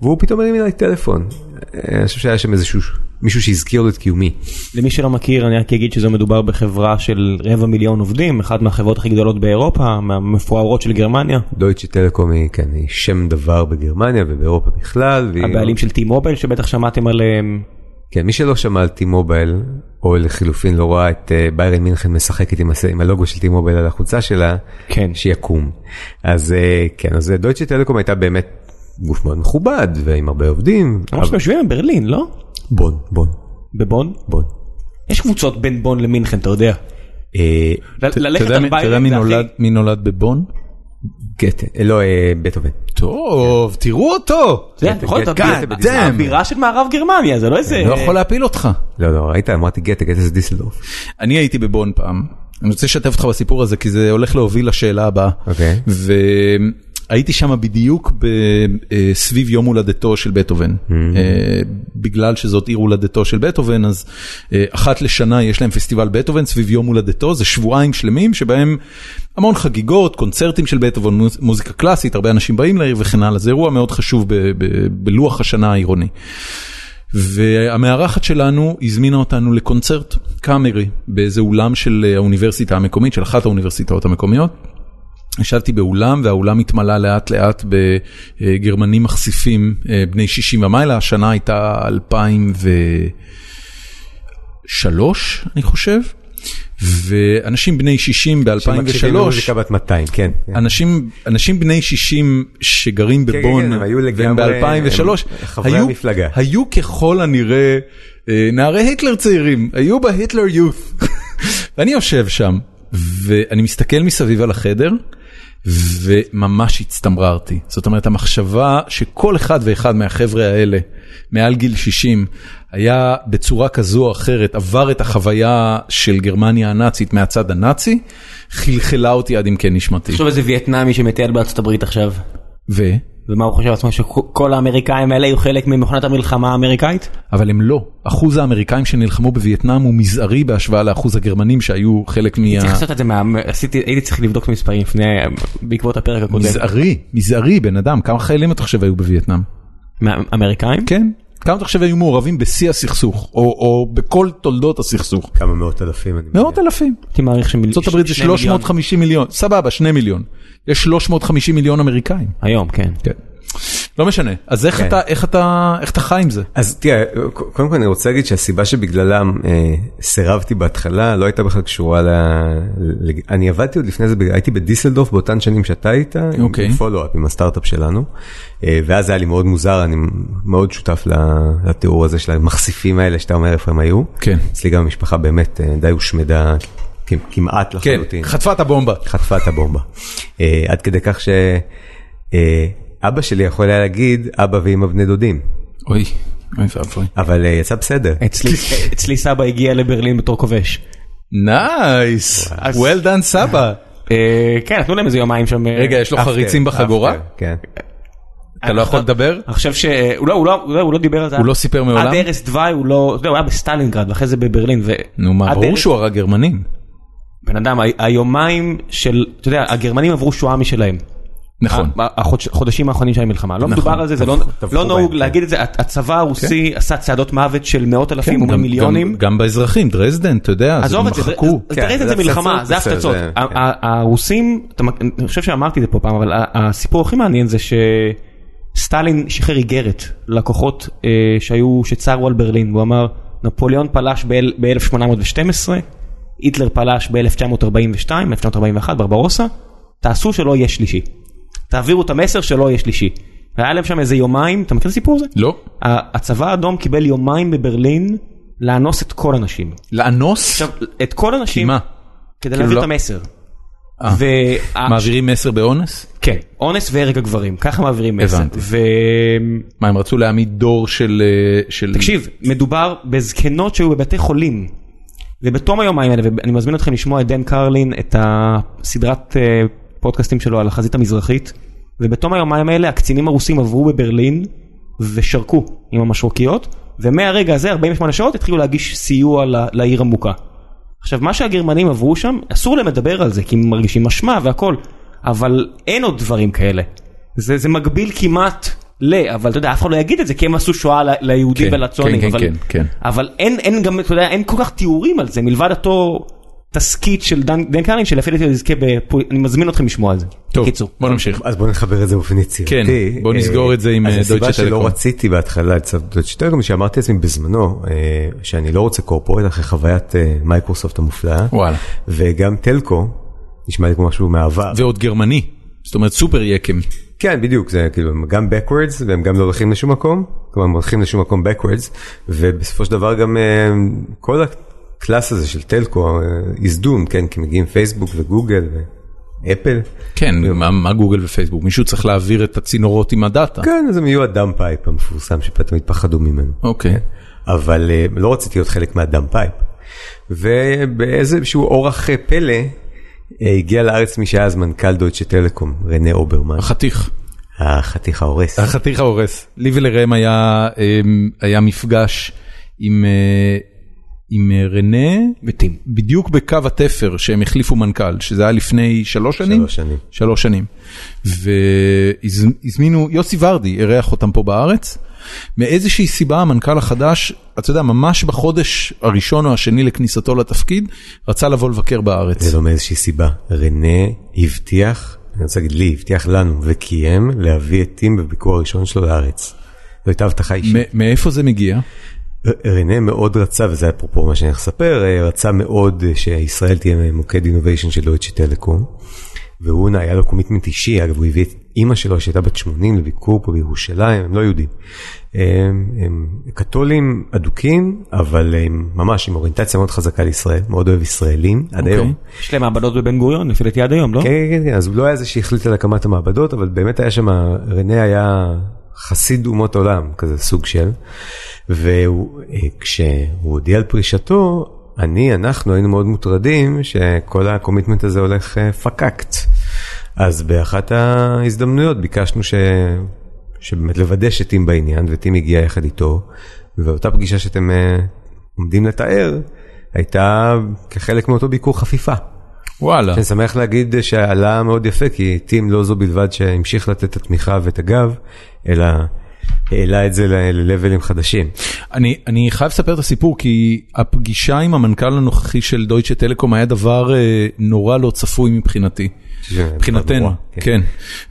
Speaker 3: והוא פתאום הרים אליי טלפון. אה, אני חושב שהיה שם איזשהו, מישהו שהזכיר לו את קיומי.
Speaker 2: למי שלא מכיר אני רק אגיד שזה מדובר בחברה של רבע מיליון עובדים, אחת מהחברות הכי גדולות באירופה, מהמפוארות של גרמניה,
Speaker 3: דויטשה טלקום היא כן, היא שם דבר בגרמניה ובאירופה בכלל.
Speaker 4: כאילו.
Speaker 3: והיא-
Speaker 2: הבעלים של T-Mobile שבטח שמעתם עליהם,
Speaker 3: כן, מי שלא שמע על T-Mobile, או לחילופין לא ראה את אה, ביירן מינכן משחקת עם, הס... עם הלוגו של T-Mobile על החולצה שלה,
Speaker 2: כן.
Speaker 3: שיקום. אז אה, כן, אז אה, דויטשה טלקום הייתה באמת גוף מאוד מכובד ועם הרבה עובדים.
Speaker 2: למרות שאתם יושבים בברלין, לא?
Speaker 3: בון, בון,
Speaker 2: בבון?
Speaker 3: בון.
Speaker 2: יש קבוצות בין בון למינכן, אתה יודע.
Speaker 3: אה,
Speaker 2: ל- ללכת
Speaker 4: אתה יודע מי- אתה יודע
Speaker 2: לביירן
Speaker 4: מי
Speaker 2: זה הכי-
Speaker 4: נולד- מי נולד בבון?
Speaker 3: גתה, אה, לא, אה, בטהובן.
Speaker 4: טוב, תראו אותו!
Speaker 2: אתה
Speaker 3: כן.
Speaker 2: יודע, נכון, אתה-
Speaker 4: גתה
Speaker 2: אתה-
Speaker 4: בדיסלדורף.
Speaker 2: האווירה של מערב גרמניה, זה לא איזה...
Speaker 4: כן, אני לא יכול להפיל אותך.
Speaker 3: לא, לא, ראית? אמרתי גתה, גתה זה דיסלדורף.
Speaker 4: אני הייתי בבון פעם, אני רוצה לשתף אותך בסיפור הזה, כי זה הולך להוביל לשאלה הבאה.
Speaker 3: אוקיי.
Speaker 4: והייתי שם בדיוק ב... אה, סביב יום הולדתו של בטהובן. אה, בגלל שזאת עיר הולדתו של בטהובן, אז אה, אחת לשנה יש להם פסטיבל בטהובן סביב יום הולדתו, זה שבועיים שלמים שבהם המון חגיגות, קונצרטים של בטהובן, מוז- מוזיקה קלאסית, הרבה אנשים באים לעיר וכן הלאה, זה אירוע מאוד חשוב ב... ב... בלוח השנה העירוני. והמארחת שלנו הזמינה אותנו לקונצרט קאמרי באיזה אולם של אה, האוניברסיטה המקומית, של אחת האוניברסיטאות המקומיות. ישבתי באולם והאולם התמלא לאט לאט בגרמנים מחשיפים אה, בני 60 ומעלה, השנה הייתה 2003 אני חושב, ואנשים בני 60
Speaker 3: שמקשיבים
Speaker 4: ב-2003,
Speaker 3: למוזיקה בת 200, כן. כן.
Speaker 4: אנשים, אנשים בני 60 שגרים
Speaker 3: כן,
Speaker 4: בבון,
Speaker 3: כן, הם היו
Speaker 4: והם
Speaker 3: לגמרי-
Speaker 4: ב-2003,
Speaker 3: הם חברי המפלגה.
Speaker 4: היו ככל הנראה אה, נערי היטלר צעירים, היו בהיטלר יוף. ואני יושב שם, ואני מסתכל מסביב על החדר, וממש הצטמררתי. זאת אומרת, המחשבה שכל אחד ואחד מהחבר'ה האלה, מעל גיל 60, היה בצורה כזו או אחרת, עבר את החוויה של גרמניה הנאצית מהצד הנאצי, חלחלה אותי עד עמקי נשמתי.
Speaker 2: תחשוב איזה וייטנאמי שמטייל בארצות הברית עכשיו.
Speaker 4: ו?
Speaker 2: ומה הוא חושב על עצמו שכל האמריקאים האלה היו חלק ממכונת המלחמה האמריקאית?
Speaker 4: אבל הם לא. אחוז האמריקאים שנלחמו בווייטנאם הוא מזערי בהשוואה לאחוז הגרמנים שהיו חלק מה...
Speaker 2: צריך לעשות את זה מה... עשיתי... הייתי צריך לבדוק את המספרים לפני... בעקבות הפרק הקודם.
Speaker 4: מזערי, מזערי, בן אדם. כמה חיילים אתה חושב היו בווייטנאם?
Speaker 2: מהאמריקאים?
Speaker 4: כן. כמה אתה חושב היו מעורבים בשיא הסכסוך, או, או בכל תולדות הסכסוך?
Speaker 3: כמה מאות אלפים. אני מניח.
Speaker 4: מאות אלפים.
Speaker 2: הייתי מעריך שמיליון...
Speaker 4: ארצות הברית זה 350 מיליון. סבבה, 2 מיליון. יש 350 מיליון אמריקאים.
Speaker 2: היום, כן.
Speaker 4: כן. לא משנה. אז איך,
Speaker 3: כן.
Speaker 4: אתה, איך, אתה, איך אתה חי עם זה?
Speaker 3: אז תראה, קודם כל אני רוצה להגיד שהסיבה שבגללם אה, סירבתי בהתחלה לא הייתה בכלל קשורה ל... ל- אני עבדתי עוד לפני זה, בג- הייתי בדיסלדורף באותן שנים שאתה היית,
Speaker 4: אוקיי.
Speaker 3: עם פולו-אפ, עם הסטארט-אפ שלנו, אה, ואז היה לי מאוד מוזר, אני מאוד שותף ל- לתיאור הזה של המחשיפים האלה שאתה אומר איפה הם היו.
Speaker 4: כן.
Speaker 3: אצלי גם המשפחה באמת אה, די הושמדה כ- כמעט
Speaker 4: כן,
Speaker 3: לחלוטין.
Speaker 4: חטפה את הבומבה.
Speaker 3: חטפה את הבומבה. אה, עד כדי כך שאבא שלי יכול היה להגיד, אבא ואמא בני דודים.
Speaker 4: אוי, אוי ואבוי.
Speaker 3: אבל אה, יצא בסדר.
Speaker 2: אצלי- אצלי סבא הגיע לברלין בתור כובש.
Speaker 4: נייס, well done סבא.
Speaker 2: אה, כן, נתנו להם איזה יומיים שם. אה,
Speaker 4: רגע, יש לו
Speaker 3: After,
Speaker 4: חריצים בחגורה?
Speaker 3: after, כן.
Speaker 4: אתה לא יכול לדבר?
Speaker 2: אני חושב ש... הוא לא, הוא לא, הוא לא- הוא לא דיבר על זה.
Speaker 4: הוא לא סיפר מעולם?
Speaker 2: עד ערש דווי הוא לא... אתה יודע, הוא היה בסטלינגרד ואחרי זה בברלין. ו-
Speaker 4: נו מה,
Speaker 2: עד
Speaker 4: ברור
Speaker 2: ערש-
Speaker 4: שהוא הרג גרמנים.
Speaker 2: בן אדם, ה- היומיים של... אתה יודע, הגרמנים עברו שואה משלהם.
Speaker 4: נכון.
Speaker 2: ה- החודש- החודשים האחרונים של המלחמה. לא מדובר על זה, זה לא-
Speaker 3: טבחו
Speaker 2: לא
Speaker 3: בהם,
Speaker 2: נהוג
Speaker 3: כן.
Speaker 2: להגיד את זה. הת- הצבא הרוסי עשה צעדות מוות של מאות אלפים
Speaker 4: כן. גם-
Speaker 2: ומיליונים.
Speaker 4: גם- גם באזרחים, דרזדן, אתה יודע, אז הם
Speaker 2: עזוב את זה,
Speaker 4: מחקו.
Speaker 2: אז
Speaker 3: כן,
Speaker 2: תראה את
Speaker 3: זה
Speaker 2: זה מלחמה,
Speaker 3: הפצצות,
Speaker 2: זה
Speaker 3: בסדר,
Speaker 2: הפצצות.
Speaker 3: זה-
Speaker 2: ה-
Speaker 3: כן.
Speaker 2: ה- הרוסים, אתה מכ- אני חושב שאמרתי את זה פה פעם, אבל ה- הסיפור הכי מעניין זה שסטלין שחרר איגרת לכוחות אה, שהיו, שצרו על ברלין, הוא אמר, נפוליאון פלש ב-1812, היטלר פלש ב-1942, 1941, ברברוסה, תעשו שלא יהיה שלישי. תעבירו את המסר שלא יהיה שלישי. והיה להם שם איזה יומיים, אתה מכיר את הסיפור הזה?
Speaker 4: לא.
Speaker 2: ה- הצבא האדום קיבל יומיים בברלין לאנוס את כל הנשים.
Speaker 4: לאנוס?
Speaker 2: עכשיו, את כל
Speaker 4: כי
Speaker 2: הנשים,
Speaker 4: מה?
Speaker 2: כדי
Speaker 4: כאילו
Speaker 2: להעביר
Speaker 4: לא-
Speaker 2: את המסר.
Speaker 4: אה.
Speaker 2: וה-
Speaker 4: מעבירים מסר באונס?
Speaker 2: כן, אונס והרג הגברים, ככה מעבירים מסר.
Speaker 4: הבנתי.
Speaker 2: ו...
Speaker 4: מה, הם רצו להעמיד דור של... אה, של-
Speaker 2: תקשיב, מדובר בזקנות שהיו בבתי חולים. ובתום היומיים האלה, ואני מזמין אתכם לשמוע את דן קרלין, את הסדרת אה, פודקאסטים שלו על החזית המזרחית. ובתום היומיים האלה הקצינים הרוסים עברו בברלין ושרקו עם המשרוקיות, ומהרגע הזה, 48 שעות, התחילו להגיש סיוע ל- לעיר המוכה. עכשיו, מה שהגרמנים עברו שם, אסור להם לדבר על זה, כי הם מרגישים אשמה והכל, אבל אין עוד דברים כאלה. זה, זה מגביל כמעט ל... אבל אתה יודע, אף אחד לא יגיד את זה, כי הם עשו שואה ל- ליהודים
Speaker 4: כן,
Speaker 2: ולצוענים.
Speaker 4: כן, כן,
Speaker 2: אבל-
Speaker 4: כן, כן.
Speaker 2: אבל אין, אין גם, אתה יודע, אין כל כך תיאורים על זה, מלבד אותו תסכית של דן, דן קרלין, שלפי דעתי הוא יזכה בפו... אני מזמין אתכם לשמוע על זה.
Speaker 4: טוב,
Speaker 2: בקיצור.
Speaker 4: בוא נמשיך.
Speaker 3: אז בוא נחבר את זה באופן יצירתי.
Speaker 4: כן, בוא נסגור
Speaker 3: אה,
Speaker 4: את זה עם,
Speaker 3: אז
Speaker 4: אה, דויטשה
Speaker 3: הסיבה
Speaker 4: טלקום.
Speaker 3: שלא רציתי בהתחלה את סאב דויטשה טלקום, שאמרתי לעצמי בזמנו, אה, שאני לא רוצה קורפורט אחרי חוויית אה, מייקרוסופט המופלאה.
Speaker 4: וואלה.
Speaker 3: וגם טלקו, נשמע לי כמו משהו מהעבר.
Speaker 4: ועוד גרמני, זאת אומרת סופר יקם.
Speaker 3: כן, בדיוק, זה כאילו, הם גם backwards והם גם לא הולכים לשום מקום, כלומר הם הולכים לשום מקום backwards, ובסופו של דבר גם אה, כל הקלאס הזה של טלקו, אה, is doomed, כן, כי מגיעים פייסבוק וגוגל ואפל,
Speaker 4: כן, מה, מה גוגל ופייסבוק? מישהו צריך להעביר את הצינורות עם הדאטה.
Speaker 3: כן, אז הם יהיו הדאם פייפ המפורסם שפתאום התפחדו ממנו.
Speaker 4: אוקיי.
Speaker 3: אבל אה, לא רציתי להיות חלק מהדם פייפ. ובאיזשהו אורח אה, פלא אה, הגיע לארץ מי שהיה אז מנכ"ל דויטשה טלקום, רנה אוברמן,
Speaker 4: החתיך.
Speaker 3: החתיך ההורס.
Speaker 4: החתיך ההורס. לי ולראם היה, אמ, היה מפגש עם, אה, עם אה, רנה,
Speaker 2: וטים.
Speaker 4: בדיוק בקו התפר שהם החליפו מנכ"ל, שזה היה לפני שלוש שנים?
Speaker 3: שלוש שנים.
Speaker 4: שלוש שנים. והזמינו, יוסי ורדי אירח אותם פה בארץ. מאיזושהי סיבה המנכ"ל החדש, אתה יודע, ממש בחודש הראשון או השני לכניסתו לתפקיד, רצה לבוא לבקר בארץ.
Speaker 3: זה לא מאיזושהי סיבה. רנה הבטיח, אני רוצה להגיד לי, הבטיח לנו וקיים להביא את טים בביקור הראשון שלו לארץ. זו הייתה הבטחה אישית.
Speaker 4: מ- מאיפה זה מגיע?
Speaker 3: ר- רנה מאוד רצה, וזה אפרופו מה שאני הולך לספר, אה, רצה מאוד אה, שישראל תהיה מוקד אינוביישן של דויטשה טלקום. והוא היה לו קומיטמנט אישי, אגב הוא הביא את אימא שלו שהייתה בת 80 לביקור פה בירושלים, הם לא יהודים. אה, הם, הם קתולים אדוקים, אבל אה, הם ממש עם אוריינטציה מאוד חזקה לישראל, מאוד אוהב ישראלים, עד
Speaker 4: אוקיי.
Speaker 3: היום.
Speaker 2: יש להם מעבדות בבן גוריון, לפי דעתי עד היום, לא?
Speaker 3: כן, כן, כן, אז הוא לא היה זה שהחליט על הקמת המעבדות, אבל באמת היה שם, רנה היה חסיד אומות עולם, כזה סוג של, וכשהוא הודיע על פרישתו, אני, אנחנו היינו מאוד מוטרדים שכל הקומיטמנט הזה הולך אה, פקקט. אז באחת ההזדמנויות ביקשנו ש... שבאמת לוודא שטים בעניין, וטים הגיע יחד איתו, ואותה פגישה שאתם אה, עומדים לתאר, הייתה כחלק מאותו ביקור חפיפה.
Speaker 4: וואלה.
Speaker 3: אני שמח להגיד שעלה מאוד יפה, כי טים לא זו בלבד שהמשיך לתת את התמיכה ואת הגב, אלא העלה את זה ל- ללבלים חדשים.
Speaker 4: אני, אני חייב לספר את הסיפור כי הפגישה עם המנכ"ל הנוכחי של דויטשה טלקום היה דבר אה, נורא לא צפוי מבחינתי.
Speaker 3: שזה דבר
Speaker 4: מבחינתנו,
Speaker 3: נורא,
Speaker 4: כן. כן.
Speaker 3: כן.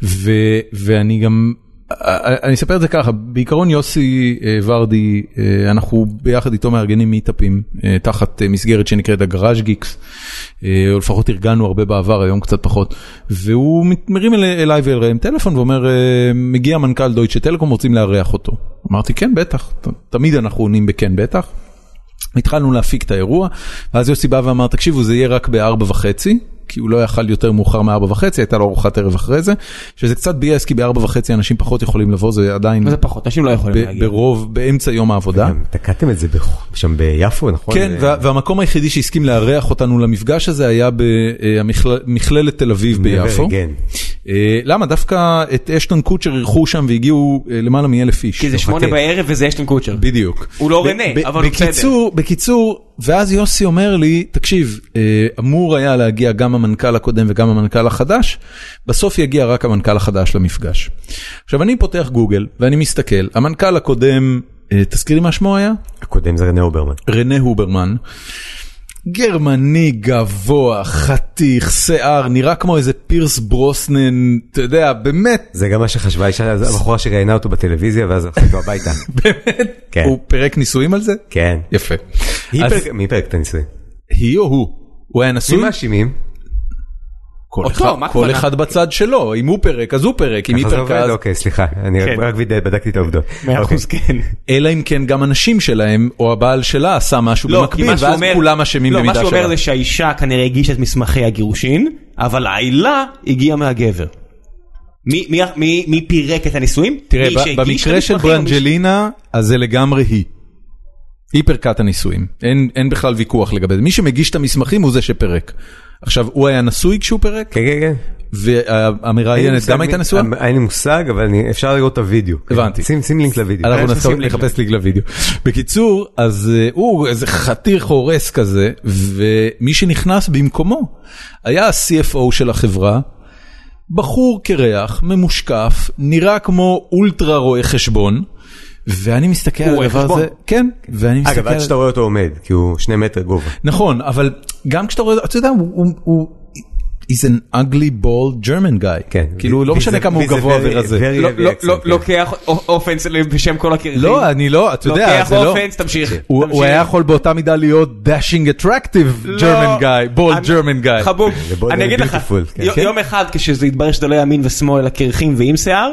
Speaker 4: ו, ואני גם, אה, אה, אני אספר את זה ככה, בעיקרון יוסי אה, ורדי, אה, אנחנו ביחד איתו מארגנים מיטאפים אה, תחת אה, מסגרת שנקראת הגראז' גיקס, אה, או לפחות ארגנו הרבה בעבר, היום קצת פחות, והוא מת- מרים אל, אליי ואל ראם טלפון ואומר, אה, מגיע מנכ"ל דויטשה טלקום, רוצים לארח אותו. אמרתי, כן, בטח, ת, תמיד אנחנו עונים בכן, בטח. התחלנו להפיק את האירוע, ואז יוסי בא ואמר, תקשיבו, זה יהיה רק בארבע וחצי, כי הוא לא יכל יותר מאוחר מארבע וחצי, הייתה לו ארוחת ערב אחרי זה, שזה קצת ביאס, כי בארבע וחצי אנשים פחות יכולים לבוא, זה עדיין
Speaker 2: מה זה כן. פחות? אנשים לא יכולים
Speaker 4: ב-
Speaker 2: להגיע.
Speaker 4: ברוב, באמצע יום העבודה.
Speaker 3: גם תקעתם את זה בח- שם ביפו, נכון?
Speaker 4: כן,
Speaker 3: אה,
Speaker 4: וה- והמקום היחידי שהסכים לארח אותנו למפגש הזה היה במכללת תל אביב
Speaker 3: never
Speaker 4: ביפו.
Speaker 3: again.
Speaker 4: אה, למה? דווקא את אשטון קוצ'ר אירחו שם והגיעו אה, למעלה מאלף איש.
Speaker 2: כי זה שמונה בערב וזה אשטון קוצ'ר.
Speaker 4: בדיוק.
Speaker 2: הוא לא
Speaker 4: ב-
Speaker 2: רנה,
Speaker 4: ב-
Speaker 2: אבל הוא בסדר.
Speaker 4: בקיצור, בקיצור, ואז יוסי אומר לי, תקשיב, אה, אמור היה להגיע גם המנכ"ל הקודם וגם המנכ"ל החדש, בסוף יגיע רק המנכ"ל החדש למפגש. עכשיו, אני פותח גוגל ואני מסתכל, המנכ"ל הקודם, אה, תזכירי מה שמו היה?
Speaker 3: כן. הקודם זה רנה אוברמן.
Speaker 4: רנה הוברמן. גרמני גבוה, חתיך, שיער, נראה כמו איזה פירס ברוסנן, אתה יודע, באמת,
Speaker 3: זה גם מה שחשבה האישה, אז הבחורה שראיינה אותו בטלוויזיה, ואז הלכה איתו הביתה.
Speaker 4: באמת,
Speaker 3: כן.
Speaker 4: הוא פירק נישואים על זה?
Speaker 3: כן.
Speaker 4: יפה.
Speaker 3: מי
Speaker 4: אז-
Speaker 3: פרק- מי פרק את הנישואים?
Speaker 4: היא או הוא? הוא היה
Speaker 3: מי
Speaker 4: נשוי?
Speaker 3: מאשימים?
Speaker 4: כל
Speaker 2: אותו,
Speaker 4: אחד-
Speaker 2: מה
Speaker 4: כל
Speaker 2: הכוונה?
Speaker 4: אחד בצד שלו, אם הוא פירק אז הוא פירק, אם היא
Speaker 3: ככה זה
Speaker 4: פירקה
Speaker 3: עובד?
Speaker 4: אז...
Speaker 3: אוקיי, סליחה, אני רק-
Speaker 2: כן.
Speaker 3: רק וידא- בדקתי את העובדות. אוקיי.
Speaker 2: מאה אחוז,
Speaker 4: אוקיי.
Speaker 2: כן.
Speaker 4: אלא אם כן גם הנשים שלהם, או הבעל שלה עשה משהו
Speaker 2: לא, כי
Speaker 4: במקביל,
Speaker 2: מה שהוא
Speaker 4: ואז
Speaker 2: אומר,
Speaker 4: כולם אשמים
Speaker 2: לא,
Speaker 4: במידה
Speaker 2: מה
Speaker 4: שלה.
Speaker 2: שהוא אומר זה שהאישה כנראה הגישה את מסמכי הגירושין, אבל העילה הגיעה מהגבר. מי- מי- מי מי פירק את הנישואים?
Speaker 4: תראה,
Speaker 2: מי
Speaker 4: ב-
Speaker 2: שהגיש את
Speaker 4: במקרה של
Speaker 2: המסמכים או מי
Speaker 4: ברנג'לינה, אז זה לגמרי היא. היא פירקה את הנישואים, אין, אין בכלל ויכוח לגבי זה. מי שמגיש את המסמכים הוא זה שפירק. עכשיו, הוא היה נשוי כשהוא פירק,
Speaker 3: כן, כן, כן. אין לי
Speaker 4: והמראיינת
Speaker 3: מושג
Speaker 4: גם
Speaker 3: מי-
Speaker 4: הייתה נשואה?
Speaker 3: אין לי מושג, אבל אני- אפשר לראות את הוידאו.
Speaker 4: הבנתי.
Speaker 3: שים- שים לינק לוידאו.
Speaker 4: אנחנו
Speaker 2: יש
Speaker 4: נסו-
Speaker 2: לשים כן, לינק
Speaker 4: נחפש ליג לוידאו. בקיצור, אז אה, הוא איזה חתיך הורס כזה, ומי שנכנס במקומו היה ה-CFO של החברה, בחור קרח, ממושקף, נראה כמו אולטרה רואה חשבון, ואני מסתכל על
Speaker 2: רואה
Speaker 4: הדבר
Speaker 2: חשבון.
Speaker 4: הזה, כן, ואני מסתכל,
Speaker 3: אגב, עד שאתה רואה אותו עומד, כי הוא שני מטר גובה.
Speaker 4: נכון, אבל גם כשאתה רואה, אתה יודע, הוא- הוא- הוא... He's an ugly bald German guy,
Speaker 3: כן.
Speaker 4: כאילו לא
Speaker 3: He's
Speaker 4: משנה
Speaker 3: a
Speaker 4: כמה הוא
Speaker 3: very-
Speaker 4: גבוה
Speaker 3: very-
Speaker 4: ורזה.
Speaker 3: very
Speaker 2: לא-
Speaker 3: heavy
Speaker 2: לא-
Speaker 3: accent,
Speaker 2: לא-
Speaker 3: כן.
Speaker 2: לוקח אופנס בשם כל הקרחים.
Speaker 4: לא, אני לא, אתה יודע,
Speaker 2: לוקח
Speaker 4: זה לא.
Speaker 2: אופנס, תמשיך.
Speaker 4: הוא הוא
Speaker 2: תמשיך.
Speaker 4: היה יכול באותה מידה להיות dashing attractive
Speaker 2: לא.
Speaker 4: German guy, bold
Speaker 2: אני-
Speaker 4: German guy.
Speaker 2: חבוב,
Speaker 3: זה בולד
Speaker 2: אני אגיד
Speaker 3: and
Speaker 2: לך,
Speaker 3: beautiful, כן.
Speaker 2: יו-
Speaker 3: כן.
Speaker 2: יום אחד כשזה יתברר שזה לא ימין ושמאל אלא קרחים ועם שיער,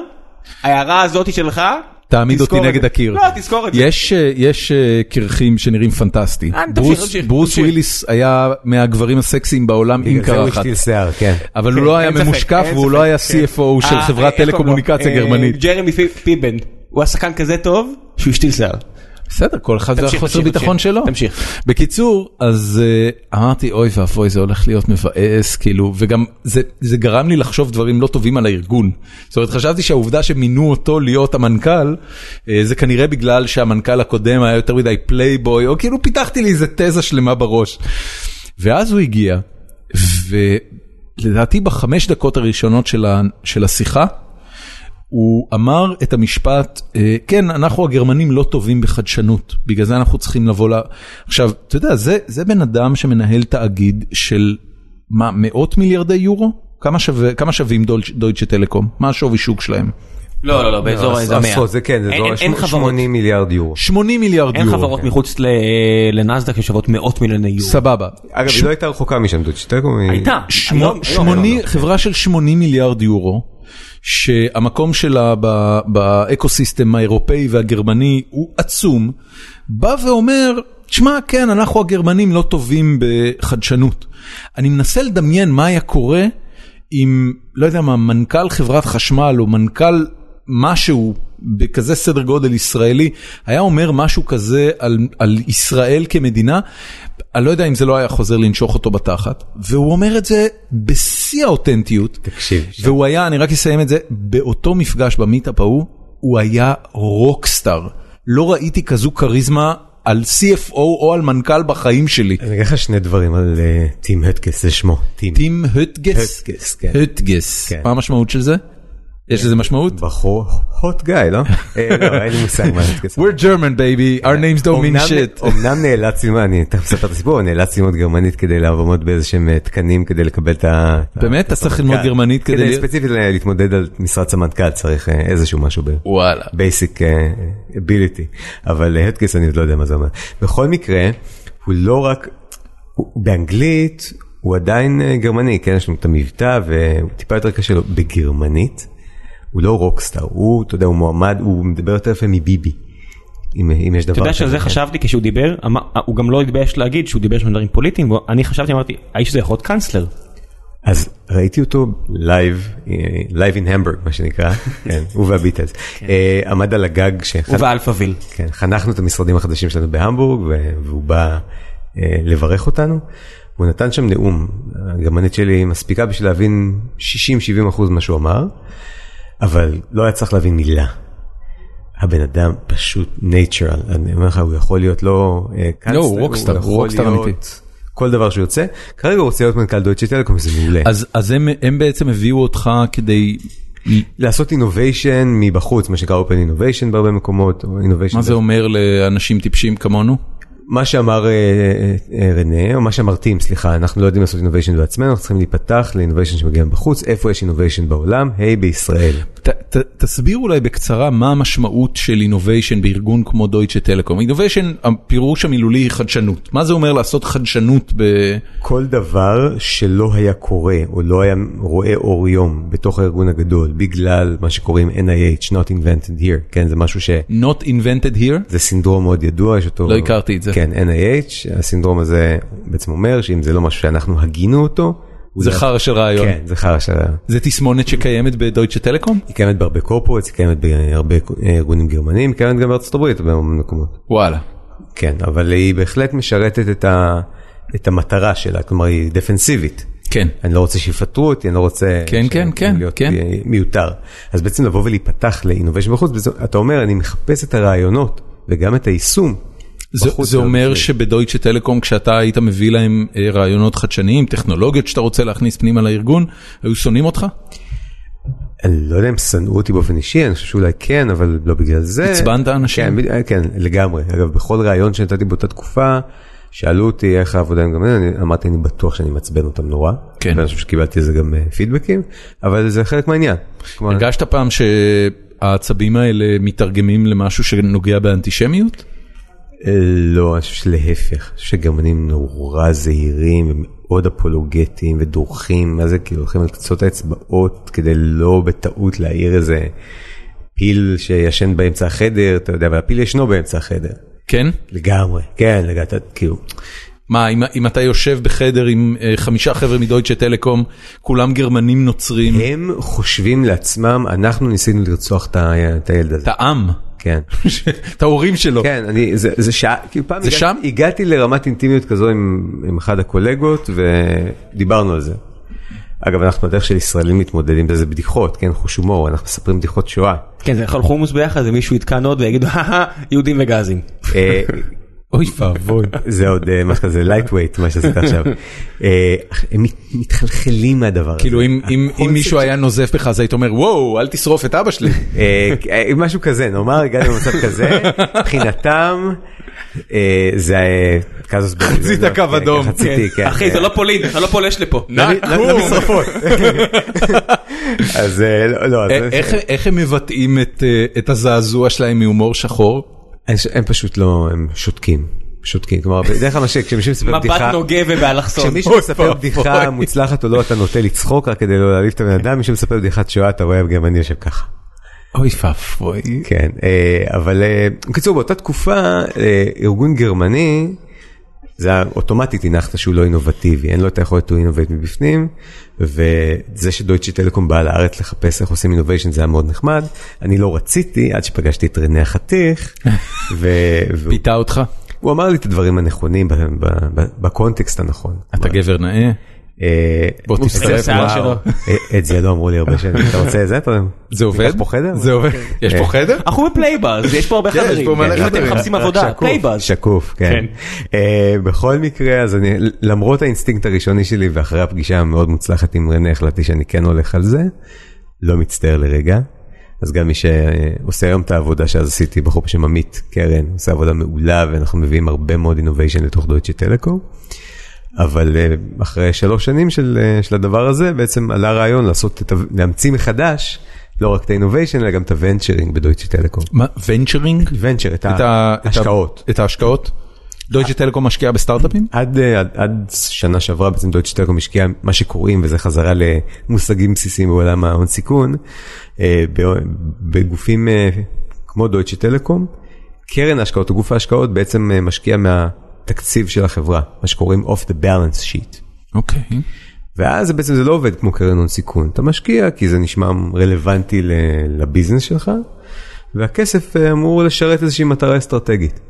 Speaker 2: ההערה הזאתי שלך,
Speaker 4: תעמיד אותי
Speaker 2: תזכור את
Speaker 4: נגד
Speaker 2: זה.
Speaker 4: הקיר.
Speaker 2: לא, תזכור את זה.
Speaker 4: יש, אה, יש אה, קרחים שנראים פנטסטי.
Speaker 2: אה, תמשיך,
Speaker 4: ברוס-
Speaker 2: תמשיך,
Speaker 4: ברוס
Speaker 2: תמשיך.
Speaker 4: וויליס היה מהגברים הסקסיים בעולם עם
Speaker 3: בגלל
Speaker 2: לא,
Speaker 3: זה הוא
Speaker 4: קרחת.
Speaker 3: השתיל שיער, כן.
Speaker 4: אבל הוא לא היה
Speaker 2: אין ספק,
Speaker 4: משקף
Speaker 2: אין
Speaker 4: והוא
Speaker 2: ספק,
Speaker 4: לא היה
Speaker 2: כן.
Speaker 4: CFO של
Speaker 2: אה,
Speaker 4: חברת
Speaker 2: איך קוראים לו?
Speaker 4: טלקומוניקציה
Speaker 2: אה,
Speaker 4: גרמנית.
Speaker 2: ג'רמי פי- פיבן, הוא היה שחקן כזה טוב שהוא השתיל שיער.
Speaker 4: בסדר, כל אחד זה
Speaker 2: תמשיך,
Speaker 4: החוסר
Speaker 2: תמשיך,
Speaker 4: ביטחון
Speaker 2: תמשיך.
Speaker 4: שלו.
Speaker 2: תמשיך.
Speaker 4: בקיצור, אז אה, אמרתי, אוי ואבוי, זה הולך להיות מבאס, כאילו, וגם זה- זה גרם לי לחשוב דברים לא טובים על הארגון. זאת אומרת, חשבתי שהעובדה שמינו אותו להיות המנכ"ל, אה, זה כנראה בגלל שהמנכ"ל הקודם היה יותר מדי פלייבוי, או כאילו פיתחתי לי איזה תזה שלמה בראש. ואז הוא הגיע, ולדעתי בחמש דקות הראשונות של ה- של השיחה, הוא אמר את המשפט, אה, כן, אנחנו הגרמנים לא טובים בחדשנות, בגלל זה אנחנו צריכים לבוא ל... עכשיו, אתה יודע, זה, זה בן אדם שמנהל תאגיד של, מה, מאות מיליארדי יורו? כמה, שווה, כמה שווים דולש- דויטשה טלקום? מה השווי שוק שלהם?
Speaker 2: לא, לא, לא, באזור
Speaker 3: עש-
Speaker 2: האזור מאה.
Speaker 3: עשרות, זה כן, זה
Speaker 2: אין-
Speaker 3: לא-
Speaker 2: אין-
Speaker 3: שמ-
Speaker 2: אין חברות.
Speaker 3: 80 מיליארד יורו.
Speaker 4: 80 מיליארד
Speaker 2: אין
Speaker 4: יורו. כן. אוקיי.
Speaker 2: חברות מחוץ ל- לנסדק ששוות מאות מיליוני יורו.
Speaker 4: סבבה.
Speaker 3: אגב, היא לא הייתה רחוקה משם, דודשי טלקום. היא-
Speaker 2: הייתה.
Speaker 4: שמו-
Speaker 2: היום- לא היום.
Speaker 4: שמוני- חברה של 80 מיליארד יורו, שהמקום שלה ב- באקוסיסטם האירופאי והגרמני הוא עצום, בא ואומר, תשמע, כן, אנחנו הגרמנים לא טובים בחדשנות. אני מנסה לדמיין מה היה קורה אם, לא יודע מה, מנכ"ל חברת חשמל או מנכ"ל משהו בכזה סדר גודל ישראלי, היה אומר משהו כזה על, על ישראל כמדינה, אני לא יודע אם זה לא היה חוזר לנשוך אותו בתחת, והוא אומר את זה בשיא האותנטיות.
Speaker 3: תקשיב,
Speaker 4: והוא היה, אני רק אסיים את זה, באותו מפגש במיטאפ ההוא, הוא היה רוקסטאר. לא ראיתי כזו כריזמה על CFO או על מנכ"ל בחיים שלי.
Speaker 3: אני אגיד לך שני דברים על אה, טים הטקס, זה שמו. טים.
Speaker 4: טים הוטגס?
Speaker 3: הטקס, כן.
Speaker 4: הוטגס.
Speaker 3: כן.
Speaker 4: מה המשמעות של זה? יש לזה משמעות?
Speaker 3: בחור hot guy, לא? אה, לא, אין לי מושג מה הטקס.
Speaker 4: We're German baby, our names don't mean shit.
Speaker 3: אמנם נאלץ ללמוד, אני תכף מספר את הסיפור, נאלץ ללמוד גרמנית כדי לעבוד באיזה שהם אה, תקנים כדי לקבל את ה...
Speaker 4: באמת? אתה צריך ללמוד
Speaker 3: כן.
Speaker 4: גרמנית כדי...
Speaker 3: כדי
Speaker 4: להיות-
Speaker 3: ספציפית ל- להתמודד על משרד סמנכ"ל צריך אה, איזשהו משהו ב...
Speaker 4: וואלה.
Speaker 3: basic uh, ability, אבל אה, הטקס אני עוד לא יודע מה זה אומר. בכל מקרה, הוא לא רק, הוא, באנגלית הוא עדיין אה, גרמני, כן, יש לנו את המבטא והוא טיפה יותר קשה לו, בגרמנית הוא לא רוקסטאר, הוא, אתה יודע, הוא מועמד, הוא מדבר יותר יפה מביבי, אם, אם יש דבר
Speaker 2: אתה יודע
Speaker 3: כזה,
Speaker 2: שעל זה
Speaker 3: כן.
Speaker 2: חשבתי כשהוא דיבר, אמר- הוא גם לא התבייש להגיד שהוא דיבר שם על דברים פוליטיים, ואני חשבתי, אמרתי, האיש הזה יכול להיות קאנצלר.
Speaker 3: אז ראיתי אותו אה, לייב, לייב אין המברג מה שנקרא, כן, הוא והביטלס,
Speaker 2: כן.
Speaker 3: אה, עמד על הגג, שאחד-
Speaker 2: הוא ואלפאביל.
Speaker 3: כן, חנכנו את המשרדים החדשים שלנו בהמבורג, ו- והוא בא אה, לברך אותנו. הוא נתן שם נאום, הגרמנית שלי מספיקה בשביל להבין 60-70 אחוז מה שהוא אמר, אבל לא היה צריך להבין מילה. הבן אדם פשוט נייצ'רל, אני אומר לך, הוא יכול להיות לא אה, קאנצלר,
Speaker 4: הוא רוקסטאר, הוא
Speaker 3: יכול
Speaker 4: רוקסטאר
Speaker 3: להיות
Speaker 4: אמיתי.
Speaker 3: כל דבר שהוא יוצא, כרגע הוא רוצה להיות מנכ"ל דויטשה טלקום, זה מעולה.
Speaker 4: אז, אז הם, הם בעצם הביאו אותך כדי,
Speaker 3: לעשות אינוביישן מבחוץ, מה שנקרא open innovation בהרבה מקומות, או innovation
Speaker 4: מה זה אומר לאנשים טיפשים כמונו?
Speaker 3: מה שאמר אה, אה, רנה, או מה שאמר טים, סליחה, אנחנו לא יודעים לעשות אינוביישן בעצמנו, אנחנו צריכים להיפתח לאינוביישן שמגיע מבחוץ, איפה יש אינוביישן בעולם? היי בישראל.
Speaker 4: ת, ת, תסביר אולי בקצרה מה המשמעות של אינוביישן בארגון כמו דויטשה טלקום. אינוביישן, הפירוש המילולי היא חדשנות. מה זה אומר לעשות חדשנות ב...
Speaker 3: כל דבר שלא היה קורה, או לא היה רואה אור יום בתוך הארגון הגדול, בגלל מה שקוראים NIH, Not Invented Here, כן, זה משהו ש...
Speaker 4: Not invented here?
Speaker 3: זה סינדרום מאוד ידוע, יש אותו...
Speaker 4: לא הכרתי את זה.
Speaker 3: כן, NIH, הסינדרום הזה בעצם אומר שאם זה לא משהו שאנחנו הגינו אותו... הוא
Speaker 4: זה
Speaker 3: לא-
Speaker 4: חרא של רעיון.
Speaker 3: כן, זה חרא של רעיון.
Speaker 4: זה תסמונת שקיימת בדויטשה טלקום?
Speaker 3: היא קיימת בהרבה קורפורטס, היא קיימת בהרבה ארגונים גרמנים, היא קיימת גם בארצות הברית בהמון מקומות.
Speaker 4: וואלה.
Speaker 3: כן, אבל היא בהחלט משרתת את, ה, את המטרה שלה, כלומר היא דפנסיבית.
Speaker 4: כן.
Speaker 3: אני לא רוצה שיפטרו אותי, אני לא רוצה
Speaker 4: כן,
Speaker 3: שאני-
Speaker 4: כן, כן,
Speaker 3: להיות
Speaker 4: כן.
Speaker 3: מיותר. אז בעצם לבוא ולהיפתח לאינוביישן בחוץ, וזה- אתה אומר, אני מחפש את הרעיונות וגם את היישום.
Speaker 4: זה,
Speaker 3: בחוץ
Speaker 4: זה אוקיי. אומר
Speaker 3: לארץ.
Speaker 4: שבדויטשה טלקום כשאתה היית מביא להם אה, רעיונות חדשניים, טכנולוגיות שאתה רוצה להכניס פנימה לארגון, היו שונאים אותך?
Speaker 3: אני לא יודע אם שנאו אותי באופן אישי, אני חושב שאולי כן, אבל לא בגלל זה.
Speaker 4: עצבנת אנשים?
Speaker 3: כן, בד- כן, לגמרי. אגב, בכל ראיון שנתתי באותה תקופה, שאלו אותי איך העבודה עם גמליאל, אני אמרתי, אני בטוח שאני מעצבן אותם נורא.
Speaker 4: כן.
Speaker 3: ואני חושב שקיבלתי על זה גם אה, פידבקים, אבל זה חלק מהעניין. כלומר,
Speaker 4: הרגשת פעם שהעצבים האלה מתרגמים למשהו שנוגע באנטישמיות?
Speaker 3: אה, לא, אני חושב שלהפך, אני חושב שגרמנים נורא זהירים ומאוד אפולוגטיים ודורכים, מה זה כאילו הולכים על קצות האצבעות כדי לא בטעות להעיר איזה פיל שישן באמצע החדר, אתה יודע, והפיל ישנו באמצע החדר.
Speaker 4: כן?
Speaker 3: לגמרי, כן, לגמרי, אתה כאילו,
Speaker 4: מה, אם, אם אתה יושב בחדר עם אה, חמישה חבר'ה מדויטשה טלקום, כולם גרמנים נוצרים,
Speaker 3: הם חושבים לעצמם, אנחנו ניסינו לרצוח את ה- את הילד הזה,
Speaker 4: את העם,
Speaker 3: כן.
Speaker 4: את ההורים שלו.
Speaker 3: כן, אני, זה, זה שעה, כאילו פעם
Speaker 4: זה
Speaker 3: הגעתי,
Speaker 4: שם?
Speaker 3: הגעתי לרמת אינטימיות כזו עם, עם אחד הקולגות ודיברנו על זה. אגב, אנחנו בדרך של ישראלים מתמודדים בזה בדיחות, כן, חוש הומור, אנחנו מספרים בדיחות שואה.
Speaker 2: כן, זה לאכול חומוס ביחד, ומישהו יתקן עוד ויגיד, "אהה, יהודים וגזים.
Speaker 3: אה,
Speaker 4: אוי ואבוי.
Speaker 3: זה עוד אה, משהו כזה לייט ווייט, מה שעשית עכשיו. אה, הם מת- מתחלחלים מהדבר הזה.
Speaker 4: כאילו אם, אם, אם
Speaker 3: הקונספט
Speaker 4: מישהו היה נוזף בך אז היית אומר וואו אל תשרוף את אבא שלי.
Speaker 3: אה, אה, משהו כזה, נאמר, הגענו למצב כזה, מבחינתם, אה, זה אה, קזוס בלי.
Speaker 4: חצית
Speaker 3: זה לא-
Speaker 4: קו
Speaker 3: כן,
Speaker 4: אדום.
Speaker 3: חציתי, כן.
Speaker 2: אחי, זה לא פולין, אתה לא פולש לפה.
Speaker 4: נא קום.
Speaker 3: אז אה, לא, לא, אז-
Speaker 4: אה, איך- איך הם מבטאים את, אה, את הזעזוע שלהם מהומור שחור?
Speaker 3: אני ש- הם פשוט לא, הם שותקים, שותקים, כלומר בדרך כלל מה ש- כשמישהו מספר
Speaker 2: מבט
Speaker 3: בדיחה,
Speaker 2: נוגה ובאלכסון.
Speaker 3: כשמישהו
Speaker 4: אוי,
Speaker 3: מספר
Speaker 4: ואבוי.
Speaker 3: בדיחה מוצלחת או לא אתה נוטה לצחוק רק כדי לא להעליב את הבן אדם, מישהו מספר בדיחת שואה אתה רואה גם אני יושב ככה.
Speaker 4: אוי ואבוי.
Speaker 3: כן, אה, אבל אה, בקיצור באותה תקופה אה, ארגון גרמני, זה היה אוטומטית הנחת שהוא לא אינובטיבי, אין לו את היכולת to innovate מבפנים, וזה שדויטשי טלקום באה לארץ לחפש איך עושים innovation זה היה מאוד נחמד, אני לא רציתי עד שפגשתי את רנה החתיך, ו... והוא-
Speaker 4: פיתה אותך?
Speaker 3: הוא אמר לי את הדברים הנכונים ב- ב- ב- בקונטקסט הנכון.
Speaker 4: אתה גבר נאה?
Speaker 3: אה,
Speaker 4: בוא
Speaker 3: את זה-
Speaker 4: תצטרף,
Speaker 2: השיער
Speaker 3: וואו,
Speaker 2: שלו.
Speaker 3: אה, את זה לא אמרו לי הרבה שנים, אתה רוצה את זה? אתה-
Speaker 4: זה עובד?
Speaker 3: ניקח פה חדר?
Speaker 4: זה עובד. אה. יש פה חדר?
Speaker 2: אנחנו בפלייבאז, יש פה הרבה
Speaker 4: כן, יש
Speaker 2: חברים.
Speaker 4: פה מלא
Speaker 2: אם אתם
Speaker 4: חברים.
Speaker 2: מחפשים עבודה,
Speaker 3: שקוף,
Speaker 2: פלייבאז.
Speaker 3: שקוף, כן. אה, בכל מקרה, אז אני, למרות האינסטינקט הראשוני שלי ואחרי הפגישה המאוד מוצלחת עם רנה, החלטתי שאני כן הולך על זה, לא מצטער לרגע. אז גם מי שעושה היום את העבודה שאז עשיתי, בחור בשם עמית קרן, עושה עבודה מעולה ואנחנו מביאים הרבה מאוד אינוביישן לתוך דויטשה טלקום. אבל אה, אחרי שלוש שנים של, אה, של הדבר הזה, בעצם עלה רעיון לעשות, את, ה- להמציא מחדש, לא רק את האינוביישן, אלא גם את הוונצ'רינג בדויטשה טלקום.
Speaker 4: מה, ונצ'רינג?
Speaker 3: ונצ'ר, את
Speaker 4: את ה- את ה-
Speaker 3: ההשקעות.
Speaker 4: את ההשקעות? דויטשה טלקום משקיעה בסטארט-אפים?
Speaker 3: עד, אה, עד, עד שנה שעברה בעצם דויטש טלקום השקיעה מה שקוראים וזה חזרה למושגים בסיסיים בעולם ההון סיכון אה, ב- בגופים אה, כמו דויטש טלקום קרן ההשקעות או גוף ההשקעות בעצם אה, משקיע מהתקציב של החברה מה שקוראים off the balance sheet.
Speaker 4: אוקיי.
Speaker 3: ואז זה בעצם זה לא עובד כמו קרן הון סיכון אתה משקיע כי זה נשמע רלוונטי ל- לביזנס שלך והכסף אה, אמור לשרת איזושהי מטרה אסטרטגית.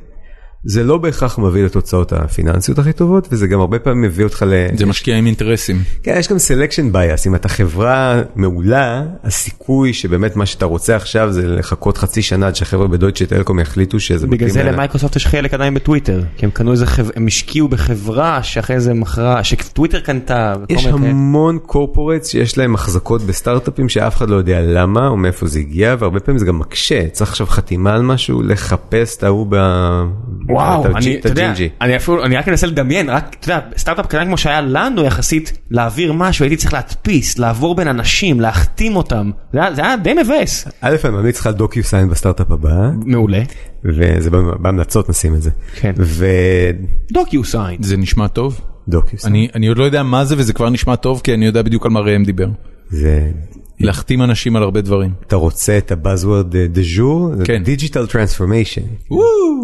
Speaker 3: זה לא בהכרח מביא לתוצאות הפיננסיות הכי טובות וזה גם הרבה פעמים מביא אותך ל...
Speaker 4: זה משקיע עם אינטרסים.
Speaker 3: כן, יש גם סלקשן בייס, אם אתה חברה מעולה, הסיכוי שבאמת מה שאתה רוצה עכשיו זה לחכות חצי שנה עד שהחבר'ה בדויטשה טלקום יחליטו שזה
Speaker 2: בגלל
Speaker 3: מתאים
Speaker 2: זה
Speaker 3: להם.
Speaker 2: למייקרוסופט יש חלק עדיין בטוויטר, כי הם קנו איזה חבר... הם השקיעו בחברה שאחרי זה מכרה, שטוויטר קנתה. וכל
Speaker 3: יש
Speaker 2: מיני כאלה.
Speaker 3: המון קורפורטס שיש להם החזקות בסטארט-אפים שאף אחד לא יודע למה או מאיפה זה הגיע והרבה פעמים זה גם מקשה צריך עכשיו חתימה על משהו לחפש את ההוא ב... את
Speaker 2: וואו,
Speaker 3: הג'י-
Speaker 2: אני,
Speaker 3: את
Speaker 2: אתה יודע,
Speaker 3: הג'ינג'י.
Speaker 2: אני אפילו, אני רק מנסה לדמיין, רק, אתה יודע, סטארט-אפ קטן כמו שהיה לנו יחסית, להעביר משהו, הייתי צריך להדפיס, לעבור בין אנשים, להחתים אותם, זה היה- זה היה די מבאס.
Speaker 3: א' אני ממליץ לך על דוקיו סיין בסטארט-אפ הבא
Speaker 2: מעולה.
Speaker 3: וזה בה- בהמלצות נשים את זה.
Speaker 2: כן. דוקיו סיין.
Speaker 4: זה נשמע טוב?
Speaker 3: ודוקיו סיין.
Speaker 4: אני אני עוד לא יודע מה זה וזה כבר נשמע טוב כי אני יודע בדיוק על מה ראם דיבר.
Speaker 3: זה
Speaker 4: להחתים אנשים על הרבה דברים.
Speaker 3: אתה רוצה את אה, הבאזוורד דה ז'ור?
Speaker 4: כן.
Speaker 3: דיג'יטל טרנספורמיישן.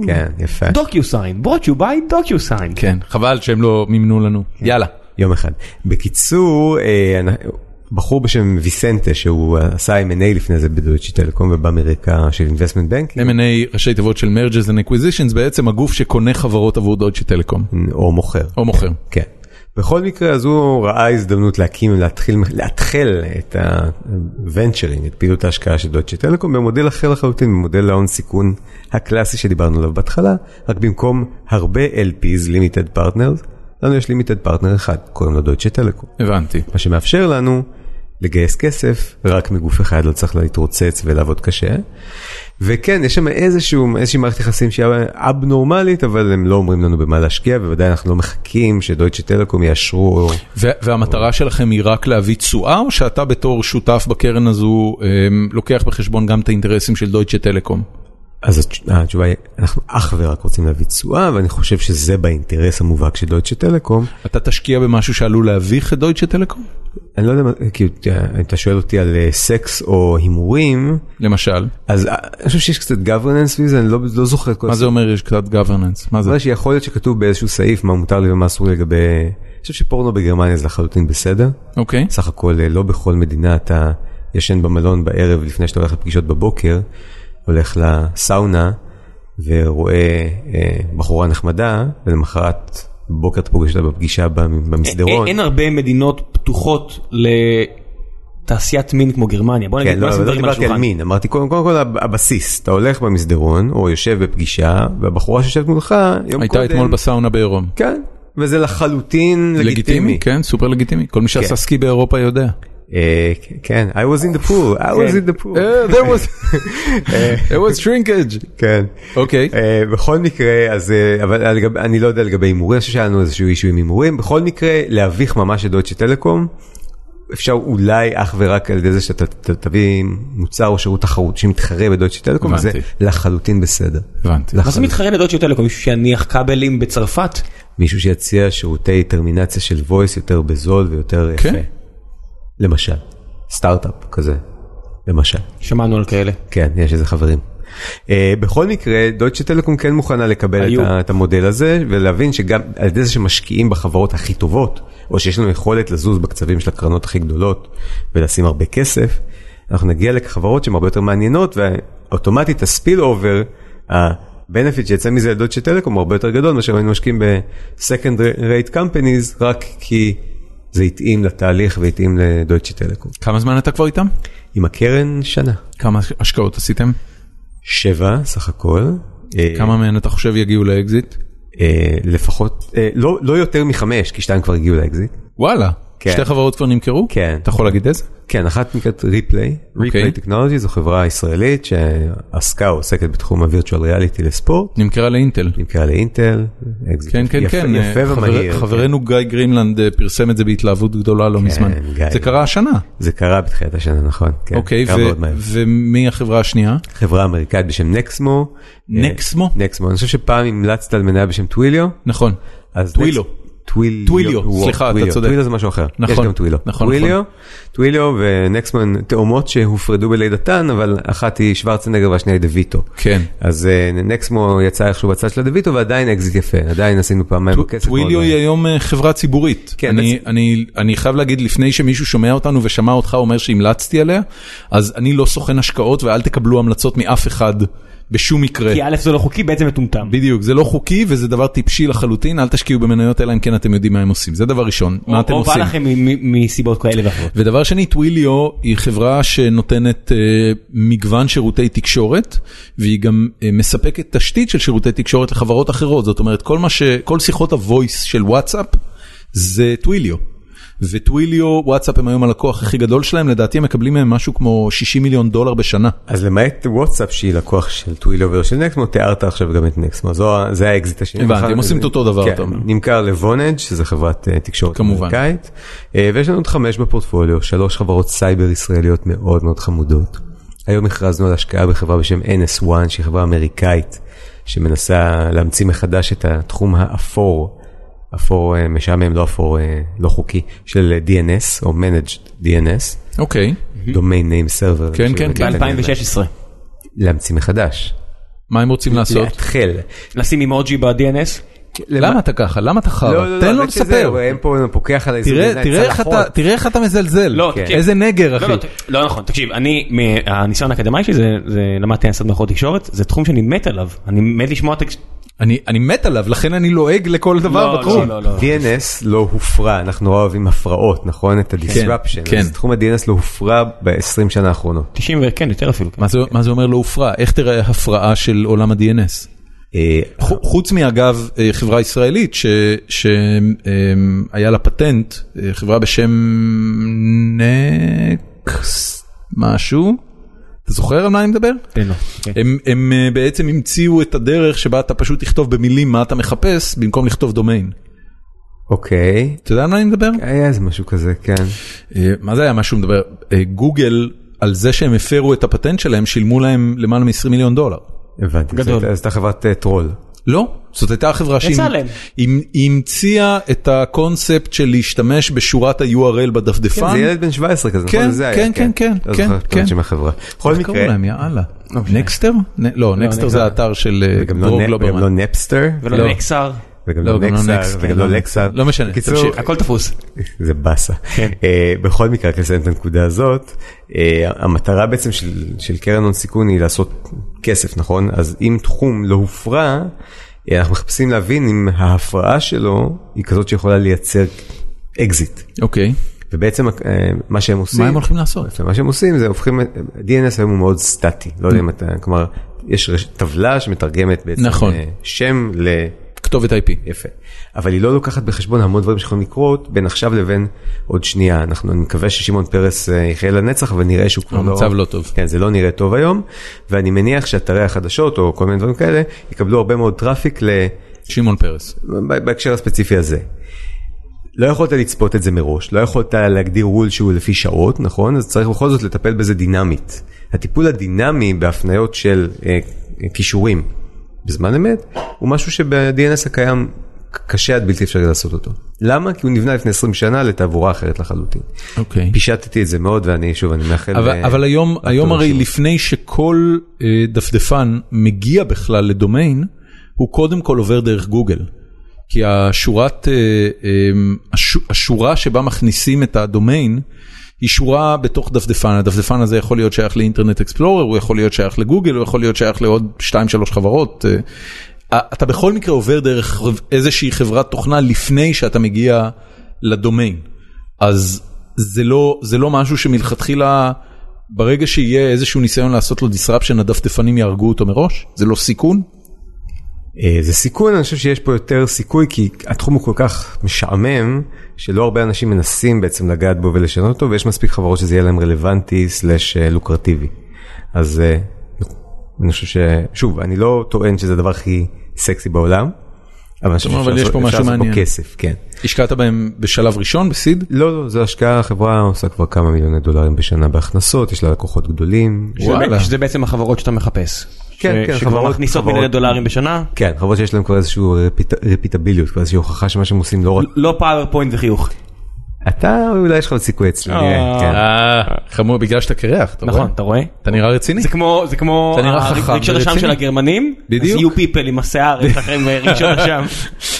Speaker 3: כן, יפה.
Speaker 2: דוקיו סיין, brought you by דוקיו סיין.
Speaker 4: כן, חבל שהם לא מימנו לנו. יאללה.
Speaker 3: יום אחד. בקיצור, אה, אנ- בחור בשם ויסנטה שהוא עשה M&A לפני זה בדויטשי טלקום ובא מרקע של investment banking
Speaker 4: M&A ראשי תיבות של Mergers and Acquisitions בעצם הגוף שקונה חברות עבור דויטשה טלקום.
Speaker 3: או מוכר.
Speaker 4: או מוכר.
Speaker 3: כן. בכל מקרה אז הוא ראה הזדמנות להקים, להתחיל, להתחיל את הוונצ'רינג, את פעילות ההשקעה של דויטשה טלקום במודל אחר לחלוטין, במודל ההון סיכון הקלאסי שדיברנו עליו בהתחלה, רק במקום הרבה LPs, limited partners, לנו יש limited partner אחד, קוראים לו דויטשה טלקום,
Speaker 4: הבנתי.
Speaker 3: מה שמאפשר לנו לגייס כסף, רק מגוף אחד, לא צריך להתרוצץ ולעבוד קשה. וכן, יש שם איזשהו, איזושהי מערכת יחסים שהיא אבנורמלית, אבל הם לא אומרים לנו במה להשקיע, ובוודאי אנחנו לא מחכים שדויטשה טלקום יאשרו. או-
Speaker 4: ו- והמטרה שלכם היא רק להביא תשואה, או שאתה בתור שותף בקרן הזו אמ, לוקח בחשבון גם את האינטרסים של דויטשה טלקום?
Speaker 3: אז התש- אה, התשובה היא, אנחנו אך ורק רוצים להביא תשואה, ואני חושב שזה באינטרס המובהק של דויטשה טלקום.
Speaker 4: אתה תשקיע במשהו שעלול להביך את דויטשה טלקום?
Speaker 3: אני לא יודע, מה- כאילו, אתה- אתה שואל אותי על אה, סקס או הימורים,
Speaker 4: למשל,
Speaker 3: אז אה, אני חושב שיש קצת governance סביב זה, אני לא, לא זוכר את כל
Speaker 4: מה זה אומר יש קצת governance? מה זה?
Speaker 3: זה שיכול להיות שכתוב באיזשהו סעיף מה מותר לי ומה אסור לי לגבי... אני חושב שפורנו בגרמניה זה לחלוטין בסדר.
Speaker 4: אוקיי.
Speaker 3: סך הכל אה, לא בכל מדינה אתה ישן במלון בערב לפני שאתה הולך לפגישות בבוקר, הולך לסאונה ורואה אה, בחורה נחמדה, ולמחרת בוקר אתה פוגש אותה בפגישה במ- במסדרון.
Speaker 2: אין- אין הרבה מדינות פתוחות לתעשיית מין כמו גרמניה. בוא נגיד,
Speaker 3: כן,
Speaker 2: בוא
Speaker 3: לא,
Speaker 2: נשים
Speaker 3: אבל לא
Speaker 2: דברים על
Speaker 3: דיברתי על
Speaker 2: השולחן.
Speaker 3: מין, אמרתי קודם קודם כל הב- הבסיס, אתה הולך במסדרון או יושב בפגישה והבחורה שיושבת מולך יום
Speaker 4: הייתה
Speaker 3: קודם,
Speaker 4: אתמול בסאונה בעירום.
Speaker 3: כן, וזה לחלוטין לגיטימי,
Speaker 4: לגיטימי, כן, סופר לגיטימי. כל מי שעשה
Speaker 3: כן.
Speaker 4: סקי באירופה יודע.
Speaker 3: אה, כן, כן, I was in the pool, I was
Speaker 4: כן.
Speaker 3: in the pool,
Speaker 4: אה,
Speaker 3: אה,
Speaker 4: There was shrinkage.
Speaker 3: כן,
Speaker 4: אוקיי.
Speaker 3: אה, בכל מקרה אז אה, אבל על לגב- אני לא יודע לגבי הימורים, אני חושב שהיה לנו איזשהו אישו עם הימורים, בכל מקרה להביך ממש את דויטשה טלקום. אפשר אולי אך ורק על ידי זה שאתה ת- תביא מוצר או שירות תחרות שמתחרה בדויטשה טלקום,
Speaker 4: הבנתי.
Speaker 3: זה לחלוטין בסדר.
Speaker 4: הבנתי.
Speaker 3: נכון.
Speaker 2: מה זה מתחרה לדויטשה טלקום? מישהו שיניח כבלים בצרפת?
Speaker 3: מישהו שיציע שירותי טרמינציה של voice יותר בזול ויותר יפה.
Speaker 4: כן.
Speaker 3: למשל, סטארט-אפ כזה, למשל.
Speaker 2: שמענו על כאלה.
Speaker 3: כן, יש איזה חברים. אה, בכל מקרה, דויטשה טלקום כן מוכנה לקבל את,
Speaker 2: היו.
Speaker 3: ה- את המודל הזה, ולהבין שגם על ידי זה שמשקיעים בחברות הכי טובות, או שיש לנו יכולת לזוז בקצבים של הקרנות הכי גדולות, ולשים הרבה כסף, אנחנו נגיע לחברות שהן הרבה יותר מעניינות, ואוטומטית הספיל אובר, ה-benefit שיצא מזה לדויטשה טלקום הוא הרבה יותר גדול מאשר אם היינו משקיעים ב-second rate companies, רק כי זה התאים לתהליך והתאים לדויטשה טלקום.
Speaker 4: כמה זמן אתה כבר איתם?
Speaker 3: עם הקרן שנה.
Speaker 4: כמה השקעות עשיתם?
Speaker 3: אה. שבע סך הכל. אה,
Speaker 4: כמה מהן אתה חושב יגיעו לאקזיט?
Speaker 3: אה, לפחות, אה, לא, לא יותר מחמש, כי שתיים כבר הגיעו לאקזיט.
Speaker 4: וואלה.
Speaker 3: כן.
Speaker 4: שתי חברות כבר נמכרו?
Speaker 3: כן.
Speaker 4: אתה יכול להגיד איזה?
Speaker 3: כן, אחת נקראת ריפליי,
Speaker 4: אוקיי.
Speaker 3: ריפליי טכנולוגי זו חברה ישראלית שעסקה או עוסקת בתחום הווירטואל ריאליטי לספורט,
Speaker 4: נמכרה לאינטל.
Speaker 3: נמכרה לאינטל, אקזיט
Speaker 4: כן, כן,
Speaker 3: יפה,
Speaker 4: כן. אה,
Speaker 3: יפה
Speaker 4: חבר-
Speaker 3: ומהיר.
Speaker 4: חברנו גיא גרינלנד אה, פרסם את זה בהתלהבות גדולה לא מזמן.
Speaker 3: כן, גיא.
Speaker 4: זה קרה השנה.
Speaker 3: זה קרה בתחילת השנה, נכון. כן,
Speaker 4: אוקיי,
Speaker 3: קרה
Speaker 4: ו-
Speaker 3: מאוד מהר.
Speaker 4: ומי החברה השנייה?
Speaker 3: חברה אמריקאית בשם נקסמו.
Speaker 4: נקסמו?
Speaker 3: אה, נקסמו, אני חושב שפעם המלצת על מניה בשם טוויליו.
Speaker 4: נכון.
Speaker 3: אז
Speaker 4: טווילו.
Speaker 3: נקס- טוויליו,
Speaker 4: טוויליו,
Speaker 3: וואו,
Speaker 4: סליחה, אתה
Speaker 3: טוויליו.
Speaker 4: צודק.
Speaker 3: טוויליו זה משהו אחר, יש
Speaker 4: נכון,
Speaker 3: גם טווילו.
Speaker 4: נכון,
Speaker 3: טוויליו, טוויליו ונקסמן תאומות שהופרדו בלידתן, אבל אחת היא שוורצנגר והשנייה היא דויטו.
Speaker 4: כן.
Speaker 3: אז אה, נקסמו יצא איכשהו בצד של הדויטו ועדיין אקזיט יפה, עדיין עשינו פעמיים בכסף. מאוד
Speaker 4: טוויליו
Speaker 3: מהר.
Speaker 4: היא היום אה, חברה ציבורית.
Speaker 3: כן,
Speaker 4: אני-
Speaker 3: בעצם-
Speaker 4: אני- אני חייב להגיד, לפני שמישהו שומע אותנו ושמע אותך אומר שהמלצתי עליה, אז אני לא סוכן השקעות ואל תקבלו המלצות מאף אחד בשום מקרה.
Speaker 2: כי א' זה לא חוקי, ב' זה מטומטם.
Speaker 4: בדיוק, זה לא חוקי וזה דבר טיפשי לחלוטין, אל תשקיעו במניות אלא אם כן אתם יודעים מה הם עושים. זה דבר ראשון, מה אתם
Speaker 2: או בא
Speaker 4: עושים.
Speaker 2: לכם מ- מ- מסיבות כאלה ואחרות.
Speaker 4: ודבר שני, טוויליו היא חברה שנותנת אה, מגוון שירותי תקשורת, והיא גם אה, מספקת תשתית של שירותי תקשורת לחברות אחרות. זאת אומרת, כל, מה ש... כל שיחות הוויס של וואטסאפ זה טוויליו. וטוויליו, וואטסאפ הם היום הלקוח הכי גדול שלהם, לדעתי הם מקבלים מהם משהו כמו 60 מיליון דולר בשנה.
Speaker 3: אז למעט וואטסאפ שהיא לקוח של טוויליו ושל נקסמו, תיארת עכשיו גם את נקסמו, זו, ה- זה האקזיט השני.
Speaker 4: הבנתי,
Speaker 3: אחר-
Speaker 4: הם עושים את אותו דבר,
Speaker 3: כן,
Speaker 4: אתה אומר.
Speaker 3: נמכר לוונג' שזה חברת אה, תקשורת
Speaker 4: כמובן.
Speaker 3: אמריקאית, אה, ויש לנו עוד חמש בפורטפוליו, שלוש חברות סייבר ישראליות מאוד מאוד חמודות. היום הכרזנו על השקעה בחברה בשם NS1, שהיא חברה אמריקאית, שמנסה להמציא מחדש את התחום האפור, אפור אה, משעמם, לא אפור, אה, לא חוקי, של אה, DNS, או Managed DNS,
Speaker 4: אוקיי,
Speaker 3: Domain Name Server.
Speaker 4: כן, כן, כן.
Speaker 2: ב-2016.
Speaker 3: להמציא מחדש.
Speaker 4: מה הם רוצים לעשות?
Speaker 3: להתחיל.
Speaker 2: לשים אימוג'י ב-DNS?
Speaker 4: למה לא, אתה ככה? למה
Speaker 2: לא,
Speaker 4: אתה
Speaker 3: לא,
Speaker 4: חרא? תן לו
Speaker 3: האמת שזה,
Speaker 4: לספר.
Speaker 3: הוא אין פה הוא פוקח על האיזון.
Speaker 4: תראה, תראה איך אתה- תראה איך אתה מזלזל.
Speaker 2: נכון. לא,
Speaker 4: כן.
Speaker 2: תקשיב.
Speaker 4: איזה נגר,
Speaker 2: לא,
Speaker 4: אחי.
Speaker 2: לא, ת- לא נכון, תקשיב, אני, מהניסיון האקדמי שלי, זה- זה למדתי הנדסת מערכות תקשורת, זה תחום שאני מת עליו, אני מת לשמוע תקש...
Speaker 4: אני אני מת עליו, לכן אני לועג לכל דבר בתחום.
Speaker 2: לא, לא, לא.
Speaker 3: DNS לא הופרע, אנחנו נורא אוהבים הפרעות, נכון? את ה-disruption.
Speaker 4: כן.
Speaker 3: אז תחום ה-DNS לא הופרע ב-20 שנה האחרונות.
Speaker 2: 90 וכן, כן, יותר אפילו.
Speaker 4: מה זה- מה זה אומר לא הופרע? איך תראה הפרעה של עולם ה-DNS?
Speaker 3: אה,
Speaker 4: חו- חוץ מאגב אה, חברה ישראלית שהיה לה פטנט, אה, חברה בשם נקס משהו, אתה זוכר על מה אני מדבר?
Speaker 2: אין לו.
Speaker 4: הם, הם אה, בעצם המציאו את הדרך שבה אתה פשוט תכתוב במילים מה אתה מחפש במקום לכתוב דומיין.
Speaker 3: אוקיי.
Speaker 4: אתה יודע על מה אני מדבר?
Speaker 3: היה איזה משהו כזה, כן.
Speaker 4: אה, מה זה היה משהו מדבר? אה, גוגל על זה שהם הפרו את הפטנט שלהם שילמו להם למעלה מ-20 מיליון דולר.
Speaker 3: הבנתי.
Speaker 2: גדול.
Speaker 3: גדול. אז הייתה חברת אה, טרול.
Speaker 4: לא, זאת הייתה החברה שהיא
Speaker 2: להם.
Speaker 4: היא- היא המציאה את הקונספט של להשתמש בשורת ה-URL
Speaker 3: כן,
Speaker 4: בדפדפן.
Speaker 3: זה ילד בן 17 כזה,
Speaker 4: כן,
Speaker 3: נכון? זה היה,
Speaker 4: כן, כן,
Speaker 3: לא
Speaker 4: כן,
Speaker 3: זוכר את
Speaker 4: כן.
Speaker 3: השם החברה. בכל
Speaker 4: איך קראו
Speaker 3: מקרה,
Speaker 4: להם, יאללה. נקסטר? נ- לא, נקסטר
Speaker 2: נקסטר.
Speaker 4: זה האתר של אה,
Speaker 3: וגם לא
Speaker 4: דרור
Speaker 3: נ- וגם לא
Speaker 4: גלוברמן.
Speaker 3: נפסטר,
Speaker 2: ולא
Speaker 4: לא.
Speaker 2: נקסר,
Speaker 3: וגם
Speaker 4: לא,
Speaker 3: לא
Speaker 4: גם לא
Speaker 3: נקסר,
Speaker 4: נקסטר,
Speaker 3: וגם לא
Speaker 4: לא.
Speaker 3: לקסר.
Speaker 4: לא משנה,
Speaker 3: בקיצור,
Speaker 4: תמשיך.
Speaker 2: הכל תפוס.
Speaker 3: זה באסה.
Speaker 4: כן.
Speaker 3: אה, בכל מקרה, רק לסיים את הנקודה הזאת, אה, המטרה בעצם של, של קרן הון סיכון היא לעשות כסף, נכון? אז אם תחום לא הופרע, אה, אנחנו מחפשים להבין אם ההפרעה שלו היא כזאת שיכולה לייצר אקזיט.
Speaker 4: אוקיי,
Speaker 3: ובעצם אה, מה שהם עושים,
Speaker 4: מה הם הולכים לעשות?
Speaker 3: מה שהם עושים זה הופכים, את- DNS היום הוא מאוד סטטי, לא יודע אם אתה, כלומר, יש רש- טבלה שמתרגמת בעצם
Speaker 4: נכון.
Speaker 3: אה, שם ל...
Speaker 4: כתובת IP.
Speaker 3: יפה. אבל היא לא לוקחת בחשבון המון דברים שיכולים לקרות בין עכשיו לבין עוד שנייה. אנחנו, אני מקווה ששמעון פרס אה, יחיה לנצח, אבל נראה שהוא כבר לא...
Speaker 4: המצב לא טוב.
Speaker 3: כן, זה לא נראה טוב היום, ואני מניח שאתרי החדשות או כל מיני דברים כאלה יקבלו הרבה מאוד טראפיק ל...
Speaker 4: שמעון פרס.
Speaker 3: ב- בהקשר הספציפי הזה. לא יכולת לצפות את זה מראש, לא יכולת להגדיר רול שהוא לפי שעות, נכון? אז צריך בכל זאת לטפל בזה דינמית. הטיפול הדינמי בהפניות של אה, כישורים בזמן אמת, הוא משהו שב-DNS הקיים ק- קשה עד בלתי אפשרי לעשות אותו. למה? כי הוא נבנה לפני 20 שנה לתעבורה אחרת לחלוטין.
Speaker 4: אוקיי.
Speaker 3: פישטתי את זה מאוד ואני שוב, אני מאחל...
Speaker 4: אבל,
Speaker 3: אה,
Speaker 4: אבל היום,
Speaker 3: רק
Speaker 4: היום
Speaker 3: טוב
Speaker 4: הרי
Speaker 3: לשמוע.
Speaker 4: לפני שכל אה, דפדפן מגיע בכלל לדומיין, הוא קודם כל עובר דרך גוגל. כי השורת, אה, אה, הש, השורה שבה מכניסים את הדומיין, היא שורה בתוך דפדפן, הדפדפן הזה יכול להיות שייך לאינטרנט אקספלורר, הוא יכול להיות שייך לגוגל, הוא יכול להיות שייך לעוד 2-3 חברות. אה, אתה בכל מקרה עובר דרך איזושהי חברת תוכנה לפני שאתה מגיע לדומיין. אז זה לא, זה לא משהו שמלכתחילה, ברגע שיהיה איזשהו ניסיון לעשות לו disruption, הדפדפנים יהרגו אותו מראש? זה לא סיכון?
Speaker 3: אה, זה סיכון, אני חושב שיש פה יותר סיכוי, כי התחום הוא כל כך משעמם, שלא הרבה אנשים מנסים בעצם לגעת בו ולשנות אותו, ויש מספיק חברות שזה יהיה להם רלוונטי סלאש אה, לוקרטיבי. אז אה, אני חושב ש... שוב, אני לא טוען שזה הדבר הכי סקסי בעולם, אבל אני חושב
Speaker 4: אתה אומר,
Speaker 3: שאפשר
Speaker 4: אבל יש
Speaker 3: לעשות-
Speaker 4: פה משהו
Speaker 3: אפשר לעשות פה
Speaker 4: מעניין.
Speaker 3: כסף, כן.
Speaker 4: השקעת בהם בשלב ראשון, בסיד?
Speaker 3: לא, לא, זו השקעה, החברה עושה כבר כמה מיליוני דולרים בשנה בהכנסות, יש לה לקוחות גדולים.
Speaker 4: וואו. וואלה.
Speaker 2: שזה בעצם החברות שאתה מחפש.
Speaker 3: כן,
Speaker 2: ש-
Speaker 3: כן,
Speaker 2: שכבר
Speaker 3: חברות-
Speaker 2: מכניסות
Speaker 3: חברות-
Speaker 2: מיליוני דולרים בשנה,
Speaker 3: כן, חברות שיש להן כבר איזושהי רפיטביליות, כבר איזושהי הוכחה שמה שהם עושים לא רק...
Speaker 2: לא פאורפוינט וחיוך.
Speaker 3: אתה אולי יש לך עוד סיכוי אצלי, נראה, כן.
Speaker 4: חמור, בגלל שאתה קרח, אתה
Speaker 2: נכון, אתה רואה?
Speaker 4: אתה נראה רציני.
Speaker 2: זה כמו, זה כמו,
Speaker 4: אתה נראה
Speaker 2: הר-
Speaker 4: חכם
Speaker 2: רגשות השם
Speaker 4: ורציני.
Speaker 2: של הגרמנים,
Speaker 4: בדיוק.
Speaker 2: אז יהיו פיפל עם השיער, יש לכם אה, רגשות השם.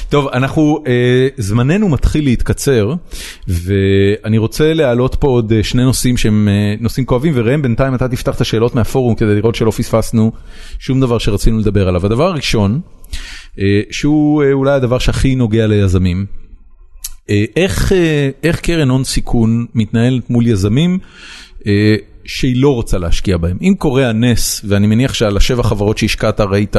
Speaker 4: טוב, אנחנו, אה, זמננו מתחיל להתקצר, ואני רוצה להעלות פה עוד אה, שני נושאים שהם אה, נושאים כואבים, וראם, בינתיים אתה תפתח את השאלות מהפורום כדי לראות שלא פספסנו שום דבר שרצינו לדבר עליו. הדבר הראשון, אה, שהוא אה, אולי הדבר שהכי נוגע ליזמים, אה, איך, אה, איך קרן הון סיכון מתנהלת מול יזמים אה, שהיא לא רוצה להשקיע בהם? אם קורה הנס, ואני מניח שעל השבע חברות שהשקעת ראית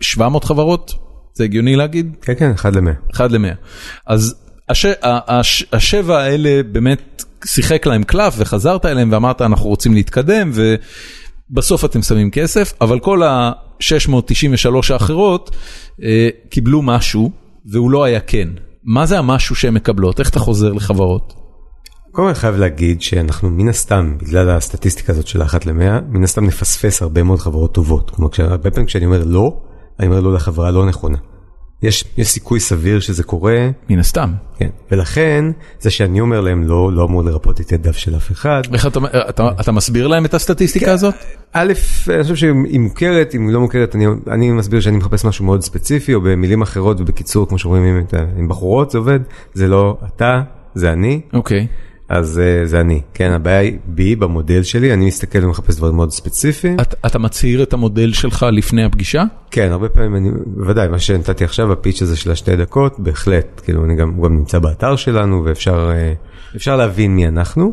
Speaker 4: 700 חברות, זה הגיוני להגיד?
Speaker 3: כן, כן, אחד למאה.
Speaker 4: 1 ל-100. אז הש, ה, הש, השבע האלה באמת שיחק להם קלף וחזרת אליהם ואמרת אנחנו רוצים להתקדם ובסוף אתם שמים כסף, אבל כל ה-693 האחרות אה, קיבלו משהו והוא לא היה כן. מה זה המשהו שהן מקבלות? איך אתה חוזר לחברות?
Speaker 3: קודם כל אני חייב להגיד שאנחנו מן הסתם, בגלל הסטטיסטיקה הזאת של האחת למאה, מן הסתם נפספס הרבה מאוד חברות טובות. כלומר, כש- הרבה פעמים כשאני אומר לא, אני אומר לא לחברה הלא נכונה. יש, יש סיכוי סביר שזה קורה,
Speaker 4: מן הסתם.
Speaker 3: כן. ולכן, זה שאני אומר להם לא, לא אמור לרפות את ידיו של אף אחד.
Speaker 4: איך אתה, אתה, אתה מסביר להם את הסטטיסטיקה הזאת?
Speaker 3: א', אני חושב שהיא מוכרת, אם היא לא מוכרת, אני, אני מסביר שאני מחפש משהו מאוד ספציפי, או במילים אחרות ובקיצור, כמו שאומרים עם, עם בחורות, זה עובד, זה לא אתה, זה אני,
Speaker 4: אוקיי.
Speaker 3: אז אה, זה אני. כן, הבעיה היא בי, במודל שלי, אני מסתכל ומחפש דברים מאוד ספציפיים.
Speaker 4: אתה, אתה מצהיר את המודל שלך לפני הפגישה?
Speaker 3: כן, הרבה פעמים אני, בוודאי, מה שנתתי עכשיו, הפיץ' הזה של השתי דקות, בהחלט, כאילו, אני גם, הוא גם נמצא באתר שלנו, ואפשר אה, אפשר להבין מי אנחנו.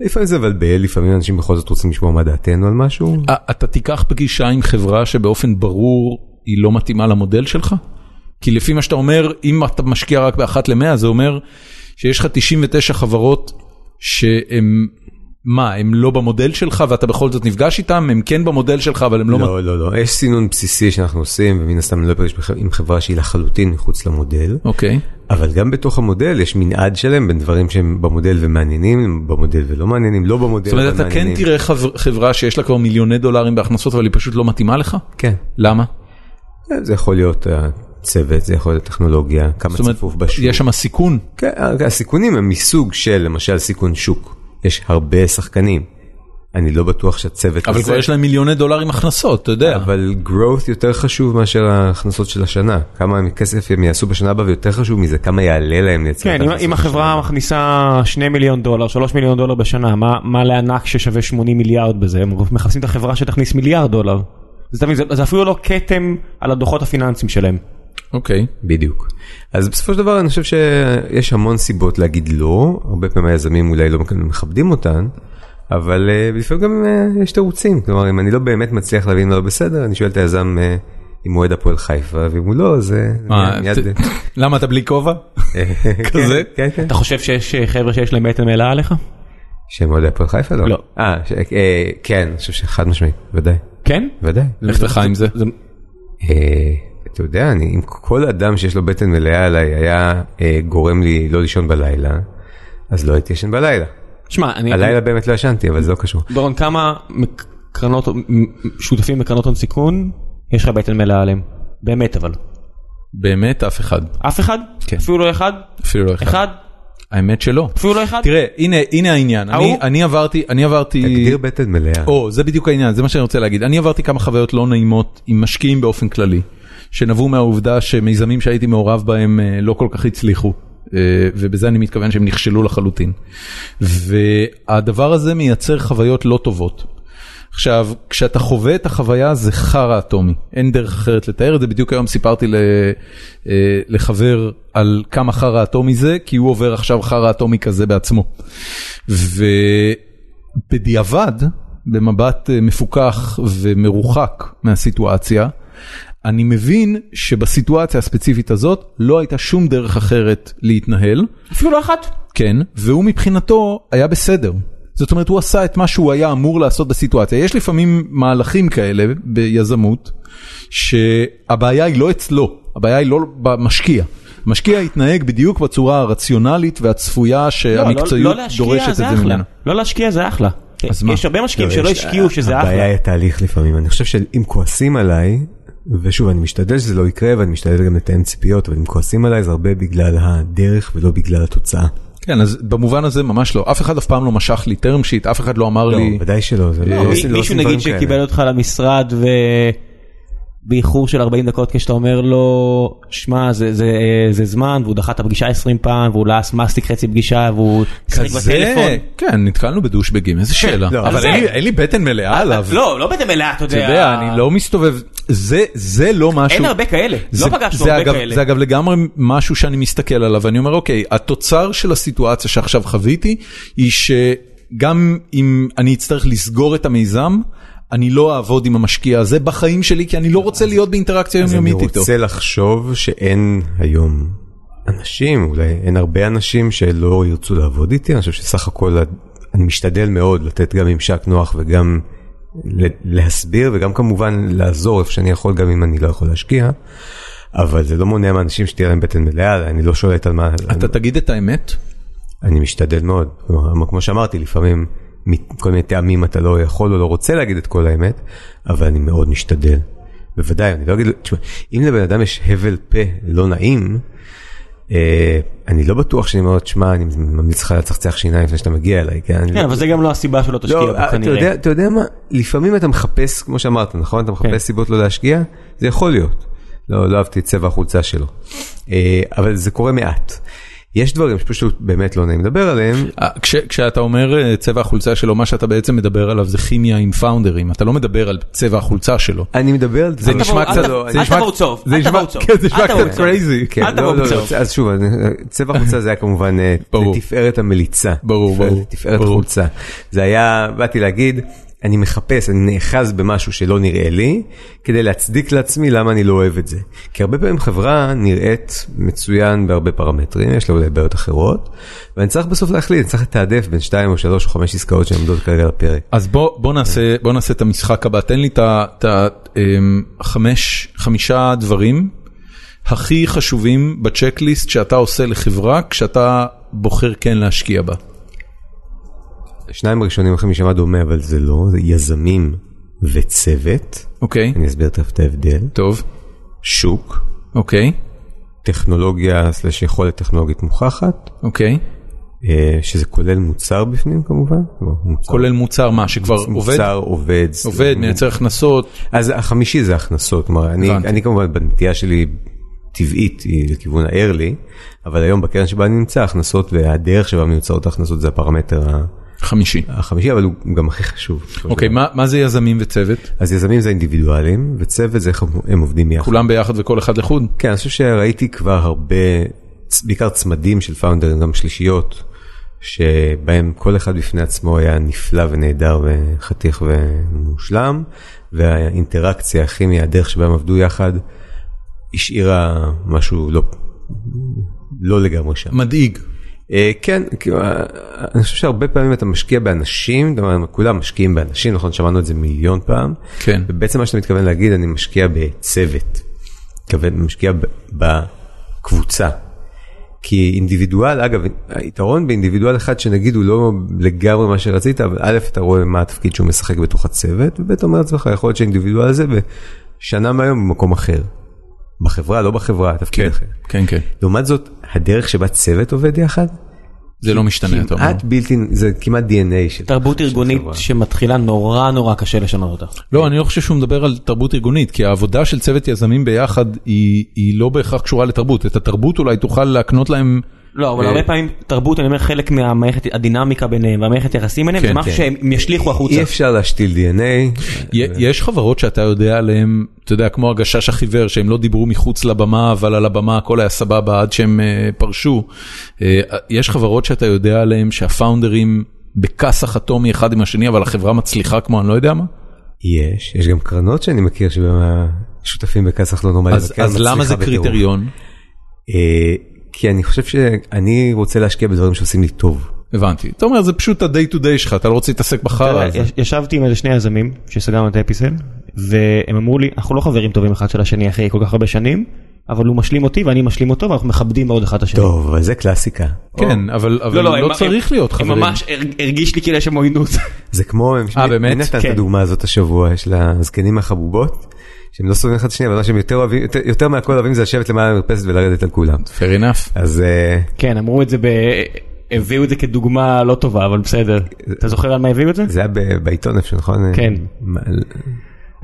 Speaker 3: לפעמים זה מבלבל, לפעמים
Speaker 4: אה,
Speaker 3: אנשים בכל זאת רוצים לשמוע מה דעתנו על משהו.
Speaker 4: אתה תיקח פגישה עם חברה שבאופן ברור היא לא מתאימה למודל שלך? כי לפי מה שאתה אומר, אם אתה משקיע רק באחת למאה, זה אומר שיש לך 99 חברות שהן, מה, הן לא במודל שלך ואתה בכל זאת נפגש איתן, הן כן במודל שלך, אבל הן לא... מת-
Speaker 3: לא, לא, לא, יש סינון בסיסי שאנחנו עושים, ומן הסתם אני לא אפגש בח- עם חברה שהיא לחלוטין מחוץ למודל,
Speaker 4: אוקיי,
Speaker 3: אבל גם בתוך המודל יש מנעד שלם בין דברים שהם במודל ומעניינים, במודל ולא מעניינים, לא במודל
Speaker 4: זאת אומרת,
Speaker 3: אבל
Speaker 4: אתה כן
Speaker 3: מעניינים.
Speaker 4: תראה חבר- חברה שיש לה כבר מיליוני דולרים בהכנסות, אבל היא פשוט לא מתאימה לך?
Speaker 3: כן,
Speaker 4: למה?
Speaker 3: זה יכול להיות הצוות, זה יכול להיות הטכנולוגיה, כמה
Speaker 4: זאת אומרת,
Speaker 3: צפוף בשוק.
Speaker 4: יש שם סיכון.
Speaker 3: כן, הסיכונים הם מסוג של למשל סיכון שוק, יש הרבה שחקנים. אני לא בטוח שהצוות
Speaker 4: אבל כבר יש להם מיליוני דולרים הכנסות, אתה יודע.
Speaker 3: אבל growth יותר חשוב מאשר ההכנסות של השנה, כמה כסף הם יעשו בשנה הבאה ויותר חשוב מזה, כמה יעלה להם לייצר את
Speaker 2: כן, אם-
Speaker 3: ההכנסות
Speaker 2: אם
Speaker 3: בשנה
Speaker 2: החברה
Speaker 3: הבאה.
Speaker 2: מכניסה 2 מיליון דולר, 3 מיליון דולר בשנה, מה- מה לענק ששווה 80 מיליארד בזה? הם מחפשים את החברה שתכניס מיליארד דולר. אז אתה מבין, זה- זה אפילו לא כתם על הדוחות הפיננסיים שלהם.
Speaker 4: אוקיי.
Speaker 3: בדיוק. אז בסופו של דבר אני חושב שיש המון סיבות להגיד לא, הרבה פעמים היזמים אולי לא מכבדים אותן, אבל אה, לפעמים גם אה, יש תירוצים, כלומר אם אני לא באמת מצליח להבין מה לא בסדר, אני שואל את היזם אה, אם הוא אוהד הפועל חיפה, ואם הוא לא, אז אה,
Speaker 4: מה,
Speaker 3: מיד... אה,
Speaker 4: ת- למה אתה בלי כובע? כזה?
Speaker 3: כן, כן.
Speaker 2: אתה חושב שיש אה, חבר'ה שיש להם בטן מלאה עליך?
Speaker 3: שהם אוהדי הפועל חיפה? לא.
Speaker 2: לא.
Speaker 3: אה, ש- אה, כן, אני חושב שחד משמעית, ודאי,
Speaker 2: כן?
Speaker 3: ודאי.
Speaker 4: לך לך עם זה.
Speaker 3: אה, אתה יודע, אני, אם כל אדם שיש לו בטן מלאה עליי היה אה, גורם לי לא לישון בלילה, אז לא הייתי ישן בלילה.
Speaker 2: שמע, אני...
Speaker 3: הלילה באמת לא ישנתי, אבל זה לא קשור.
Speaker 2: דורון, כמה מק- קרנות, מ- שותפים בקרנות הון סיכון, יש לך בטן מלאה עליהם? באמת אבל.
Speaker 4: באמת אף אחד.
Speaker 2: אף אחד?
Speaker 4: כן.
Speaker 2: אפילו לא אחד?
Speaker 4: אפילו לא אחד.
Speaker 2: אחד?
Speaker 4: האמת שלא.
Speaker 2: אפילו לא אחד?
Speaker 4: תראה, הנה הנה העניין. אני-
Speaker 2: ההוא?
Speaker 4: אני עברתי, אני עברתי...
Speaker 3: תגדיר בטן מלאה.
Speaker 4: או, זה בדיוק העניין, זה מה שאני רוצה להגיד. אני עברתי כמה חוויות לא נעימות עם משקיעים באופן כללי, שנבעו מהעובדה שמיזמים שהייתי מעורב בהם אה, לא כל כך הצליחו, אה, ובזה אני מתכוון שהם נכשלו לחלוטין. והדבר הזה מייצר חוויות לא טובות. עכשיו, כשאתה חווה את החוויה זה חרא אטומי, אין דרך אחרת לתאר את זה, בדיוק היום סיפרתי ל, אה, לחבר על כמה חרא אטומי זה, כי הוא עובר עכשיו חרא אטומי כזה בעצמו. ובדיעבד, במבט אה, מפוכח ומרוחק מהסיטואציה, אני מבין שבסיטואציה הספציפית הזאת לא הייתה שום דרך אחרת להתנהל,
Speaker 2: אפילו לא אחד?
Speaker 4: כן, והוא מבחינתו היה בסדר. זאת אומרת, הוא עשה את מה שהוא היה אמור לעשות בסיטואציה. יש לפעמים מהלכים כאלה ביזמות, שהבעיה היא לא אצלו, הבעיה היא לא במשקיע. משקיע התנהג בדיוק בצורה הרציונלית והצפויה
Speaker 2: לא, לא-
Speaker 4: שהמקצועיות
Speaker 2: לא להשקיע
Speaker 4: דורשת את
Speaker 2: זה
Speaker 4: זה
Speaker 2: אחלה.
Speaker 4: ממנו.
Speaker 2: לא להשקיע זה אחלה.
Speaker 4: אז מה?
Speaker 2: יש הרבה משקיעים
Speaker 3: לא,
Speaker 2: שלא
Speaker 3: יש-
Speaker 2: השקיעו שזה
Speaker 3: הבעיה
Speaker 2: אחלה.
Speaker 3: היא התהליך לפעמים, אני חושב שאם כועסים עליי, ושוב אני משתדל שזה לא יקרה ואני משתדל גם לתאם ציפיות, אבל אם כועסים עליי זה הרבה בגלל הדרך ולא בגלל התוצאה.
Speaker 4: כן, אז במובן הזה ממש לא. אף אחד אף פעם לא משך לי term sheet, אף אחד לא אמר
Speaker 3: לא,
Speaker 4: לי...
Speaker 3: ודאי שלא, זה לא
Speaker 2: מי-
Speaker 3: לא עושים לא
Speaker 2: מישהו
Speaker 3: עושים
Speaker 2: נגיד
Speaker 3: דברים כאלה.
Speaker 2: שקיבל אותך למשרד ו... באיחור של 40 דקות כשאתה אומר לו, שמע זה, זה, זה זמן והוא דחה את הפגישה 20 פעם והוא לעס מסטיק חצי פגישה והוא שיחק בטלפון. כן,
Speaker 4: כזה, כן, נתקלנו בדושבגים, איזה שאלה.
Speaker 3: לא,
Speaker 4: אבל
Speaker 2: זה-
Speaker 4: אין לי- אין לי בטן מלאה עליו.
Speaker 2: לא, לא בטן מלאה, אתה יודע.
Speaker 4: אתה יודע, אני לא מסתובב, זה, זה לא משהו...
Speaker 2: אין הרבה כאלה,
Speaker 4: זה-
Speaker 2: לא פגשנו
Speaker 4: זה
Speaker 2: הרבה
Speaker 4: אגב,
Speaker 2: כאלה.
Speaker 4: זה אגב לגמרי משהו שאני מסתכל עליו, ואני אומר, אוקיי, התוצר של הסיטואציה שעכשיו חוויתי, היא שגם אם אני אצטרך לסגור את המיזם, אני לא אעבוד עם המשקיע הזה בחיים שלי, כי אני לא
Speaker 2: אה,
Speaker 4: רוצה להיות באינטראקציה
Speaker 3: אז אני
Speaker 4: יומיומית איתו.
Speaker 3: רוצה לחשוב שאין היום אנשים, אולי אין הרבה אנשים שלא ירצו לעבוד איתי, אני חושב שסך הכל אני משתדל מאוד לתת גם ממשק נוח וגם ל- להסביר וגם כמובן לעזור איפה שאני יכול גם אם אני לא יכול להשקיע. אבל זה לא מונע מאנשים שתהיה להם בטן מלאה, אני לא שולט על מה,
Speaker 4: אתה תגיד את האמת?
Speaker 3: אני משתדל מאוד. כלומר, כמו שאמרתי, לפעמים מכל מיני טעמים אתה לא יכול או לא רוצה להגיד את כל האמת, אבל אני מאוד משתדל. בוודאי, אני לא אגיד, תשמע, אם לבן אדם יש הבל פה לא נעים, אה, אני לא בטוח שאני אומר, תשמע, אני ממליץ לך לצחצח שיניים לפני שאתה מגיע אליי, כן? אני
Speaker 2: כן,
Speaker 3: לא-
Speaker 2: אבל זה גם לא הסיבה שלא תשקיע
Speaker 3: לא,
Speaker 2: בו
Speaker 3: אתה יודע,
Speaker 2: כנראה.
Speaker 3: אתה יודע מה, לפעמים אתה מחפש, כמו שאמרת, נכון? אתה מחפש
Speaker 2: כן.
Speaker 3: סיבות לא להשקיע? זה יכול להיות. לא, לא אהבתי את צבע החולצה שלו. אה, אבל זה קורה מעט. יש דברים שפשוט באמת לא נעים לדבר עליהם,
Speaker 4: אה, כש, כשאתה אומר אה, צבע החולצה שלו, מה שאתה בעצם מדבר עליו זה כימיה עם פאונדרים, אתה לא מדבר על צבע החולצה שלו.
Speaker 3: אני מדבר על
Speaker 4: זה נשמע
Speaker 2: תבואו,
Speaker 4: קצת,
Speaker 2: אל ת-
Speaker 4: לא, זה
Speaker 2: אל
Speaker 4: נשמע-
Speaker 2: תבואו צהוב,
Speaker 4: זה
Speaker 2: אל
Speaker 4: נשמע-
Speaker 2: תבואו צהוב,
Speaker 4: כן, זה נשמע
Speaker 2: אל תבואו
Speaker 4: קצת
Speaker 2: צהוב.
Speaker 4: crazy.
Speaker 3: כן,
Speaker 2: אל תבואו
Speaker 3: לא, לא,
Speaker 2: בצהוב.
Speaker 3: לא, אז שוב, אני- צבע חולצה זה היה כמובן אה,
Speaker 4: ברור.
Speaker 3: לתפארת המליצה.
Speaker 4: ברור,
Speaker 3: לתפארת-
Speaker 4: ברור,
Speaker 3: לתפארת
Speaker 4: ברור.
Speaker 3: החולצה. זה היה, באתי להגיד, אני מחפש, אני נאחז במשהו שלא נראה לי, כדי להצדיק לעצמי למה אני לא אוהב את זה. כי הרבה פעמים חברה נראית מצוין בהרבה פרמטרים, יש לה אולי בעיות אחרות, ואני צריך בסוף להחליט, אני צריך לתעדף בין 2 או 3 או 5 עסקאות שעומדות כרגע על הפרק.
Speaker 4: אז בוא, בוא, נעשה, בוא נעשה את המשחק הבא, תן לי את החמישה דברים הכי חשובים בצ'קליסט שאתה עושה לחברה כשאתה בוחר כן להשקיע בה.
Speaker 3: השניים הראשונים הכי משמע דומה, אבל זה לא, זה יזמים וצוות.
Speaker 4: אוקיי,
Speaker 3: אני אסביר תכף את ההבדל.
Speaker 4: טוב,
Speaker 3: שוק,
Speaker 4: אוקיי,
Speaker 3: טכנולוגיה סלש יכולת טכנולוגית מוכחת,
Speaker 4: אוקיי.
Speaker 3: אה, שזה כולל מוצר בפנים כמובן. כלומר, מוצר-
Speaker 4: כולל מוצר מה שכבר עובד,
Speaker 3: מוצר עובד.
Speaker 4: עובד, מייצר הכנסות,
Speaker 3: אז החמישי זה הכנסות, כלומר, אני,
Speaker 4: הבנתי.
Speaker 3: אני כמובן בנטייה שלי טבעית היא לכיוון ה-early, אבל היום בקרן שבה אני נמצא, הכנסות והדרך שבה מיוצרות ההכנסות זה הפרמטר ה-
Speaker 4: חמישי.
Speaker 3: החמישי, אבל הוא גם הכי חשוב.
Speaker 4: אוקיי, מה מה זה יזמים וצוות?
Speaker 3: אז יזמים זה אינדיבידואלים, וצוות זה איך הם עובדים יחד.
Speaker 4: כולם ביחד וכל אחד לחוד?
Speaker 3: כן, אני חושב שראיתי כבר הרבה, צ- בעיקר צמדים של פאונדרים, גם שלישיות, שבהם כל אחד בפני עצמו היה נפלא ונהדר וחתיך ומושלם, והאינטראקציה, הכימיה, הדרך שבה הם עבדו יחד, השאירה משהו לא, לא לגמרי שם.
Speaker 4: מדאיג.
Speaker 3: אה, כן, כאילו, אה, אני חושב שהרבה פעמים אתה משקיע באנשים, זאת אומרת, כולם משקיעים באנשים, נכון? שמענו את זה מיליון פעם.
Speaker 4: כן.
Speaker 3: ובעצם מה שאתה מתכוון להגיד, אני משקיע בצוות. מתכוון, משקיע ב- בקבוצה. כי אינדיבידואל, אגב, היתרון באינדיבידואל אחד שנגיד הוא לא לגמרי מה שרצית, אבל א', אתה רואה מה התפקיד שהוא משחק בתוך הצוות, וב', אתה אומר לעצמך, יכול להיות שהאינדיבידואל הזה בשנה מהיום במקום אחר. בחברה, לא בחברה, תפקיד
Speaker 4: כן,
Speaker 3: אחר.
Speaker 4: כן, כן.
Speaker 3: לעומת זאת, הדרך שבה צוות עובד יחד,
Speaker 4: זה לא משתנה, אתה אומר.
Speaker 3: כמעט בלתי, זה כמעט DNA של
Speaker 2: תרבות
Speaker 3: של
Speaker 2: ארגונית
Speaker 3: חברה.
Speaker 2: שמתחילה נורא נורא קשה לשנות אותה.
Speaker 4: לא, אני לא חושב שהוא מדבר על תרבות ארגונית, כי העבודה של צוות יזמים ביחד היא, היא לא בהכרח קשורה לתרבות. את התרבות אולי תוכל להקנות להם...
Speaker 2: לא, אבל
Speaker 4: אה,
Speaker 2: הרבה פעמים תרבות, אני אומר, חלק מהמערכת, הדינמיקה ביניהם והמערכת יחסים ביניהם, זה
Speaker 4: כן,
Speaker 2: משהו
Speaker 4: כן.
Speaker 2: שהם ישליכו החוצה.
Speaker 3: אי אפשר להשתיל DNA.
Speaker 4: י- יש חברות שאתה יודע עליהן, אתה יודע, כמו הגשש החיוור, שהם לא דיברו מחוץ לבמה, אבל על הבמה הכל היה סבבה עד שהם אה, פרשו. אה, יש חברות שאתה יודע עליהן שהפאונדרים בכסח אטומי אחד עם השני, אבל החברה מצליחה כמו אני לא יודע מה?
Speaker 3: יש, יש גם קרנות שאני מכיר שבהם השותפים בכסח לא נורמלי.
Speaker 4: אז,
Speaker 3: והקרן
Speaker 4: אז למה זה
Speaker 3: מצליחה בטירוף.
Speaker 4: קריטריון?
Speaker 3: אה, כי אני חושב שאני רוצה להשקיע בדברים שעושים לי טוב.
Speaker 4: הבנתי. אתה אומר, זה פשוט ה-day to day שלך, אתה לא רוצה להתעסק
Speaker 2: אה,
Speaker 4: בחרא הזה.
Speaker 2: יש- ישבתי עם איזה שני יזמים שסגרנו את אפיסל והם אמרו לי אנחנו לא חברים טובים אחד של השני אחרי כל כך הרבה שנים אבל הוא משלים אותי ואני משלים אותו ואנחנו מכבדים מאוד אחד את השני.
Speaker 3: טוב, אבל זה קלאסיקה.
Speaker 4: כן, אבל, אבל לא,
Speaker 2: הם-
Speaker 4: צריך
Speaker 2: הם-
Speaker 4: להיות
Speaker 2: הם
Speaker 4: חברים.
Speaker 2: ממש הרג- הרגיש לי כאילו יש שם עוינות.
Speaker 3: זה כמו,
Speaker 4: אה, באמת?
Speaker 3: מי נתן את
Speaker 2: כן.
Speaker 3: הדוגמה הזאת השבוע של הזקנים החבובות, שהם לא סובלים אחד את השני, אבל מה שהם יותר אוהבים, יותר- יותר מהכל אוהבים זה לשבת למעלה במרפסת ולרדת על כולם.
Speaker 4: Fair enough.
Speaker 3: אז אה,
Speaker 2: כן אמרו את זה ב... הביאו את זה כדוגמה לא טובה אבל בסדר. אתה זוכר על מה הביאו את זה?
Speaker 3: זה היה ב- בעיתון איפה, נכון?
Speaker 2: כן.
Speaker 3: מה-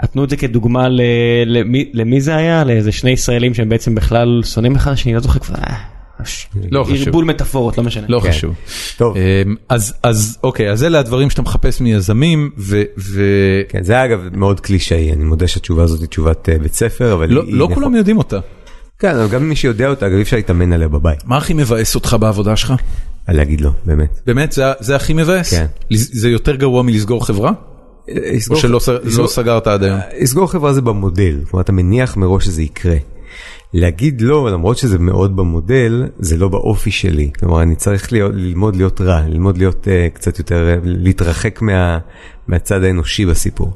Speaker 2: נתנו את זה כדוגמה ל... למי... למי זה היה? לאיזה שני ישראלים שהם בעצם בכלל שונאים אחד את השני לא זוכר כבר. אה, ש-
Speaker 4: לא חשוב.
Speaker 2: ערבול מטאפורות לא משנה.
Speaker 4: לא
Speaker 3: כן.
Speaker 4: חשוב.
Speaker 3: טוב.
Speaker 4: אמ, אז, אז אוקיי, אז אלה הדברים שאתה מחפש מיזמים, ו... ו...
Speaker 3: כן, זה היה אגב מאוד קלישאי, אני מודה שהתשובה הזאת היא תשובת אה, בית ספר, אבל
Speaker 4: לא,
Speaker 3: היא
Speaker 4: לא
Speaker 3: נכונה.
Speaker 4: כולם יודעים אותה.
Speaker 3: כן, אבל גם מי שיודע אותה, אגב, אי אפשר להתאמן עליה בבית.
Speaker 4: מה הכי מבאס אותך בעבודה שלך?
Speaker 3: על להגיד לא, באמת.
Speaker 4: באמת, זה, זה הכי מבאס?
Speaker 3: כן.
Speaker 4: לז- זה יותר גרוע מלסגור חברה? או
Speaker 3: יסגור-
Speaker 4: אה, שלא ס-
Speaker 3: יסגור-
Speaker 4: לא סגרת עד היום?
Speaker 3: לסגור חברה זה במודל, כלומר אתה מניח מראש שזה יקרה. להגיד לא, למרות שזה מאוד במודל, זה לא באופי שלי. כלומר, אני צריך להיות, ללמוד להיות רע, ללמוד להיות uh, קצת יותר, uh, להתרחק מה, מהצד האנושי בסיפור.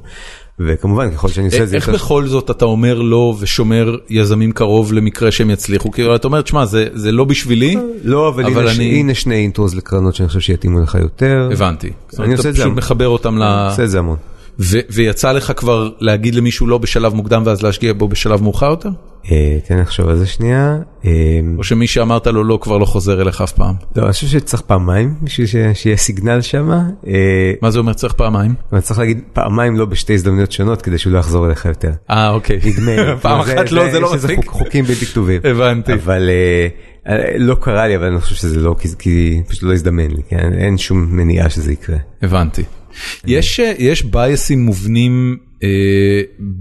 Speaker 3: וכמובן, ככל שאני עושה את זה
Speaker 4: איך
Speaker 3: יותר...
Speaker 4: בכל זאת אתה אומר לא ושומר יזמים קרוב למקרה שהם יצליחו? כאילו, אתה אומר, תשמע, זה, זה לא בשבילי,
Speaker 3: לא, אבל,
Speaker 4: אבל
Speaker 3: הנה, ש-
Speaker 4: אני-
Speaker 3: הנה שני אינטרוס לקרנות שאני חושב שיתאימו לך יותר.
Speaker 4: הבנתי. זאת אומרת, אתה
Speaker 3: עושה את זה
Speaker 4: פשוט
Speaker 3: המון.
Speaker 4: מחבר אותם ל...
Speaker 3: אני עושה את זה המון.
Speaker 4: ו- ויצא לך כבר להגיד למישהו לא בשלב מוקדם ואז להשקיע בו בשלב מאוחר יותר?
Speaker 3: אה, תן לי לחשוב על זה שנייה. אה,
Speaker 4: או שמי שאמרת לו לא כבר לא חוזר אליך אף פעם?
Speaker 3: לא, אני חושב שצריך פעמיים בשביל ש... שיהיה סיגנל שם. אה,
Speaker 4: מה זה אומר צריך פעמיים?
Speaker 3: אבל צריך להגיד פעמיים לא בשתי הזדמנויות שונות כדי שהוא לא יחזור אליך יותר.
Speaker 4: אה אוקיי.
Speaker 3: נדמה לי.
Speaker 4: פעם אחת לא זה לא
Speaker 3: יש איזה
Speaker 4: מספיק.
Speaker 3: חוק- חוקים בלתי כתובים.
Speaker 4: הבנתי.
Speaker 3: אבל אה, אה, לא קרה לי אבל אני חושב שזה לא כי זה- כי פשוט לא הזדמן לי כי אין אין שום מניעה שזה יקרה.
Speaker 4: הבנתי. יש אה, יש בייסים מובנים, אה,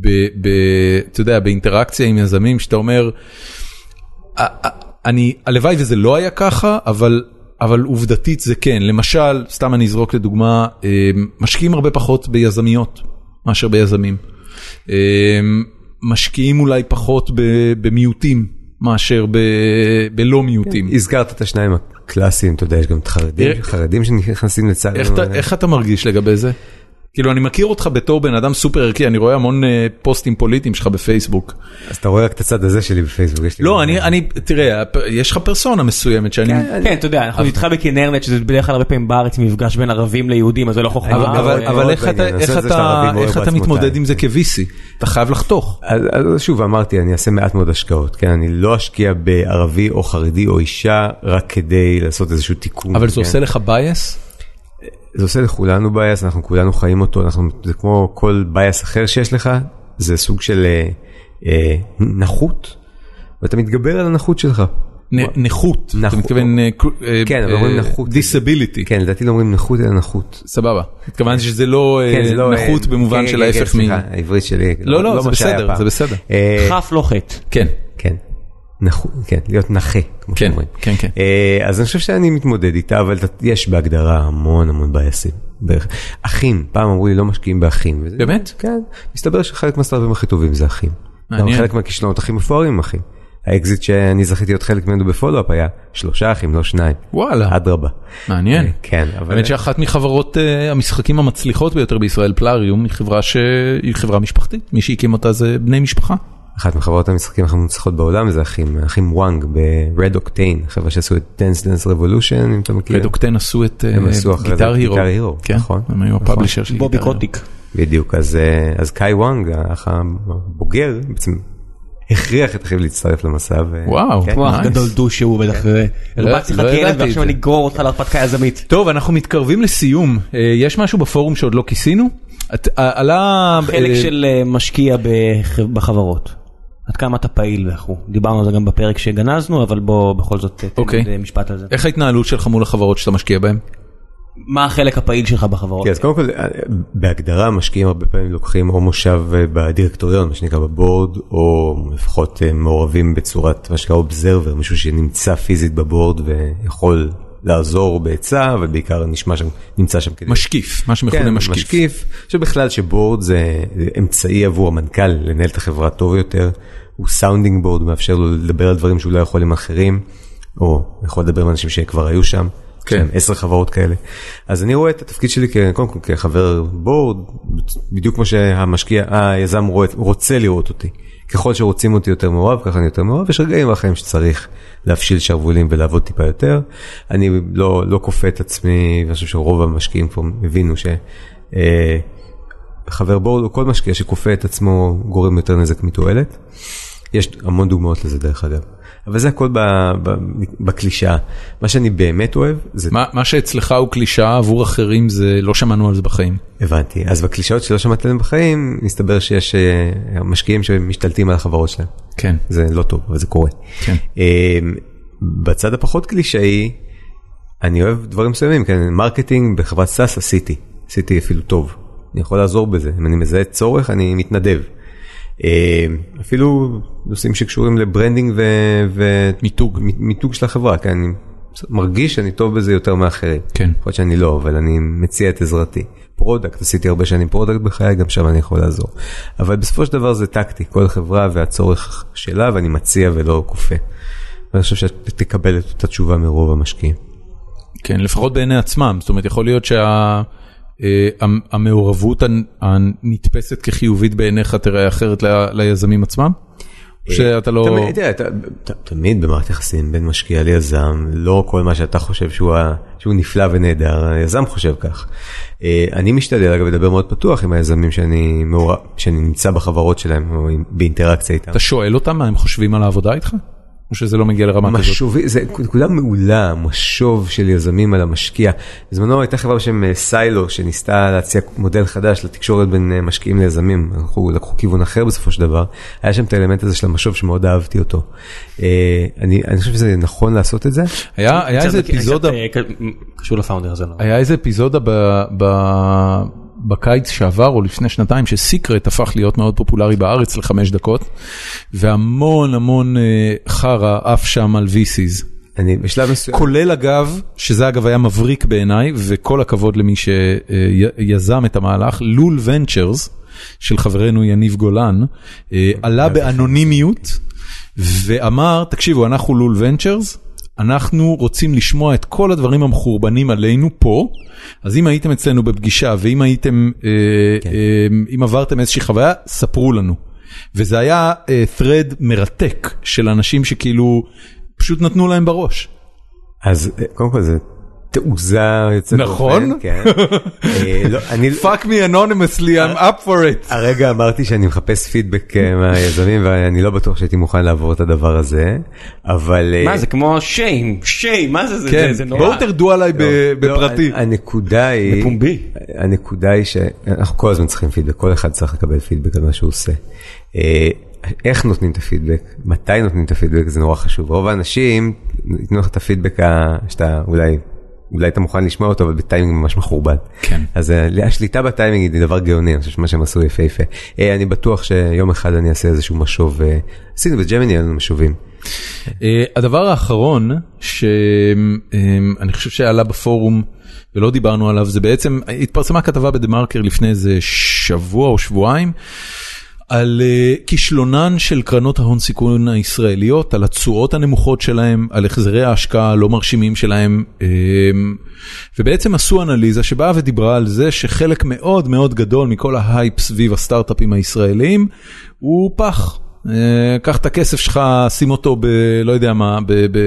Speaker 4: ב- ב- אתה יודע, באינטראקציה עם יזמים שאתה אומר, "א- א- אני, הלוואי וזה לא היה ככה, אבל אבל עובדתית זה כן. למשל, סתם אני אזרוק לדוגמה, אה, משקיעים הרבה פחות ביזמיות מאשר ביזמים. אה, משקיעים אולי פחות ב- במיעוטים מאשר ב- בלא מיעוטים.
Speaker 3: הזכרת את השניים הקלאסיים, אתה יודע, יש גם את חרדים,
Speaker 4: איך-
Speaker 3: חרדים שנכנסים אה, לצד...
Speaker 4: איך אתה- איך אתה מרגיש לגבי זה? כאילו, אני מכיר אותך בתור בן אדם סופר ערכי, אני רואה המון אה, פוסטים פוליטיים שלך בפייסבוק.
Speaker 3: אז אתה רואה רק את הצד הזה שלי בפייסבוק. יש לי-
Speaker 4: לא, אני, אני, תראה, הפ- יש לך פרסונה מסוימת שאני...
Speaker 2: כן, אתה יודע, אנחנו איתך בכנרנט, שזה בדרך כלל הרבה פעמים בארץ מפגש בין ערבים ליהודים, אז זה לא חוכמה.
Speaker 4: אבל- אבל
Speaker 2: אה,
Speaker 4: אבל איך
Speaker 3: בעניין.
Speaker 4: אתה-
Speaker 3: אני עושה
Speaker 4: איך
Speaker 3: את אוקיי, זה
Speaker 4: אתה
Speaker 3: שהערבים רואים
Speaker 4: איך אתה
Speaker 3: בעצמותיי. כן.
Speaker 4: מתמודד עם זה כ-VC? אתה חייב לחתוך.
Speaker 3: אז, אז שוב אמרתי אני אעשה מעט מאוד השקעות כן אני לא אשקיע בערבי או חרדי או אישה רק כדי לעשות איזשהו תיקון.
Speaker 4: אבל זה
Speaker 3: כן?
Speaker 4: עושה לך bias?
Speaker 3: זה עושה לכולנו בייס אנחנו כולנו חיים אותו אנחנו זה כמו כל בייס אחר שיש לך זה סוג של אה, אה, נכות ואתה מתגבר על הנכות שלך.
Speaker 4: נ- נכות. אתה
Speaker 3: נכות.
Speaker 4: מתכוון... אה, קר- אה,
Speaker 3: כן אבל
Speaker 4: אה,
Speaker 3: אומרים נכות.
Speaker 4: disability.
Speaker 3: כן לדעתי לא אומרים נכות אלא נכות.
Speaker 4: סבבה. התכוונתי שזה לא אה,
Speaker 3: כן, זה לא, אה,
Speaker 4: נכות
Speaker 3: כן,
Speaker 4: במובן של
Speaker 3: כן, כן,
Speaker 4: ההפך מ...
Speaker 3: סליחה, העברית שלי.
Speaker 4: לא, לא, זה
Speaker 3: מה שהיה
Speaker 4: בסדר,
Speaker 3: פעם.
Speaker 4: זה בסדר.
Speaker 3: אה,
Speaker 2: כף לא חטא.
Speaker 4: כן.
Speaker 3: כן. נכון, כן, להיות נכה, כמו
Speaker 4: כן,
Speaker 3: שאומרים.
Speaker 4: כן, כן.
Speaker 3: אה, אז אני חושב שאני מתמודד איתה, אבל ת- יש בהגדרה המון המון בייסים. בערך. אחים, פעם אמרו לי לא משקיעים באחים. וזה-
Speaker 4: באמת?
Speaker 3: כן. מסתבר שחלק מהסטארטאפים הכי טובים זה אחים. גם
Speaker 4: מעניין.
Speaker 3: חלק מהכישלונות הכי מפוארים הם אחים. האקזיט שאני זכיתי להיות חלק ממנו בפולו-אפ היה שלושה אחים, לא שניים.
Speaker 4: וואלה.
Speaker 3: אדרבה.
Speaker 4: מעניין.
Speaker 3: אה, כן, אבל...
Speaker 4: האמת שאחת מחברות אה, המשחקים המצליחות ביותר בישראל, פלאריום, היא חברה שהיא חברה משפחתית, מי שהקים אותה זה בני משפחה.
Speaker 3: אחת מחברות המשחקים הכי מוצלחות בעולם זה אחים, אחים וואנג ב-Red Octane, חברה שעשו את Dance Dance Revolution, אם אתה מכיר.
Speaker 4: ודוקטן עשו את אה,
Speaker 3: כן. הם עשו אחרי זה
Speaker 4: גיטר
Speaker 3: את
Speaker 4: הירו.
Speaker 3: גיטר הירו,
Speaker 4: כן,
Speaker 3: נכון,
Speaker 4: הם היו
Speaker 3: נכון.
Speaker 4: הפאבלישר של
Speaker 2: בובי
Speaker 4: גיטר הירו.
Speaker 2: קוטיק.
Speaker 3: בדיוק, אז, אה, אז קאי וואנג, האח הבוגר, בעצם הכריח את אחיו להצטרף למסע. ו...
Speaker 4: וואו.
Speaker 3: כן.
Speaker 2: וואו,
Speaker 4: Nice.
Speaker 2: גדול דוש שהוא בטח. אה,
Speaker 4: לא-
Speaker 2: הרבצתי לך
Speaker 4: לא ידעתי
Speaker 2: כילד
Speaker 4: את
Speaker 2: ועכשיו
Speaker 4: זה.
Speaker 2: אני אגרור אותך להרפתקה יזמית.
Speaker 4: טוב, אנחנו מתקרבים לסיום. אה, יש משהו בפורום שעוד לא כיסינו? את- אה, עלה...
Speaker 2: חלק
Speaker 4: אה,
Speaker 2: של אה, משקיע בח- בחברות. עד כמה אתה פעיל וכו'. דיברנו על זה גם בפרק שגנזנו, אבל בוא בכל זאת אה, תן
Speaker 4: אוקיי.
Speaker 2: עוד, אה, משפט על זה.
Speaker 4: איך ההתנהלות שלך מול החברות שאתה משקיע בהן?
Speaker 2: מה החלק הפעיל שלך בחברות?
Speaker 3: כן, אז קודם כל, אה, בהגדרה משקיעים הרבה פעמים לוקחים או מושב אה, בדירקטוריון, מה שנקרא בבורד, או לפחות אה, מעורבים בצורת מה שנקרא אובזרבר, מישהו שנמצא פיזית בבורד ויכול לעזור בעצה, אבל בעיקר נשמע שם, נמצא שם כדי...
Speaker 4: משקיף, מה שמכונה
Speaker 3: כן,
Speaker 4: משקיף.
Speaker 3: משקיף. שבכלל שבורד זה אמצעי עבור המנכ"ל לנהל את החברה טוב יותר, הוא סאונדינג בורד, מאפשר לו לדבר על דברים שהוא לא יכול עם אחרים, או יכול לדבר עם אנשים שכבר היו שם.
Speaker 4: כן.
Speaker 3: יש להם עשר חברות כאלה. אז אני רואה את התפקיד שלי כ- קודם כל כחבר בורד, בדיוק כמו שהמשקיע, היזם רואה, רוצה לראות אותי. ככל שרוצים אותי יותר מעורב, ככה אני יותר מעורב, יש רגעים אחרים שצריך להפשיל שרוולים ולעבוד טיפה יותר. אני לא, לא כופה את עצמי, ואני חושב שרוב המשקיעים כבר הבינו ש... אה, חבר בורד או כל משקיע שכופה את עצמו גורם יותר נזק מתועלת. יש המון דוגמאות לזה דרך אגב. אבל זה הכל ב, ב, בקלישאה. מה שאני באמת אוהב זה...
Speaker 4: מה- מה שאצלך הוא קלישאה עבור אחרים זה לא שמענו על זה בחיים.
Speaker 3: הבנתי. אז בקלישאות שלא שמעת עליהן בחיים, מסתבר שיש אה, משקיעים שמשתלטים על החברות שלהם.
Speaker 4: כן.
Speaker 3: זה לא טוב, אבל זה קורה.
Speaker 4: כן.
Speaker 3: אה, בצד הפחות קלישאי, אני אוהב דברים מסוימים, כן, מרקטינג בחברת סאס עשיתי, עשיתי אפילו טוב, אני יכול לעזור בזה, אם אני מזהה צורך אני מתנדב. אה, אפילו נושאים שקשורים לברנדינג ו... ו...
Speaker 4: מיתוג.
Speaker 3: מ- מיתוג של החברה, כן, אני מרגיש שאני טוב בזה יותר מאחרים.
Speaker 4: כן.
Speaker 3: יכול להיות שאני לא, אבל אני מציע את עזרתי. פרודקט, עשיתי הרבה שנים פרודקט בחיי, גם שם אני יכול לעזור. אבל בסופו של דבר זה טקטי, כל חברה והצורך שלה, ואני מציע ולא כופה. ואני חושב שאת תקבל את אותה תשובה מרוב המשקיעים.
Speaker 4: כן, לפחות בעיני עצמם. זאת אומרת, יכול להיות שה... אה, המ- המעורבות הנ- הנתפסת כחיובית בעיניך תראה אחרת ל- ליזמים עצמם? שאתה לא...
Speaker 3: תמיד, תראה, ת- ת- תמיד במערכת יחסים בין משקיע ליזם, לא כל מה שאתה חושב שהוא, ה- שהוא נפלא ונהדר, היזם חושב כך. אה, אני משתדל אגב לדבר מאוד פתוח עם היזמים שאני, מעורב, שאני נמצא בחברות שלהם או עם- באינטראקציה איתם.
Speaker 4: אתה שואל אותם מה הם חושבים על העבודה איתך? או שזה לא מגיע לרמה כזאת?
Speaker 3: משובי, זה נקודה מעולה, משוב של יזמים על המשקיע. בזמנו הייתה חברה בשם אה, סיילו, שניסתה להציע מודל חדש לתקשורת בין אה, משקיעים ליזמים, הלכו, לקחו כיוון אחר בסופו של דבר. היה שם את האלמנט הזה של המשוב שמאוד אהבתי אותו. אה, אני, אני חושב שזה נכון לעשות את זה.
Speaker 4: היה היה איזה
Speaker 2: קצת- קצת,
Speaker 4: אפיזודה...
Speaker 2: אה, ק- קשור לפאונדר זה לא.
Speaker 4: היה איזה אפיזודה ב, ב, בקיץ שעבר או לפני שנתיים שסיקרט הפך להיות מאוד פופולרי בארץ לחמש דקות והמון המון אה, חרא עף שם על VCs.
Speaker 3: אני בשלב מסוים,
Speaker 4: כולל אגב, שזה אגב היה מבריק בעיניי, וכל הכבוד למי שיזם את המהלך, לול ונצ'רס, של חברנו יניב גולן, אה, עלה באנונימיות ואמר, תקשיבו, אנחנו לול ונצ'רס. אנחנו רוצים לשמוע את כל הדברים המחורבנים עלינו פה, אז אם הייתם אצלנו בפגישה ואם הייתם, אה, אה, אם עברתם איזושהי חוויה, ספרו לנו. וזה היה אה, thread מרתק של אנשים שכאילו פשוט נתנו להם בראש.
Speaker 3: אז אה, קודם כל זה תעוזה יוצאת,
Speaker 4: נכון.
Speaker 3: דופן, כן. אה, לא, אני,
Speaker 4: fuck me anonymously, I'm up for it.
Speaker 3: הרגע אמרתי שאני מחפש פידבק אה, מהיזמים ואני לא בטוח שהייתי מוכן לעבור את הדבר הזה, אבל... אה,
Speaker 2: מה זה כמו שיים, שיים, מה זה, זה,
Speaker 4: כן,
Speaker 2: זה, זה נורא.
Speaker 4: בואו תרדו עליי ב-
Speaker 3: לא,
Speaker 4: בפרטי.
Speaker 3: הנ- הנקודה היא,
Speaker 2: בפומבי.
Speaker 3: הנקודה היא שאנחנו כל הזמן צריכים פידבק, כל אחד צריך לקבל פידבק על מה שהוא עושה. אה, איך נותנים את הפידבק, מתי נותנים את הפידבק, זה נורא חשוב. רוב האנשים ייתנו לך את הפידבק ה- שאתה אולי, אולי אתה מוכן לשמוע אותו, אבל בטיימינג ממש מחורבן.
Speaker 4: כן.
Speaker 3: אז אה, השליטה בטיימינג היא דבר גאוני, אני חושב שמה שהם עשו יפהפה. אה, אני בטוח שיום אחד אני אעשה איזשהו משוב, אה, עשינו בג'מיני, היה לנו משובים.
Speaker 4: אה, הדבר האחרון שאני חושב שעלה בפורום ולא דיברנו עליו זה בעצם התפרסמה כתבה בדה מרקר לפני איזה שבוע או שבועיים. על אה, כישלונן של קרנות ההון סיכון הישראליות, על התשואות הנמוכות שלהם, על החזרי ההשקעה הלא מרשימים שלהם, אה, ובעצם עשו אנליזה שבאה ודיברה על זה שחלק מאוד מאוד גדול מכל ההייפ סביב הסטארט-אפים הישראלים הוא פח. אה, קח את הכסף שלך, שים אותו ב... לא יודע מה, ב, ב,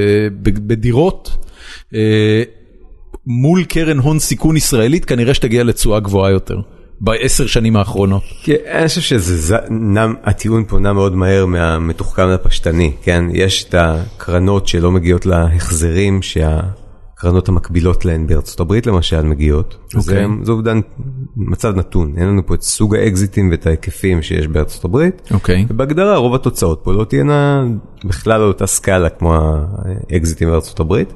Speaker 4: ב, בדירות. אה, מול קרן הון סיכון ישראלית, כנראה שתגיע לתשואה גבוהה יותר. בעשר שנים האחרונות.
Speaker 3: כן, אני חושב שזה ז- נם, הטיעון פה נע מאוד מהר מהמתוחכם לפשטני, כן? יש את הקרנות שלא מגיעות להחזרים שהקרנות המקבילות להן בארצות הברית למשל מגיעות. Okay. זה,
Speaker 4: אוקיי.
Speaker 3: זה עובדן, מצב נתון, אין לנו פה את סוג האקזיטים ואת ההיקפים שיש בארצות הברית.
Speaker 4: אוקיי.
Speaker 3: ובהגדרה רוב התוצאות פה לא תהיינה בכלל על אותה סקאלה כמו האקזיטים בארצות הברית.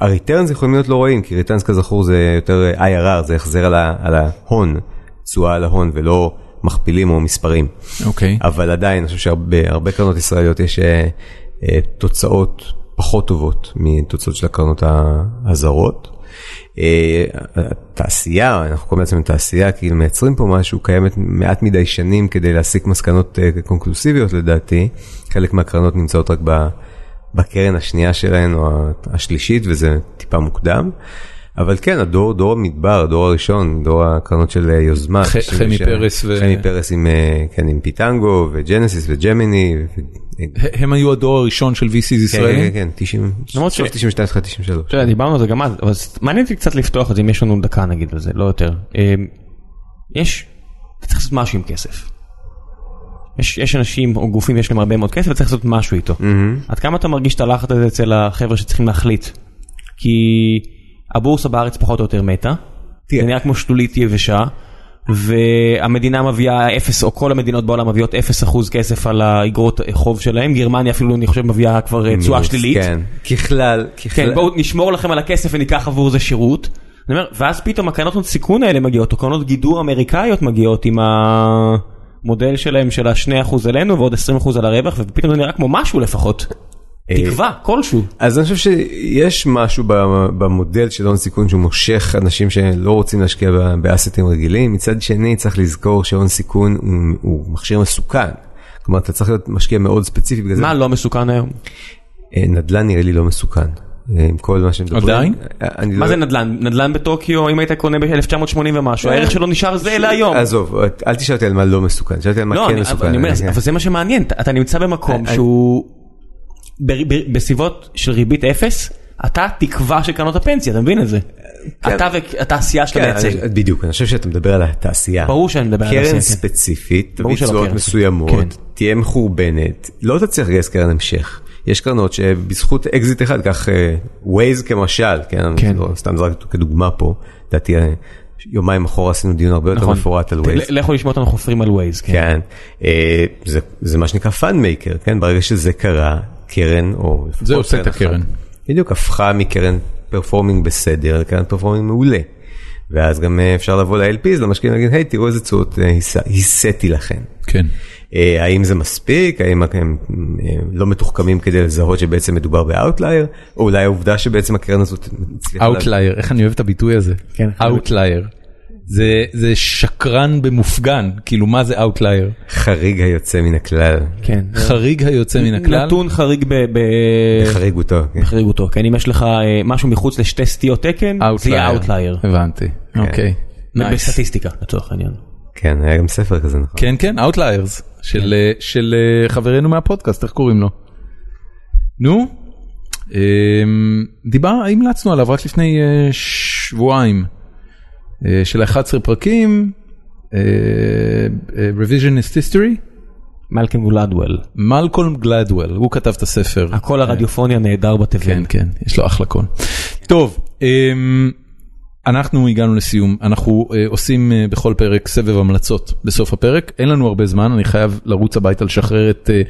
Speaker 3: הריטרנס יכולים להיות לא רואים כי ריטרנס כזכור זה יותר IRR זה החזר על, ה- על ההון, תשואה על ההון ולא מכפילים או מספרים.
Speaker 4: אוקיי.
Speaker 3: אבל עדיין אני חושב שהרבה קרנות ישראליות יש אה, אה, תוצאות פחות טובות מתוצאות של הקרנות ה- הזרות. אה, התעשייה, אנחנו קוראים לעצמנו תעשייה, כי מייצרים פה משהו, קיימת מעט מדי שנים כדי להסיק מסקנות אה, קונקלוסיביות לדעתי. חלק מהקרנות נמצאות רק ב- בקרן השנייה שלהן או ה- השלישית וזה טיפה מוקדם. אבל כן, הדור, דור המדבר, הדור הראשון, דור הקרנות של אה, יוזמה.
Speaker 4: ח- חמי
Speaker 3: 97.
Speaker 4: פרס ו-
Speaker 3: חמי פרס עם, אה, כן, עם פיטנגו וג'נסיס וג'מיני. ו-
Speaker 4: ה- הם היו הדור הראשון של VCs
Speaker 3: כן,
Speaker 4: ישראלים?
Speaker 3: כן, 90,
Speaker 2: למרות ש-
Speaker 3: סוף 92, תחילת 93.
Speaker 2: אתה יודע, לא, דיברנו על זה גם אז, אבל ס- מעניין אותי קצת לפתוח את זה אם יש לנו דקה נגיד על זה, לא יותר. אמ, יש, אתה צריך לעשות משהו עם כסף. יש, יש אנשים או גופים יש להם הרבה מאוד כסף וצריך לעשות משהו איתו. עד כמה אתה מרגיש את הלחץ הזה אצל החבר'ה שצריכים להחליט? כי הבורסה בארץ פחות או יותר מתה, זה נראה כמו שלולית יבשה, והמדינה מביאה אפס, או כל המדינות בעולם מביאות אפס אחוז כסף על האגרות חוב שלהם, גרמניה אפילו אני חושב מביאה כבר אה, תשואה שלילית.
Speaker 3: כן, ככלל, ככלל.
Speaker 2: כן, בואו נשמור לכם על הכסף וניקח עבור זה שירות. אני אומר, ואז פתאום הקרנות הון סיכון האלה מגיעות, או קרנות גידור אמריקאיות מגיעות עם המודל שלהם של ה-2% עלינו ועוד 20% על הרווח, ופתאום זה נראה כמו משהו לפחות. תקווה, כלשהו.
Speaker 3: אז אני חושב שיש משהו ב- במודל של הון סיכון שהוא מושך אנשים שלא רוצים להשקיע ב- באסטים רגילים. מצד שני, צריך לזכור שהון סיכון הוא, הוא מכשיר מסוכן. כלומר, אתה צריך להיות משקיע מאוד ספציפי. בגלל זה-
Speaker 2: מה לא מסוכן היום?
Speaker 3: אה, נדל"ן נראה לי לא מסוכן. אה, עם כל מה שמדברים.
Speaker 4: עדיין?
Speaker 3: אה, אני
Speaker 2: מה
Speaker 3: לא-
Speaker 2: זה נדל"ן? נדל"ן בטוקיו, אם היית קונה ב-1980 ומשהו,
Speaker 3: כן.
Speaker 2: הערך שלו נשאר זה להיום.
Speaker 3: עזוב, אל תשאל אותי על מה לא מסוכן, שאלתי על מה
Speaker 2: לא,
Speaker 3: כן
Speaker 2: אני-
Speaker 3: מסוכן.
Speaker 2: אבל אני אומר,
Speaker 3: כן. אה,
Speaker 2: אבל זה מה שמעניין, אתה- אתה נמצא במקום
Speaker 3: אני-
Speaker 2: שהוא ב- ב- בסביבות של ריבית אפס, אתה התקווה של קרנות הפנסיה, אתה מבין את זה? אתה והתעשייה שאתה
Speaker 3: כן,
Speaker 2: מייצג.
Speaker 3: אני- בדיוק, אני חושב שאתה מדבר על התעשייה.
Speaker 2: ברור שאני מדבר על
Speaker 3: קרן
Speaker 2: התעשייה, כן.
Speaker 3: ספציפית,
Speaker 2: ברור שלא
Speaker 3: ביצועות
Speaker 2: קרן. כן.
Speaker 3: מסוימות, תהיה מחורבנת, לא תצליח לגייס קרן המשך. יש קרנות שבזכות אקזיט אחד, קח אה, Waze כמשל, כן, אני
Speaker 2: כן.
Speaker 3: לא- סתם זרקתי אותו כדוגמה פה, לדעתי אה, יומיים אחורה עשינו דיון הרבה יותר
Speaker 2: נכון.
Speaker 3: מפורט על
Speaker 2: ת-
Speaker 3: Waze.
Speaker 2: לכו לשמוע אותנו חופרים על ווייז. כן.
Speaker 3: כן, אה, זה- זה מה שנקרא פאנד מייקר, כן, ברגע שזה קרה, קרן, או לפחות
Speaker 4: זה עושה
Speaker 3: קרן
Speaker 4: את הקרן.
Speaker 3: אחת, בדיוק, הפכה מקרן פרפורמינג בסדר לקרן פרפורמינג מעולה. ואז גם אה, אפשר לבוא ל-LPs, למשקיעים, ולהגיד, היי, תראו איזה תשואות אה, הס- הסעתי לכם.
Speaker 6: כן.
Speaker 3: אה, האם זה מספיק? האם הם אה, לא מתוחכמים כדי לזהות שבעצם מדובר באאוטלייר? או אולי העובדה שבעצם הקרן הזאת הצליחה... לה-
Speaker 4: Outlier, איך אני אוהב את הביטוי הזה.
Speaker 2: כן.
Speaker 4: Outlier. זה, זה שקרן במופגן, כאילו מה זה Outlier?
Speaker 3: חריג היוצא מן הכלל.
Speaker 2: כן.
Speaker 4: חריג היוצא מן הכלל.
Speaker 2: נתון חריג ב... ב...
Speaker 3: חריגותו. כן.
Speaker 2: בחריגותו, כן, אם יש לך אה, משהו מחוץ לשתי סטיות תקן, זה יהיה אאוטלייר.
Speaker 4: הבנתי, אוקיי. Nice.
Speaker 2: בסטטיסטיקה, לצורך העניין.
Speaker 3: כן, היה גם ספר כזה, נכון?
Speaker 4: כן, כן, Outliers, של, אה, של אה, חברנו מהפודקאסט, איך קוראים לו? נו, אמ, דיבר, המלצנו עליו רק לפני אה, שבועיים, אה, של 11 פרקים, אה, אה, Revisionist History,
Speaker 2: מלקם גולדוול,
Speaker 4: מלקולם גלדוול, הוא כתב את הספר.
Speaker 2: הקול הרדיופוני הנהדר
Speaker 4: כן,
Speaker 2: בתבל.
Speaker 4: כן, יש לו אחלה קול. טוב, אמ, אנחנו הגענו לסיום, אנחנו אה, עושים אה, בכל פרק סבב המלצות בסוף הפרק, אין לנו הרבה זמן, אני חייב לרוץ הביתה לשחרר את אה,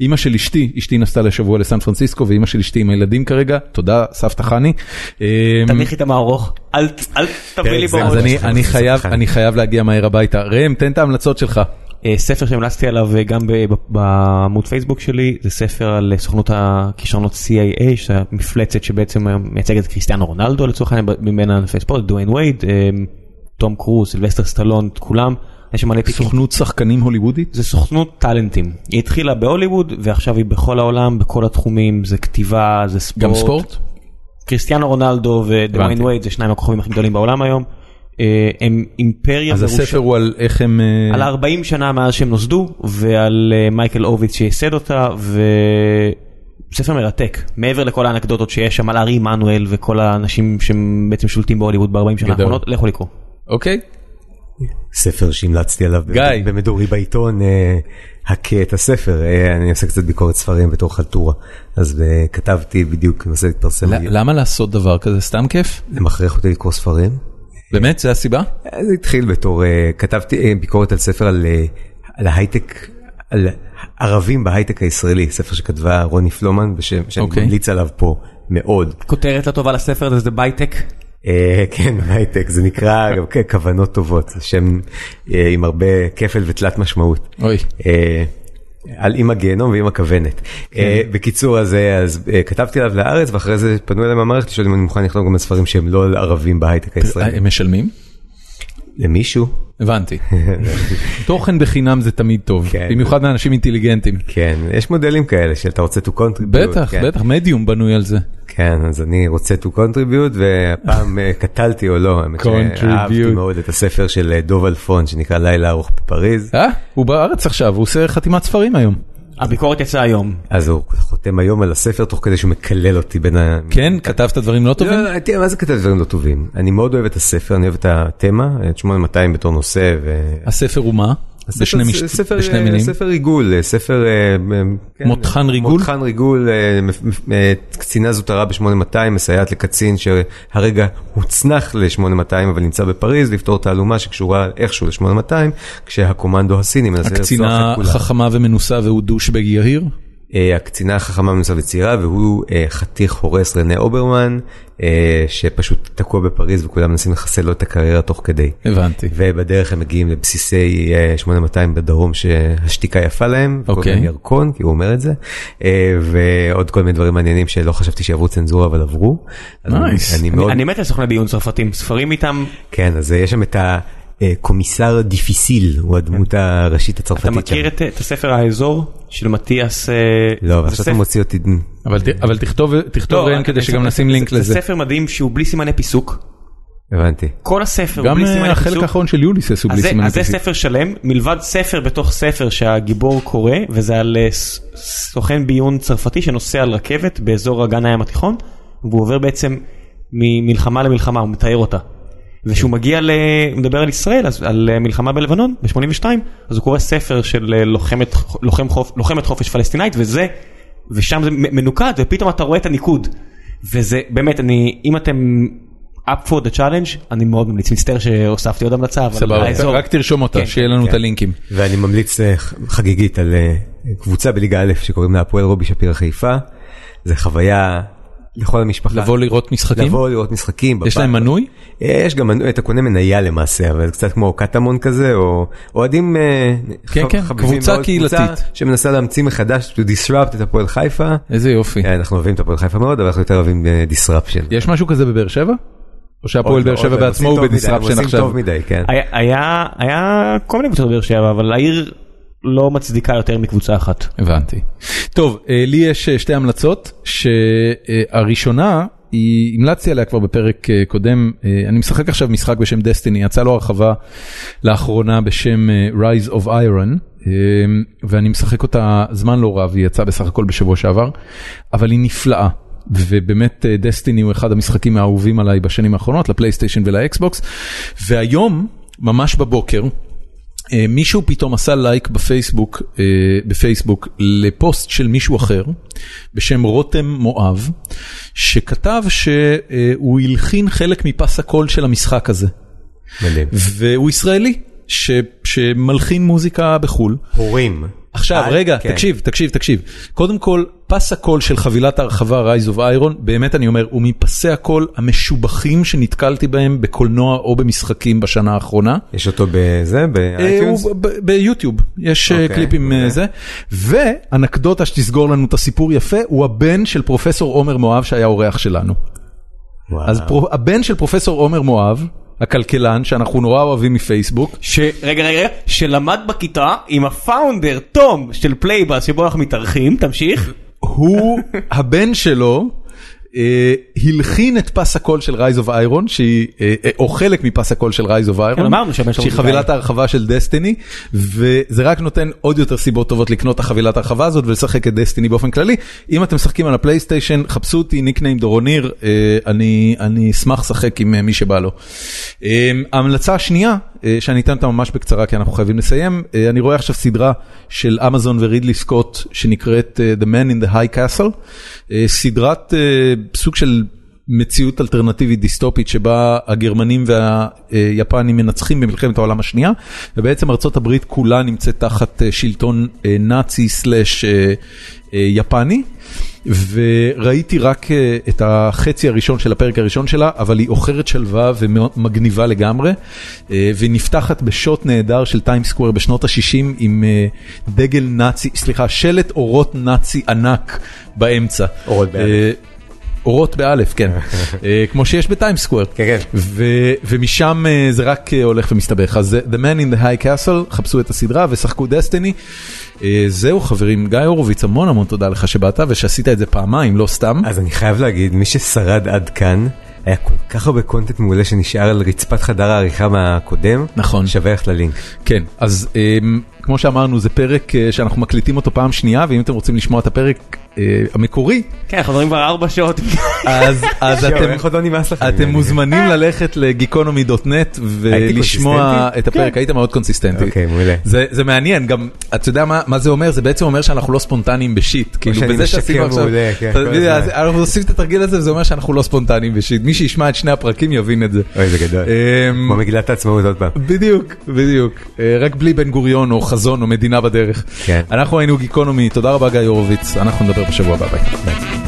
Speaker 4: אימא של אשתי, אשתי נסעה לשבוע לסן פרנסיסקו ואימא של אשתי עם הילדים כרגע, תודה סבתא חני. אמ,
Speaker 2: תניח איתם הארוך, אל אל תביא לי
Speaker 3: כן, זה-
Speaker 4: אז
Speaker 2: בראש.
Speaker 4: אני-
Speaker 3: סבתא
Speaker 4: אני חייב,
Speaker 3: חני.
Speaker 4: אני חייב להגיע מהר הביתה. ראם, תן את ההמלצות שלך.
Speaker 2: אה, ספר שהמלצתי עליו אה, גם ב- ב- בעמוד פייסבוק שלי, זה ספר על אה, סוכנות הכישרונות CIA, שזה המפלצת שבעצם היום מייצגת את קריסטיאנו רונלדו לצורך העניין ב- מבין הענפי ספורט, דוויין וייד, אה, תום קרוז, סילבסטר סטלון, את כולם. יש שם מלא תיקים.
Speaker 4: סוכנות שחקנים הוליוודית?
Speaker 2: זה סוכנות טאלנטים. היא התחילה בהוליווד ועכשיו היא בכל העולם, בכל התחומים, זה כתיבה, זה ספורט.
Speaker 4: גם ספורט?
Speaker 2: קריסטיאנו רונלדו ודוויין
Speaker 4: הבנתי.
Speaker 2: וייד זה שניים הכוכבים הכי גדולים בעולם היום. אה, הם אימפריה
Speaker 4: אז הספר
Speaker 2: מרושעת.
Speaker 4: הוא על איך הם... אה,
Speaker 2: על 40 שנה מאז שהם נוסדו ועל אה, מייקל הוביץ שייסד אותה וספר מרתק מעבר לכל האנקדוטות שיש שם על ארי עמנואל וכל האנשים שהם בעצם שולטים בהוליווד ב-40 שנה
Speaker 4: גדול.
Speaker 2: האחרונות לכו לקרוא.
Speaker 4: אוקיי.
Speaker 3: ספר שהמלצתי עליו במד-
Speaker 4: גיא.
Speaker 3: במדורי בעיתון, אה, הכה את הספר, אה, אני עושה קצת ביקורת ספרים בתור חלטורה, אז אה, כתבתי בדיוק, מנסה להתפרסם,
Speaker 4: ל- למה לעשות דבר כזה? סתם כיף?
Speaker 3: זה מכריח אותי לקרוא ספרים.
Speaker 4: באמת? זה הסיבה?
Speaker 3: אה, זה התחיל בתור, אה, כתבתי אה, ביקורת על ספר על, אה, על ההייטק, על ערבים בהייטק הישראלי, ספר שכתבה רוני פלומן, בשם- שאני
Speaker 4: אוקיי.
Speaker 3: ממליץ עליו פה מאוד.
Speaker 2: כותרת לא טובה לספר הזה זה בייטק.
Speaker 3: אה, כן, הייטק, זה נקרא גם כן, כוונות טובות, זה שם אה, עם הרבה כפל ותלת משמעות.
Speaker 4: אוי.
Speaker 3: אה, על עם הגיהנום ועם הכוונת.
Speaker 4: כן.
Speaker 3: אה, בקיצור, אז, אה, אז אה, כתבתי עליו לארץ, ואחרי זה פנו אליי מהמערכת לשאול אם אני מוכן לכתוב גם על ספרים שהם לא על ערבים בהייטק
Speaker 4: אה,
Speaker 3: הישראלי.
Speaker 4: הם משלמים?
Speaker 3: למישהו?
Speaker 4: הבנתי. תוכן בחינם זה תמיד טוב,
Speaker 3: כן.
Speaker 4: במיוחד לאנשים אינטליגנטים.
Speaker 3: כן, יש מודלים כאלה שאתה רוצה to contribute.
Speaker 4: בטח,
Speaker 3: כן.
Speaker 4: בטח, מדיום בנוי על זה.
Speaker 3: כן, אז אני רוצה to contribute, והפעם אה, קטלתי או לא, האמת
Speaker 4: Contribute.
Speaker 3: שאהבתי מאוד את הספר של אה, דוב אלפון שנקרא לילה ארוך בפריז.
Speaker 4: אה? הוא בארץ עכשיו, הוא עושה חתימת ספרים היום.
Speaker 2: הביקורת יצאה היום.
Speaker 3: אז הוא חותם היום על הספר תוך כדי שהוא מקלל אותי בין ה...
Speaker 4: כן, כתבת דברים לא טובים?
Speaker 3: לא, לא, תראה, מה זה כתב דברים לא טובים? אני מאוד אוהב את הספר, אני אוהב את התמה, את 8200 בתור נושא. ו...
Speaker 4: הספר הוא מה? בשני מש-
Speaker 3: ספר-
Speaker 4: בשני
Speaker 3: אה,
Speaker 4: מילים.
Speaker 3: ספר ריגול, אה, ספר... אה, אה, כן,
Speaker 4: מותחן
Speaker 3: אה,
Speaker 4: ריגול?
Speaker 3: מותחן ריגול, אה, מפ- מפ- אה, קצינה זוטרה ב-8200 מסייעת לקצין שהרגע הוצנח ל-8200 אבל נמצא בפריז לפתור תעלומה שקשורה איכשהו ל-8200 כשהקומנדו הסיני מנסה לרצוח את
Speaker 4: הקצינה
Speaker 3: כולם.
Speaker 4: חכמה ומנוסה והוא דושבג יהיר?
Speaker 3: אה, הקצינה החכמה מנוסה וצעירה והוא אה, חתיך הורס רנה אוברמן אה, שפשוט תקוע בפריז וכולם מנסים לחסל לו את הקריירה תוך כדי.
Speaker 4: הבנתי.
Speaker 3: ובדרך הם מגיעים לבסיסי אה, 8200 בדרום שהשתיקה יפה להם, וכל
Speaker 4: אוקיי.
Speaker 3: מיני ירקון כי הוא אומר את זה, אה, ועוד כל מיני דברים מעניינים שלא חשבתי שיעברו צנזורה אבל עברו. אז אני-
Speaker 4: Nice.
Speaker 3: אני מאוד,
Speaker 2: אני אני מת על סוכני ביון צרפתים ספרים איתם
Speaker 3: כן אז אה, יש שם את הקומיסר דיפיסיל, הוא הדמות הראשית הצרפתית.
Speaker 2: אתה מכיר
Speaker 3: שם.
Speaker 4: כן.
Speaker 2: את, את הספר האזור של מתיאס אה,
Speaker 3: לא, אבל
Speaker 2: זה
Speaker 3: עכשיו
Speaker 2: ספר-
Speaker 3: אתה מוציא אותי.
Speaker 4: אבל ת- אבל תכתוב- תכתוב
Speaker 2: לא,
Speaker 4: ראם כדי
Speaker 2: אני-
Speaker 4: שגם
Speaker 2: זה-
Speaker 4: נשים
Speaker 2: זה-
Speaker 4: לינק
Speaker 2: זה
Speaker 4: לזה.
Speaker 2: ספר מדהים שהוא בלי סימני פיסוק
Speaker 3: הבנתי.
Speaker 2: כל הספר הוא
Speaker 4: גם
Speaker 2: בלי סימני
Speaker 4: אה, החלק
Speaker 2: פיסוק.
Speaker 4: האחרון של יוליסס הוא
Speaker 2: אז
Speaker 4: בלי
Speaker 2: זה-
Speaker 4: סימן
Speaker 2: אז זה
Speaker 4: פיסוק.
Speaker 2: ספר שלם מלבד ספר בתוך ספר שהגיבור קורא וזה על אה, ס- סוכן ביון צרפתי שנוסע על רכבת באזור אגן הים התיכון והוא עובר בעצם ממלחמה למלחמה הוא מתאר אותה. וכשהוא מגיע ל... הוא מדבר על ישראל אז על אה, מלחמה בלבנון ב-82 אז הוא קורא ספר של אה, לוחמת, לוחם חופ, לוחמת חופש פלסטינאית וזה ושם זה מ- מנוקד ופתאום אתה רואה את הניקוד. וזה באמת אני אם אתם up for the challenge אני מאוד ממליץ מצטער שהוספתי עוד המלצה אבל
Speaker 4: סבבה,
Speaker 2: האזור.
Speaker 4: רק תרשום אותה,
Speaker 2: כן,
Speaker 4: שיהיה לנו את הלינקים.
Speaker 3: ואני ממליץ אה, ח- חגיגית על אה, קבוצה בליגה א' שקוראים לה הפועל רובי שפירא חיפה. זה חוויה לכל המשפחה.
Speaker 4: לבוא לראות משחקים?
Speaker 3: לבוא לראות משחקים.
Speaker 4: יש להם
Speaker 3: בבית.
Speaker 4: מנוי?
Speaker 3: אה, יש גם, מנוי, אתה קונה מניה למעשה, אבל זה קצת כמו קטמון כזה, או אוהדים אה,
Speaker 4: כן,
Speaker 3: ח-
Speaker 4: כן,
Speaker 3: חביבים
Speaker 4: קבוצה
Speaker 3: מאוד,
Speaker 4: קהילתית.
Speaker 3: שמנסה להמציא מחדש, to disrupt את הפועל חיפה.
Speaker 4: איזה יופי.
Speaker 3: אה, אנחנו אוהבים את הפועל חיפה מאוד, אבל אנחנו יותר אוהבים אה, disruption.
Speaker 4: יש משהו כזה בבאר שבע? או שהפועל
Speaker 3: עוד לא,
Speaker 4: באר שבע
Speaker 3: עוד לא,
Speaker 4: בעצמו
Speaker 3: עושים
Speaker 4: הוא
Speaker 3: טוב מדי,
Speaker 4: בדיסרפשן
Speaker 3: עושים
Speaker 4: עכשיו? אה,
Speaker 3: טוב מדי, כן.
Speaker 2: היה- היה היה כל מיני קבוצות בבאר שבע, אבל העיר לא מצדיקה יותר מקבוצה אחת.
Speaker 4: הבנתי. טוב, אה, לי יש אה, שתי המלצות, שהראשונה, היא המלצתי עליה כבר בפרק אה, קודם, אה, אני משחק עכשיו משחק בשם דסטיני, יצאה לו הרחבה לאחרונה בשם אה, Rise of Iron, אה, ואני משחק אותה זמן לא רב, היא יצאה בסך הכל בשבוע שעבר, אבל היא נפלאה. ובאמת דסטיני הוא אחד המשחקים האהובים עליי בשנים האחרונות, לפלייסטיישן ולאקסבוקס. והיום, ממש בבוקר, אה, מישהו פתאום עשה לייק בפייסבוק, אה, בפייסבוק לפוסט של מישהו אחר בשם רותם מואב, שכתב שהוא הלחין חלק מפס הקול של המשחק הזה,
Speaker 3: מדהים.
Speaker 4: אה, והוא ישראלי. ש, שמלחין מוזיקה בחו"ל.
Speaker 3: הורים.
Speaker 4: עכשיו,
Speaker 3: אה,
Speaker 4: רגע,
Speaker 3: כן.
Speaker 4: תקשיב, תקשיב, תקשיב. קודם כל, פס הקול של חבילת ההרחבה Rise of Iron, באמת אני אומר, הוא מפסי הקול המשובחים שנתקלתי בהם בקולנוע או במשחקים בשנה האחרונה.
Speaker 3: יש אותו בזה,
Speaker 4: אה,
Speaker 3: באייטיונס?
Speaker 4: הוא ב- ב- ביוטיוב, יש אה,
Speaker 3: אוקיי,
Speaker 4: קליפים אה,
Speaker 3: אוקיי.
Speaker 4: זה. ואנקדוטה שתסגור לנו את הסיפור יפה, הוא הבן של פרופסור עומר מואב שהיה אורח שלנו.
Speaker 3: וואו.
Speaker 4: אז פרו- הבן של פרופסור עומר מואב, הכלכלן, שאנחנו נורא אוהבים מפייסבוק,
Speaker 2: שרגע רגע רגע, שלמד בכיתה עם הפאונדר תום של פלייבאס שבו אנחנו מתארחים, תמשיך.
Speaker 4: הוא, הבן שלו, אה, הלחין את פס הקול של Rise of Iron, שהיא, אה, אה, או חלק מפס הקול של Rise of
Speaker 2: כן,
Speaker 4: Iron,
Speaker 2: אמרנו שהבן שלו
Speaker 4: שהיא
Speaker 2: מוזיקאי.
Speaker 4: חבילת ההרחבה של דסטיני, וזה רק נותן עוד יותר סיבות טובות לקנות את החבילת ההרחבה הזאת ולשחק את דסטיני באופן כללי. אם אתם משחקים על הפלייסטיישן, חפשו אותי, ניקניים דורון ניר, אה, אני אני אשמח לשחק עם אה, מי שבא לו. אה, ההמלצה השנייה, אה, שאני אתן אותה ממש בקצרה כי אנחנו חייבים לסיים, אה, אני רואה עכשיו סדרה של אמזון ורידלי סקוט שנקראת אה, The Man in the High Castle, אה, סדרת אה, סוג של מציאות אלטרנטיבית דיסטופית שבה הגרמנים והיפנים מנצחים במלחמת העולם השנייה ובעצם ארצות הברית כולה נמצאת תחת אה, שלטון אה, נאצי סלאש אה, אה, יפני וראיתי רק אה, את החצי הראשון של הפרק הראשון שלה אבל היא עוכרת שלווה ומגניבה לגמרי אה, והיא נפתחת בשוט נהדר של טיים סקוואר בשנות ה-60 עם אה, דגל נאצי סליחה שלט אורות נאצי ענק באמצע.
Speaker 3: אורות באלף.
Speaker 4: אה, אורות באלף, כן, אה, כמו שיש בטיים סקוואר.
Speaker 3: כן, כן.
Speaker 4: ו- ומשם אה, זה רק אה, הולך ומסתבך. אז אה, The Man in the High Castle, חפשו את הסדרה ושחקו דסטיני. אה, זהו חברים, גיא הורוביץ, המון המון תודה לך שבאת ושעשית את זה פעמיים, לא סתם.
Speaker 3: אז אני חייב להגיד, מי ששרד עד כאן, היה כל כך הרבה קונטנט מעולה שנשאר על רצפת חדר העריכה מהקודם.
Speaker 4: נכון.
Speaker 3: שווה ללכת ללינק.
Speaker 4: כן, אז אה, כמו שאמרנו, זה פרק אה, שאנחנו מקליטים אותו פעם שנייה, ואם אתם רוצים לשמוע את הפרק אה, המקורי,
Speaker 2: כן, אנחנו מדברים כבר ארבע שעות.
Speaker 4: אז אז
Speaker 3: יואו,
Speaker 4: אתם...
Speaker 3: איך עוד לא נמאס לכם?
Speaker 4: אתם
Speaker 3: ממני?
Speaker 4: מוזמנים ללכת לגיקונומי.נט
Speaker 3: הייתי
Speaker 4: ולשמוע
Speaker 3: קונסיסטנטי?
Speaker 4: את הפרק, היית מאוד קונסיסטנטי.
Speaker 3: אוקיי, מעולה.
Speaker 4: זה זה מעניין, גם, אתה יודע מה מה זה אומר? זה בעצם אומר שאנחנו לא ספונטניים בשיט. כאילו,
Speaker 3: שאני
Speaker 4: בזה שעשינו
Speaker 3: משקר
Speaker 4: עכשיו,
Speaker 3: מעולה, כן,
Speaker 4: אתה
Speaker 3: כל
Speaker 4: יודע,
Speaker 3: הזמן.
Speaker 4: אז אנחנו עושים את התרגיל הזה וזה אומר שאנחנו לא ספונטניים בשיט. מי שישמע את שני הפרקים יבין את זה.
Speaker 3: אוי, זה גדול.
Speaker 4: אמ,
Speaker 3: כמו מגילת העצמאות עוד פעם.
Speaker 4: בדיוק, בדיוק. אה, רק בלי בן גוריון או חזון או מדינה בדרך.
Speaker 3: כן.
Speaker 4: אנחנו היינו גיקונומי, תודה רבה גיא הורוביץ, אנחנו נדבר בשבוע הבא. ביי.